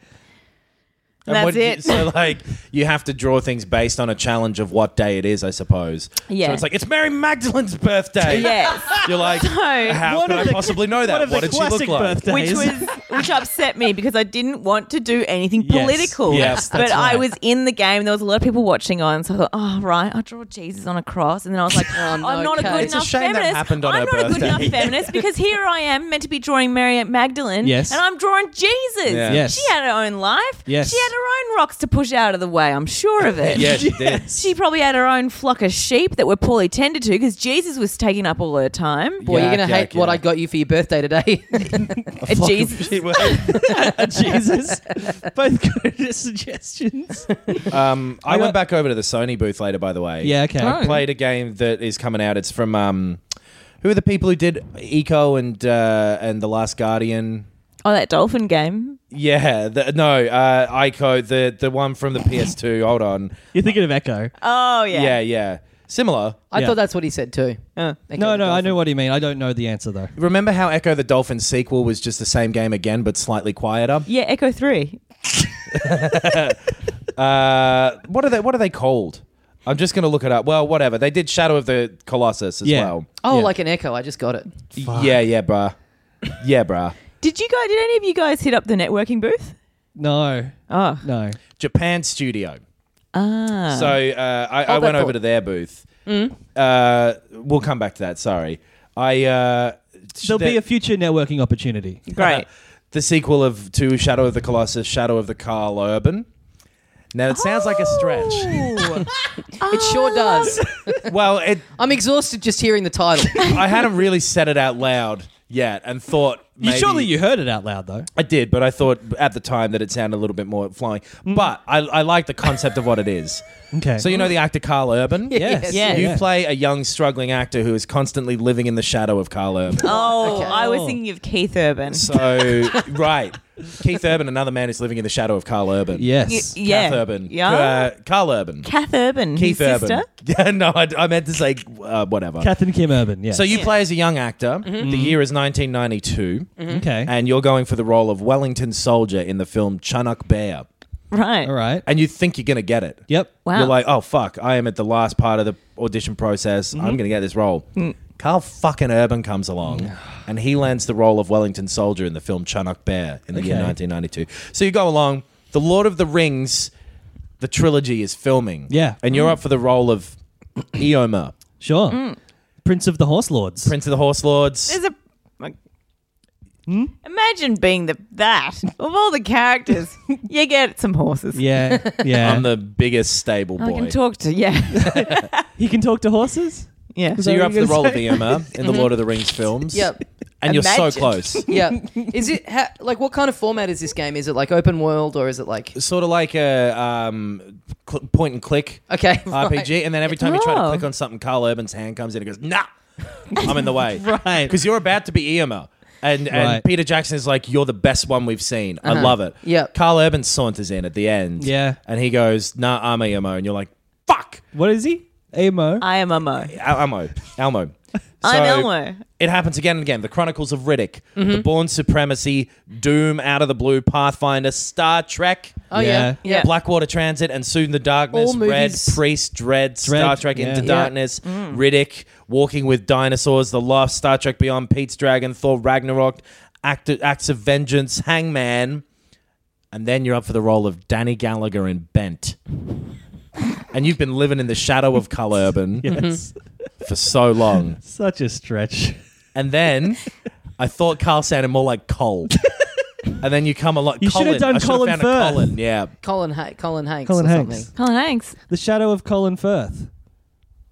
[SPEAKER 4] And that's
[SPEAKER 3] what did you-
[SPEAKER 4] it.
[SPEAKER 3] so, like, you have to draw things based on a challenge of what day it is, I suppose. So
[SPEAKER 4] Yeah.
[SPEAKER 3] it's like it's Mary Magdalene's birthday.
[SPEAKER 4] yes.
[SPEAKER 3] You're like, how
[SPEAKER 2] One
[SPEAKER 3] could
[SPEAKER 2] of
[SPEAKER 3] I
[SPEAKER 2] the-
[SPEAKER 3] possibly know
[SPEAKER 2] one
[SPEAKER 3] that?
[SPEAKER 2] of
[SPEAKER 3] What
[SPEAKER 2] the
[SPEAKER 3] did she look
[SPEAKER 2] classic
[SPEAKER 3] like?
[SPEAKER 2] birthdays.
[SPEAKER 4] which was which upset me because I didn't want to do anything
[SPEAKER 2] Yes,
[SPEAKER 4] political.
[SPEAKER 2] yes,
[SPEAKER 4] but
[SPEAKER 2] that's right.
[SPEAKER 4] I was in the game. There was a lot of people watching on, so I thought, oh right, I'll draw Jesus on a cross, and then I was like,
[SPEAKER 1] no,
[SPEAKER 4] I'm not
[SPEAKER 1] Kate.
[SPEAKER 4] a good
[SPEAKER 1] It's
[SPEAKER 3] Oh, a
[SPEAKER 4] enough
[SPEAKER 3] shame that
[SPEAKER 4] feminist.
[SPEAKER 3] happened on
[SPEAKER 4] I'm
[SPEAKER 3] her
[SPEAKER 4] not a good enough
[SPEAKER 3] birthday.
[SPEAKER 4] feminist because here I am meant to be drawing Mary Magdalene,
[SPEAKER 2] Yes.
[SPEAKER 4] and I'm drawing Jesus.
[SPEAKER 3] Yeah.
[SPEAKER 2] Yes.
[SPEAKER 4] she had her own life.
[SPEAKER 2] Yes.
[SPEAKER 4] she had her own rocks to push out of the way. I'm sure of it.
[SPEAKER 3] Yeah, she did.
[SPEAKER 4] She probably had her own flock of sheep that were poorly tended to because Jesus was taking up all her time.
[SPEAKER 1] Boy, you're
[SPEAKER 3] Yak,
[SPEAKER 1] gonna
[SPEAKER 3] yak,
[SPEAKER 1] hate what
[SPEAKER 3] yak.
[SPEAKER 1] I got you for your birthday today.
[SPEAKER 4] Uh, Jesus.
[SPEAKER 2] Jesus. Both good suggestions.
[SPEAKER 3] Um, I,
[SPEAKER 2] I
[SPEAKER 3] went
[SPEAKER 2] got-
[SPEAKER 3] back over to the Sony booth later, by the way.
[SPEAKER 2] Yeah, okay.
[SPEAKER 4] Oh.
[SPEAKER 3] Played a game that is coming out. It's from um, who are the people who did Eco and uh, and the Last Guardian?
[SPEAKER 4] Oh, that dolphin game.
[SPEAKER 3] Yeah, the, no, uh, Ico, the the one from the PS2. Hold on.
[SPEAKER 2] You're thinking of Echo.
[SPEAKER 4] Oh yeah.
[SPEAKER 3] Yeah, yeah, similar.
[SPEAKER 1] I
[SPEAKER 2] Yeah.
[SPEAKER 1] thought that's what he said too.
[SPEAKER 4] Uh.
[SPEAKER 2] No, no, I know what you mean. I don't know the answer, though.
[SPEAKER 3] Remember how Echo the Dolphin sequel was just the same game again, but slightly quieter?
[SPEAKER 4] Yeah, Echo Three.
[SPEAKER 3] Uh, what are they? What are they called? I'm just gonna look it up. Well, whatever. They did Shadow of the Colossus as
[SPEAKER 2] Yeah.
[SPEAKER 3] well.
[SPEAKER 1] Oh,
[SPEAKER 2] Yeah.
[SPEAKER 1] like an echo. I just got it.
[SPEAKER 3] Yeah, yeah, bruh. Yeah, bruh.
[SPEAKER 4] Did you guys? Did any of you guys hit up the networking booth?
[SPEAKER 2] No,
[SPEAKER 4] Oh,
[SPEAKER 2] no.
[SPEAKER 3] Japan Studio.
[SPEAKER 4] ah.
[SPEAKER 3] So uh, I, I
[SPEAKER 2] Oh,
[SPEAKER 1] that
[SPEAKER 3] went over
[SPEAKER 1] thought.
[SPEAKER 3] to their booth.
[SPEAKER 2] Mm.
[SPEAKER 3] Uh, we'll come back to that. Sorry. I uh,
[SPEAKER 2] There'll
[SPEAKER 3] the-
[SPEAKER 2] be a future networking opportunity.
[SPEAKER 4] great.
[SPEAKER 3] the sequel of to Shadow of the Colossus, Shadow of the Carl Urban. Now it sounds like a stretch.
[SPEAKER 2] Oh.
[SPEAKER 4] Ah.
[SPEAKER 1] It sure does.
[SPEAKER 3] well, it,
[SPEAKER 2] Oh.
[SPEAKER 1] I'm exhausted just hearing the title.
[SPEAKER 3] I hadn't really said it out loud yet, and thought
[SPEAKER 2] You,
[SPEAKER 3] maybe-
[SPEAKER 2] surely you heard it out loud though.
[SPEAKER 3] I did, but I thought at the time that it sounded a little bit more flowing.
[SPEAKER 2] Mm.
[SPEAKER 3] But I, I like the concept of what it is.
[SPEAKER 2] Okay.
[SPEAKER 3] So you know the actor Carl Urban?
[SPEAKER 2] Yes.
[SPEAKER 4] Yes.
[SPEAKER 3] You
[SPEAKER 2] Mm. Yeah.
[SPEAKER 3] play a young, struggling actor who is constantly living in the shadow of Carl Urban.
[SPEAKER 4] Oh, I was thinking of Keith Urban.
[SPEAKER 3] So, right. Keith Urban, another man is living in the shadow of Carl Urban.
[SPEAKER 4] Y-
[SPEAKER 2] Yes.
[SPEAKER 4] yeah.
[SPEAKER 3] Kath Urban.
[SPEAKER 4] Yeah.
[SPEAKER 3] Uh, Carl Urban.
[SPEAKER 4] Kath Urban.
[SPEAKER 3] Keith
[SPEAKER 4] his
[SPEAKER 3] Urban.
[SPEAKER 4] sister.
[SPEAKER 3] Yeah, no, I, I meant to say uh, whatever.
[SPEAKER 2] Kath and Kim Urban. Yeah.
[SPEAKER 3] so you
[SPEAKER 4] Yeah. Mm-hmm.
[SPEAKER 3] play as a young actor. The year is 1992,
[SPEAKER 2] okay.
[SPEAKER 3] and you're going for the role of Wellington soldier in the film Chunuk Bear.
[SPEAKER 4] Right.
[SPEAKER 2] All right.
[SPEAKER 3] And you think you're going to get it.
[SPEAKER 2] Yep.
[SPEAKER 4] Wow.
[SPEAKER 3] You're like, oh fuck, I am at the last part of the audition process. I'm going to get this role. Carl fucking Urban comes along and he lands the role of Wellington Soldier in the film Chunuk Bear in the year
[SPEAKER 2] Okay.
[SPEAKER 3] 1992. So you go along, The Lord of the Rings, the trilogy is filming.
[SPEAKER 2] Yeah.
[SPEAKER 3] And you're up for the role of Eomer,
[SPEAKER 2] Sure. Prince of the Horse Lords.
[SPEAKER 3] Prince of the Horse Lords.
[SPEAKER 4] There's a. like- Hmm? Imagine being the that of all the characters. you get some horses.
[SPEAKER 2] Yeah. Yeah.
[SPEAKER 3] I'm the biggest stable boy.
[SPEAKER 4] I can talk to yeah,
[SPEAKER 2] he can talk to horses.
[SPEAKER 4] yeah.
[SPEAKER 3] so you're up for the role of
[SPEAKER 2] the.
[SPEAKER 3] Eomer in the Lord of the Rings films.
[SPEAKER 1] Yep.
[SPEAKER 3] And you're so
[SPEAKER 4] Imagine.
[SPEAKER 3] close.
[SPEAKER 1] Yeah. Is it ha- like what kind of format is this game? Is it like open world or is it like
[SPEAKER 3] Sort of like a um, cl- point and click
[SPEAKER 1] okay right.
[SPEAKER 3] RPG, and then every time you try to
[SPEAKER 4] Oh.
[SPEAKER 3] click on something, Carl Urban's hand comes in and goes, "Nah, I'm in the way,"
[SPEAKER 2] Right.
[SPEAKER 3] Because you're about to be EML, and and
[SPEAKER 2] Right.
[SPEAKER 3] Peter Jackson is like, "You're the best one we've seen. I love it."
[SPEAKER 1] Yep.
[SPEAKER 3] Carl Urban saunters in at the end,
[SPEAKER 2] Yeah.
[SPEAKER 3] and he goes, "Nah, I'm EMO," and you're like, "Fuck,
[SPEAKER 2] What is he? Amo.
[SPEAKER 4] I am a mo.
[SPEAKER 3] Al- Elmo, Elmo."
[SPEAKER 4] I'm
[SPEAKER 3] So-
[SPEAKER 4] Elmo.
[SPEAKER 3] it happens again and again. The Chronicles of Riddick, The Born Supremacy, Doom, Out of the Blue, Pathfinder, Star Trek.
[SPEAKER 1] Oh yeah.
[SPEAKER 4] Yeah. Yeah.
[SPEAKER 3] Blackwater Transit and Soon the Darkness,
[SPEAKER 1] All
[SPEAKER 3] Red,
[SPEAKER 1] movies-
[SPEAKER 3] Priest, Dread, Star
[SPEAKER 2] Dread,
[SPEAKER 3] Trek
[SPEAKER 2] yeah.
[SPEAKER 3] Into
[SPEAKER 2] Yeah.
[SPEAKER 3] Darkness, Riddick, Walking with Dinosaurs, The Lost, Star Trek Beyond, Pete's Dragon, Thor, Ragnarok, Act, Acts of Vengeance, Hangman. And then you're up for the role of Danny Gallagher in Bent. and you've been living in the shadow of Carl Urban
[SPEAKER 2] Yes.
[SPEAKER 3] for so long.
[SPEAKER 2] Such a stretch.
[SPEAKER 3] And then I thought Carl sounded more like Cole. and then you come along.
[SPEAKER 2] You
[SPEAKER 3] Colin.
[SPEAKER 2] should have done
[SPEAKER 3] I should
[SPEAKER 2] Colin
[SPEAKER 3] found a
[SPEAKER 2] Firth.
[SPEAKER 3] Colin. Yeah.
[SPEAKER 1] Colin ha- Colin Hanks
[SPEAKER 2] Colin
[SPEAKER 1] or
[SPEAKER 2] Hanks.
[SPEAKER 1] something.
[SPEAKER 4] Colin Hanks.
[SPEAKER 2] The Shadow of Colin Firth.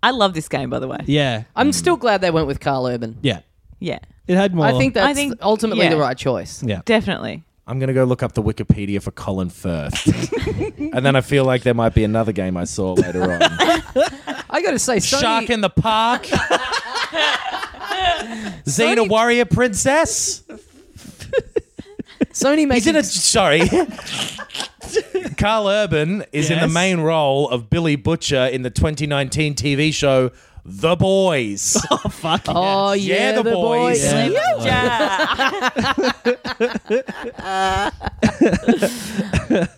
[SPEAKER 4] I love this game, by the way.
[SPEAKER 2] Yeah.
[SPEAKER 1] I'm still glad they went with Carl Urban.
[SPEAKER 2] Yeah.
[SPEAKER 4] Yeah,
[SPEAKER 2] It had more.
[SPEAKER 1] I think that's
[SPEAKER 4] I think-
[SPEAKER 1] ultimately
[SPEAKER 4] yeah.
[SPEAKER 1] the right choice.
[SPEAKER 2] Oh. Yeah.
[SPEAKER 4] definitely.
[SPEAKER 3] I'm going to go look up the Wikipedia for Colin Firth. and then I feel like there might be another game I saw later on.
[SPEAKER 1] I got to say, Sony,
[SPEAKER 3] Shark in the Park. Xena Warrior Princess.
[SPEAKER 1] Sony
[SPEAKER 3] He's in a.
[SPEAKER 1] making
[SPEAKER 3] Sorry. Carl Urban is in the
[SPEAKER 2] Yes.
[SPEAKER 3] main role of Billy Butcher in the 2019 TV show The Boys.
[SPEAKER 2] Oh, fuck.
[SPEAKER 1] oh
[SPEAKER 3] Yeah,
[SPEAKER 1] yeah,
[SPEAKER 3] the boys.
[SPEAKER 1] boys.
[SPEAKER 2] Yeah.
[SPEAKER 4] Yeah.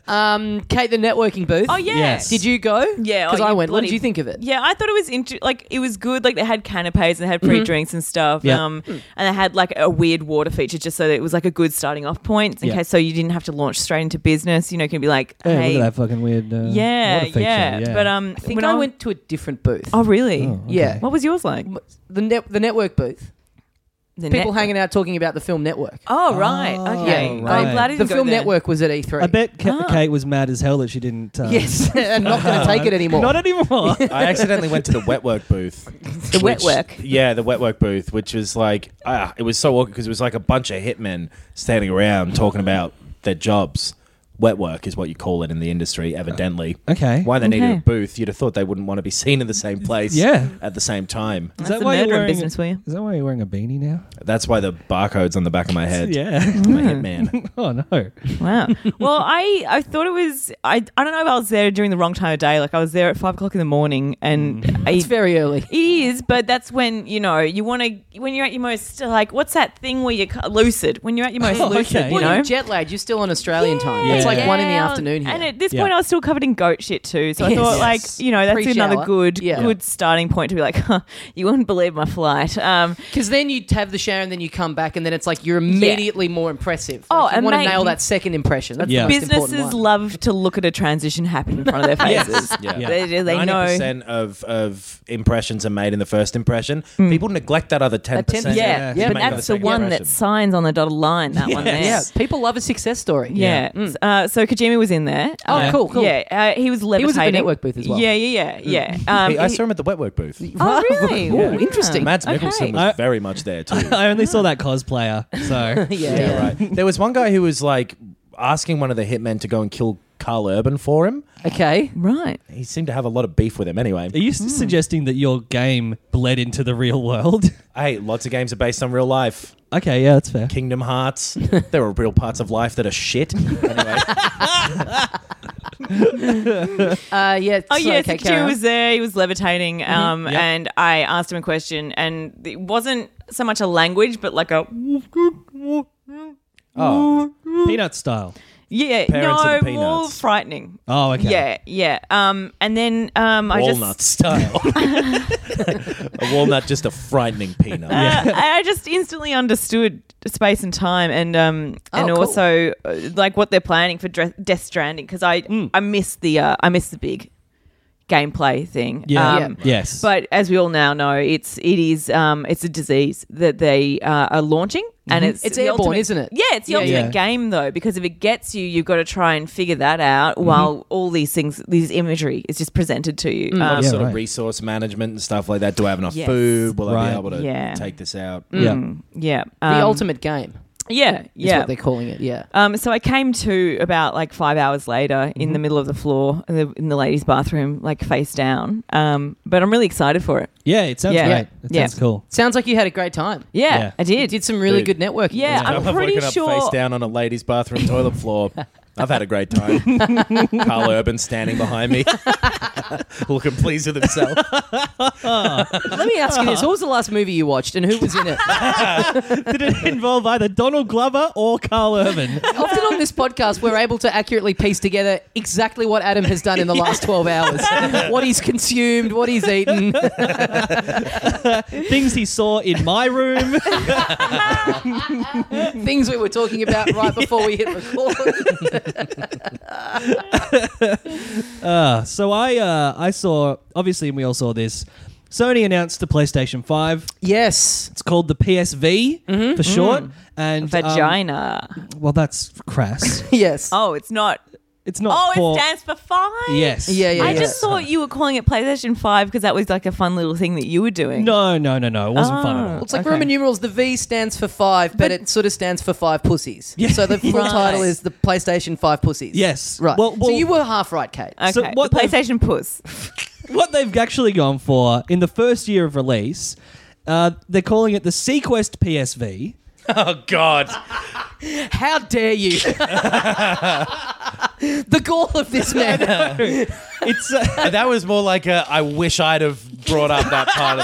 [SPEAKER 1] Um, Kate, the networking booth.
[SPEAKER 4] oh yeah.
[SPEAKER 2] Yes.
[SPEAKER 1] Did you go?
[SPEAKER 4] Yeah, oh,
[SPEAKER 1] because
[SPEAKER 4] you
[SPEAKER 1] I went. What did
[SPEAKER 4] bloody-
[SPEAKER 1] you think of it?
[SPEAKER 4] Yeah, I thought it was inter- like it was good. Like they had canapes and they had
[SPEAKER 1] Mm-hmm.
[SPEAKER 4] free drinks and stuff.
[SPEAKER 2] Yeah.
[SPEAKER 4] Um, and they had like a weird water feature just so that it was like a good starting off point in
[SPEAKER 2] Yeah.
[SPEAKER 4] case so you didn't have to launch straight into business. You know, you can be like,
[SPEAKER 2] Hey,
[SPEAKER 4] hey,
[SPEAKER 2] look at that fucking weird. Uh,
[SPEAKER 4] yeah,
[SPEAKER 2] water feature.
[SPEAKER 4] yeah, But um,
[SPEAKER 1] I think I went to a different booth.
[SPEAKER 4] Oh really?
[SPEAKER 1] Yeah,
[SPEAKER 4] What was yours like?
[SPEAKER 1] the net, the network booth.
[SPEAKER 4] The
[SPEAKER 1] People
[SPEAKER 4] net-
[SPEAKER 1] hanging out talking about the film network.
[SPEAKER 4] Oh right.
[SPEAKER 2] Oh,
[SPEAKER 4] okay.
[SPEAKER 2] right.
[SPEAKER 4] I'm glad I didn't
[SPEAKER 1] The
[SPEAKER 4] go
[SPEAKER 1] film
[SPEAKER 4] there.
[SPEAKER 1] network was at E E3.
[SPEAKER 2] I bet Ka-
[SPEAKER 4] Ah.
[SPEAKER 2] Kate was mad as hell that she didn't. Uh,
[SPEAKER 1] Yes, and not going to take it anymore.
[SPEAKER 2] Not anymore.
[SPEAKER 3] I accidentally went to the wet work booth.
[SPEAKER 4] The wet
[SPEAKER 3] which-
[SPEAKER 4] work.
[SPEAKER 3] Yeah, the wet work booth, which was like, ah, it was so awkward because it was like a bunch of hitmen standing around talking about their jobs. Wet work is what you call it in the industry, evidently.
[SPEAKER 2] Uh, okay.
[SPEAKER 3] Why they needed a
[SPEAKER 4] Okay.
[SPEAKER 3] booth, you'd have thought they wouldn't want to be seen in the same place
[SPEAKER 2] Yeah.
[SPEAKER 3] at the same time.
[SPEAKER 2] Is
[SPEAKER 4] That's the murder in business for you.
[SPEAKER 2] Is that why you're wearing a beanie now?
[SPEAKER 3] That's why the barcode's on the back of my head.
[SPEAKER 2] Yeah.
[SPEAKER 4] Hmm.
[SPEAKER 3] I'm a hitman.
[SPEAKER 2] oh no.
[SPEAKER 4] Wow. well, I I thought it was I I don't know if I was there during the wrong time of day. Like I was there at five o'clock in the morning, and I,
[SPEAKER 1] It's very early.
[SPEAKER 4] it is, but that's when you know you want to when you're at your most like what's that thing where you're ca- lucid when you're at your most
[SPEAKER 2] Oh,
[SPEAKER 4] lucid,
[SPEAKER 2] okay.
[SPEAKER 4] you
[SPEAKER 1] Well,
[SPEAKER 4] know.
[SPEAKER 1] you're jet lagged. You're still on Australian time.
[SPEAKER 2] Yeah.
[SPEAKER 1] It's like one in the
[SPEAKER 4] Yeah,
[SPEAKER 1] afternoon here.
[SPEAKER 4] And at this
[SPEAKER 2] Yeah.
[SPEAKER 4] point, I was still covered in goat shit too. So I
[SPEAKER 1] Yes.
[SPEAKER 4] thought, like,
[SPEAKER 1] Yes.
[SPEAKER 4] you know, that's
[SPEAKER 1] Pre-shower.
[SPEAKER 4] another good,
[SPEAKER 1] Yeah.
[SPEAKER 4] good starting point to be like, huh, you wouldn't believe my flight. Um,
[SPEAKER 1] Because then you have the shower and then you come back and then it's like you're immediately more impressive.
[SPEAKER 4] Oh,
[SPEAKER 1] Like, you
[SPEAKER 4] and
[SPEAKER 1] want to
[SPEAKER 4] mate,
[SPEAKER 1] nail
[SPEAKER 4] you-
[SPEAKER 1] that second impression. That's
[SPEAKER 2] Yeah.
[SPEAKER 1] the most
[SPEAKER 4] businesses
[SPEAKER 1] important one.
[SPEAKER 4] love to look at a transition happen in front of their faces.
[SPEAKER 3] Yeah.
[SPEAKER 4] They, they know.
[SPEAKER 3] 90% of, of impressions are made in the first impression. People neglect that other 10%.
[SPEAKER 4] Hmm. Yeah,
[SPEAKER 1] 10%,
[SPEAKER 4] yeah,
[SPEAKER 3] to
[SPEAKER 4] but
[SPEAKER 3] make
[SPEAKER 4] that's the
[SPEAKER 3] second
[SPEAKER 4] one that
[SPEAKER 3] impression.
[SPEAKER 4] signs on the dotted line. That one there.
[SPEAKER 1] yeah, people love a success story.
[SPEAKER 4] Yeah. S- Uh, Uh, so Kojima was in there.
[SPEAKER 1] Oh,
[SPEAKER 4] Uh,
[SPEAKER 1] cool, cool.
[SPEAKER 4] Yeah, uh, he was levitating.
[SPEAKER 1] was at the network booth as well.
[SPEAKER 4] Yeah, yeah, yeah, yeah. Um,
[SPEAKER 3] Hey, I
[SPEAKER 4] he-
[SPEAKER 3] saw him at the wet work booth.
[SPEAKER 4] Oh, really?
[SPEAKER 1] Ooh,
[SPEAKER 4] Yeah.
[SPEAKER 1] interesting.
[SPEAKER 3] Mads
[SPEAKER 4] Okay.
[SPEAKER 3] Mikkelsen was
[SPEAKER 2] I-
[SPEAKER 3] very much there too.
[SPEAKER 2] I only saw that cosplayer. So
[SPEAKER 1] yeah,
[SPEAKER 3] Yeah, right. There was one guy who was like asking one of the hitmen to go and kill Carl Urban for him.
[SPEAKER 1] Okay.
[SPEAKER 4] right.
[SPEAKER 3] He seemed to have a lot of beef with him anyway.
[SPEAKER 2] Are you
[SPEAKER 4] Hmm.
[SPEAKER 2] s suggesting that your game bled into the real world?
[SPEAKER 3] Hey, lots of games are based on real life.
[SPEAKER 2] okay, yeah, that's fair.
[SPEAKER 3] Kingdom Hearts. there are real parts of life that are shit. Anyway,
[SPEAKER 1] Uh, yeah.
[SPEAKER 4] Oh
[SPEAKER 1] so,
[SPEAKER 4] yeah,
[SPEAKER 1] okay, carry
[SPEAKER 4] so Kojima
[SPEAKER 1] on.
[SPEAKER 4] was there. He was levitating, um,
[SPEAKER 2] Yep.
[SPEAKER 4] and I asked him a question, and it wasn't so much a language, but like a
[SPEAKER 3] oh,
[SPEAKER 2] Peanut style.
[SPEAKER 4] yeah,
[SPEAKER 3] Parents
[SPEAKER 4] no,
[SPEAKER 3] of the
[SPEAKER 4] more
[SPEAKER 3] Peanuts.
[SPEAKER 4] frightening.
[SPEAKER 2] Oh, okay.
[SPEAKER 4] Yeah, yeah. Um, and then um, I
[SPEAKER 3] walnut
[SPEAKER 4] just.
[SPEAKER 3] style. a walnut, just a frightening peanut.
[SPEAKER 4] Uh, I I just instantly understood space and time, and um,
[SPEAKER 1] Oh,
[SPEAKER 4] and
[SPEAKER 1] cool.
[SPEAKER 4] also uh, like what they're planning for Dre- Death Stranding because I
[SPEAKER 1] Mm.
[SPEAKER 4] I missed the uh, I missed the big gameplay thing.
[SPEAKER 2] Yeah.
[SPEAKER 4] Um,
[SPEAKER 1] Yeah.
[SPEAKER 2] Yes.
[SPEAKER 4] But as we all now know, it's it is um, it's a disease that they uh, are launching, and it's
[SPEAKER 1] Mm-hmm. It's
[SPEAKER 4] the
[SPEAKER 1] airborne,
[SPEAKER 4] ultimate-
[SPEAKER 1] isn't it?
[SPEAKER 4] Yeah, it's the
[SPEAKER 1] Yeah,
[SPEAKER 4] ultimate
[SPEAKER 2] yeah.
[SPEAKER 4] game though, because if it gets you, you've got to try and figure that out
[SPEAKER 1] Mm-hmm.
[SPEAKER 4] while all these things, these imagery is just presented to you.
[SPEAKER 1] Mm.
[SPEAKER 3] a lot
[SPEAKER 4] Um,
[SPEAKER 3] of
[SPEAKER 2] Yeah,
[SPEAKER 3] sort
[SPEAKER 2] right.
[SPEAKER 3] of resource management and stuff like that. Do I have enough
[SPEAKER 4] Yes.
[SPEAKER 3] food? Will I
[SPEAKER 2] Right.
[SPEAKER 3] be able to
[SPEAKER 4] Yeah.
[SPEAKER 3] take this out?
[SPEAKER 2] yeah.
[SPEAKER 4] yeah,
[SPEAKER 1] the
[SPEAKER 4] um,
[SPEAKER 1] ultimate game.
[SPEAKER 4] Yeah,
[SPEAKER 1] Is
[SPEAKER 4] yeah.
[SPEAKER 1] what they're calling it. Yeah.
[SPEAKER 4] Um, so I came to about like five hours later in the middle of the floor in the, in the ladies' bathroom, like face down. Um, but I'm really excited for it.
[SPEAKER 2] Yeah, it sounds
[SPEAKER 4] Yeah.
[SPEAKER 2] right. It
[SPEAKER 4] Yeah.
[SPEAKER 2] sounds cool.
[SPEAKER 1] Sounds like you had a great time.
[SPEAKER 4] Yeah,
[SPEAKER 2] Yeah.
[SPEAKER 4] I
[SPEAKER 1] You
[SPEAKER 4] did.
[SPEAKER 1] did some really
[SPEAKER 3] Dude.
[SPEAKER 1] good networking.
[SPEAKER 4] Yeah. I'm
[SPEAKER 3] I've
[SPEAKER 4] pretty
[SPEAKER 3] woken up
[SPEAKER 4] sure-
[SPEAKER 3] face down on a lady's bathroom toilet floor. I've had a great time. Carl Urban standing behind me, looking pleased with himself.
[SPEAKER 1] Let me ask you this: What was the last movie you watched, and who was in it?
[SPEAKER 2] Did it involve either Donald Glover or Carl Urban?
[SPEAKER 1] Often on this podcast, we're able to accurately piece together exactly what Adam has done in the last 12 hours. What he's consumed, what he's eaten.
[SPEAKER 2] Things he saw in my room.
[SPEAKER 1] things we were talking about right before we hit record.
[SPEAKER 2] Uh, so I uh, I saw obviously and we all saw this. Sony announced the PlayStation 5.
[SPEAKER 1] yes.
[SPEAKER 2] It's called the PSV
[SPEAKER 1] Mm-hmm.
[SPEAKER 2] for short.
[SPEAKER 1] Mm.
[SPEAKER 2] And um,
[SPEAKER 4] Vagina.
[SPEAKER 2] well, that's crass.
[SPEAKER 1] Yes.
[SPEAKER 4] oh, it's not.
[SPEAKER 2] It's not.
[SPEAKER 4] Oh,
[SPEAKER 2] for,
[SPEAKER 4] it stands for five.
[SPEAKER 2] Yes.
[SPEAKER 1] Yeah, yeah,
[SPEAKER 4] I
[SPEAKER 1] yeah.
[SPEAKER 4] just thought you were calling it PlayStation Five because that was like a fun little thing that you were doing.
[SPEAKER 2] No, no, no, no. It wasn't fun
[SPEAKER 4] Oh.
[SPEAKER 2] at all.
[SPEAKER 1] It's like Roman numerals. The V stands for five, but, it sort of stands for five pussies. So the full
[SPEAKER 4] Right.
[SPEAKER 1] title is the PlayStation Five Pussies.
[SPEAKER 2] Yes.
[SPEAKER 1] Right.
[SPEAKER 2] Well- well-
[SPEAKER 1] so you were half right, Kate.
[SPEAKER 4] Okay.
[SPEAKER 2] So what
[SPEAKER 4] the
[SPEAKER 2] they've-
[SPEAKER 4] PlayStation Puss.
[SPEAKER 2] what they've actually gone for in the first year of release, uh, they're calling it the Sequest PSV.
[SPEAKER 3] Oh God!
[SPEAKER 1] How dare you? the goal of this man.
[SPEAKER 2] It's uh,
[SPEAKER 3] That was more like a. I wish I'd have brought up that part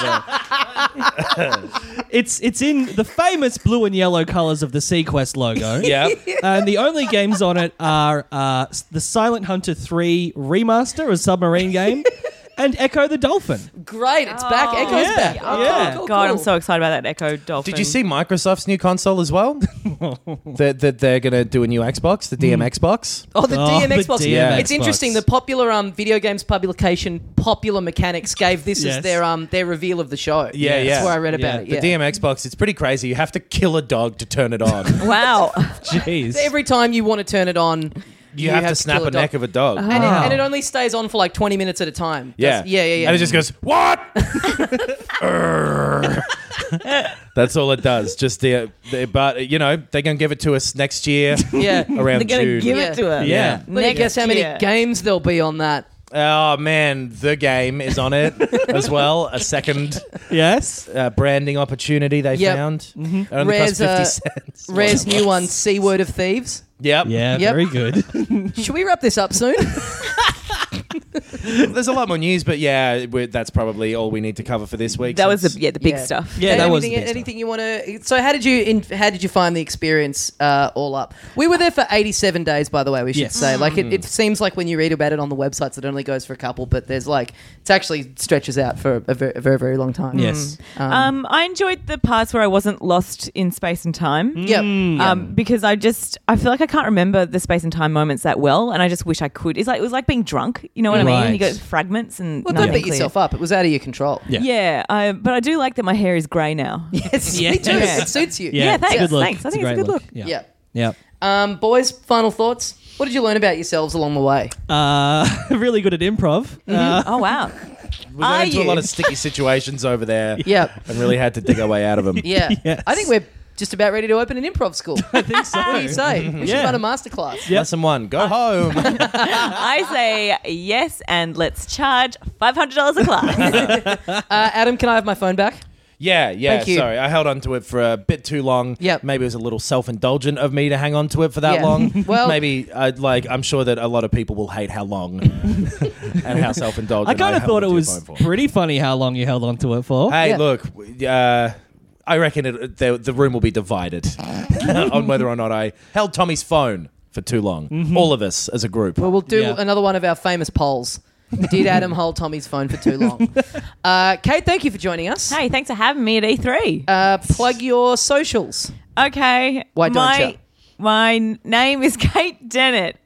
[SPEAKER 3] of the.
[SPEAKER 2] it's it's in the famous blue and yellow colors of the Sequest logo.
[SPEAKER 3] Yeah.
[SPEAKER 2] And the only games on it are uh, s- the Silent Hunter 3 remaster, a submarine game, and Echo the Dolphin.
[SPEAKER 1] Great. It's back.
[SPEAKER 4] Oh.
[SPEAKER 1] Echo's
[SPEAKER 2] Yeah.
[SPEAKER 1] back. Oh,
[SPEAKER 2] Yeah.
[SPEAKER 1] cool, cool,
[SPEAKER 4] God, I'm
[SPEAKER 1] cool.
[SPEAKER 4] so excited about that Echo Dolphin.
[SPEAKER 3] Did you see Microsoft's new console as well? that, that they're gonna do a new Xbox, the DM Xbox.
[SPEAKER 1] Oh, the
[SPEAKER 2] Oh,
[SPEAKER 1] DMX
[SPEAKER 2] the
[SPEAKER 1] box.
[SPEAKER 2] DMX
[SPEAKER 1] It's interesting.
[SPEAKER 2] box.
[SPEAKER 1] The popular um, video games publication, Popular Mechanics, gave this
[SPEAKER 2] Yes.
[SPEAKER 1] as their um, their reveal of the show.
[SPEAKER 3] Yeah, yeah.
[SPEAKER 1] That's where I read about it.
[SPEAKER 3] The
[SPEAKER 1] Yeah.
[SPEAKER 3] DM Xbox. It's pretty crazy. You have to kill a dog to turn it on.
[SPEAKER 4] Wow.
[SPEAKER 2] Jeez.
[SPEAKER 1] Every time you want to turn it on,
[SPEAKER 3] You, have, to snap
[SPEAKER 1] kill
[SPEAKER 3] a neck
[SPEAKER 1] dog.
[SPEAKER 3] of a dog.
[SPEAKER 1] and, it, and it only stays on for like 20 minutes at a time.
[SPEAKER 3] Yeah.
[SPEAKER 1] Does- yeah, yeah, yeah.
[SPEAKER 3] And it just goes, What? Err. That's all it does. Just the, the but uh, you know, they're gonna give it to us next year
[SPEAKER 1] yeah.
[SPEAKER 4] They're
[SPEAKER 3] around
[SPEAKER 4] gonna
[SPEAKER 3] June.
[SPEAKER 4] give
[SPEAKER 1] Yeah.
[SPEAKER 4] it to us.
[SPEAKER 3] Yeah.
[SPEAKER 1] Let me
[SPEAKER 4] Next
[SPEAKER 1] guess how many
[SPEAKER 4] year.
[SPEAKER 1] games there'll be on that.
[SPEAKER 3] Oh man, the game is on it as well. A second
[SPEAKER 2] yes.
[SPEAKER 3] uh, branding opportunity they
[SPEAKER 1] Yep.
[SPEAKER 3] found. It only cost
[SPEAKER 1] Rare's, uh,
[SPEAKER 3] fifty cents.
[SPEAKER 1] Rare's new one, C Word of Thieves.
[SPEAKER 3] Yep.
[SPEAKER 2] Yeah,
[SPEAKER 1] Yep.
[SPEAKER 2] very good.
[SPEAKER 1] Should we wrap this up soon?
[SPEAKER 3] There's a lot more news, but yeah, we that's probably all we need to cover for this week.
[SPEAKER 4] That was
[SPEAKER 3] since-
[SPEAKER 4] the yeah the big
[SPEAKER 1] Yeah.
[SPEAKER 4] stuff.
[SPEAKER 2] Yeah, that was the
[SPEAKER 1] anything,
[SPEAKER 2] best
[SPEAKER 1] anything you want to. So, how did you in, how did you find the experience uh, all up? We were there for eighty seven days, by the way. We should
[SPEAKER 2] Yes.
[SPEAKER 1] say, like,
[SPEAKER 4] Mm.
[SPEAKER 1] it, it seems like when you read about it on the websites, it only goes for a couple, but there's like it actually stretches out for a, ver- a very very long time.
[SPEAKER 3] Mm.
[SPEAKER 2] Yes.
[SPEAKER 1] Mm.
[SPEAKER 4] Um, I enjoyed the parts where I wasn't lost in space and time.
[SPEAKER 1] Yep.
[SPEAKER 4] Um, because I just I feel like I can't remember the space and time moments that well, and I just wish I could. It's like it was like being drunk. You know what I mean? You
[SPEAKER 2] Right.
[SPEAKER 4] got fragments and
[SPEAKER 1] Well, don't
[SPEAKER 4] nothing
[SPEAKER 1] beat
[SPEAKER 4] clear.
[SPEAKER 1] yourself up. It was out of your control.
[SPEAKER 2] Yeah.
[SPEAKER 4] Yeah, I, but I do like that my hair is grey now. Yeah,
[SPEAKER 1] Yes,
[SPEAKER 2] Yeah.
[SPEAKER 1] me too.
[SPEAKER 2] Yeah.
[SPEAKER 1] It suits you.
[SPEAKER 4] Yeah,
[SPEAKER 2] it's a
[SPEAKER 4] thanks,
[SPEAKER 2] good look.
[SPEAKER 4] thanks. I think it's a
[SPEAKER 2] great
[SPEAKER 4] good look.
[SPEAKER 2] Yeah.
[SPEAKER 1] Yeah.
[SPEAKER 2] Yeah.
[SPEAKER 1] Um, boys, final thoughts. What did you learn about yourselves along the way?
[SPEAKER 2] Uh, really good at improv. Uh,
[SPEAKER 4] Oh wow.
[SPEAKER 3] We got
[SPEAKER 1] Are
[SPEAKER 3] into a
[SPEAKER 1] you?
[SPEAKER 3] lot of sticky situations over there.
[SPEAKER 1] Yep.
[SPEAKER 3] And really had to dig our way out of them.
[SPEAKER 1] Yeah.
[SPEAKER 2] Yes.
[SPEAKER 1] I think we're just about ready to open an improv school.
[SPEAKER 2] I think so.
[SPEAKER 1] What do you say? We should
[SPEAKER 2] Yeah.
[SPEAKER 1] run a masterclass.
[SPEAKER 2] Yep.
[SPEAKER 3] Lesson one, go home.
[SPEAKER 4] I say yes, and let's charge five hundred dollars a class.
[SPEAKER 1] Uh, Adam, can I have my phone back?
[SPEAKER 3] yeah, yeah.
[SPEAKER 1] Thank you.
[SPEAKER 3] Sorry, I held on to it for a bit too long.
[SPEAKER 1] Yep.
[SPEAKER 3] Maybe it was a little self indulgent of me to hang on to it for that
[SPEAKER 1] Yeah.
[SPEAKER 3] long.
[SPEAKER 1] Well-
[SPEAKER 3] maybe I'd like. I'm sure that a lot of people will hate how long and how self
[SPEAKER 2] I
[SPEAKER 3] indulgent.
[SPEAKER 2] kind of
[SPEAKER 3] held
[SPEAKER 2] thought it
[SPEAKER 3] onto your
[SPEAKER 2] was
[SPEAKER 3] phone for.
[SPEAKER 2] pretty funny how long you held on to it for.
[SPEAKER 3] Hey,
[SPEAKER 1] Yeah.
[SPEAKER 3] look, w- uh, I reckon it, the, the room will be divided on whether or not I held Tommy's phone for too long.
[SPEAKER 2] Mm-hmm.
[SPEAKER 3] All of us as a group.
[SPEAKER 1] Well, we'll do
[SPEAKER 2] Yeah.
[SPEAKER 1] another one of our famous polls. Did Adam hold Tommy's phone for too long? Uh, Kate, thank you for joining us.
[SPEAKER 4] hey, thanks for having me at E three.
[SPEAKER 1] Uh, plug your socials.
[SPEAKER 4] Okay.
[SPEAKER 1] Why don't
[SPEAKER 4] my,
[SPEAKER 1] ya?
[SPEAKER 4] My name is Kate Dennett,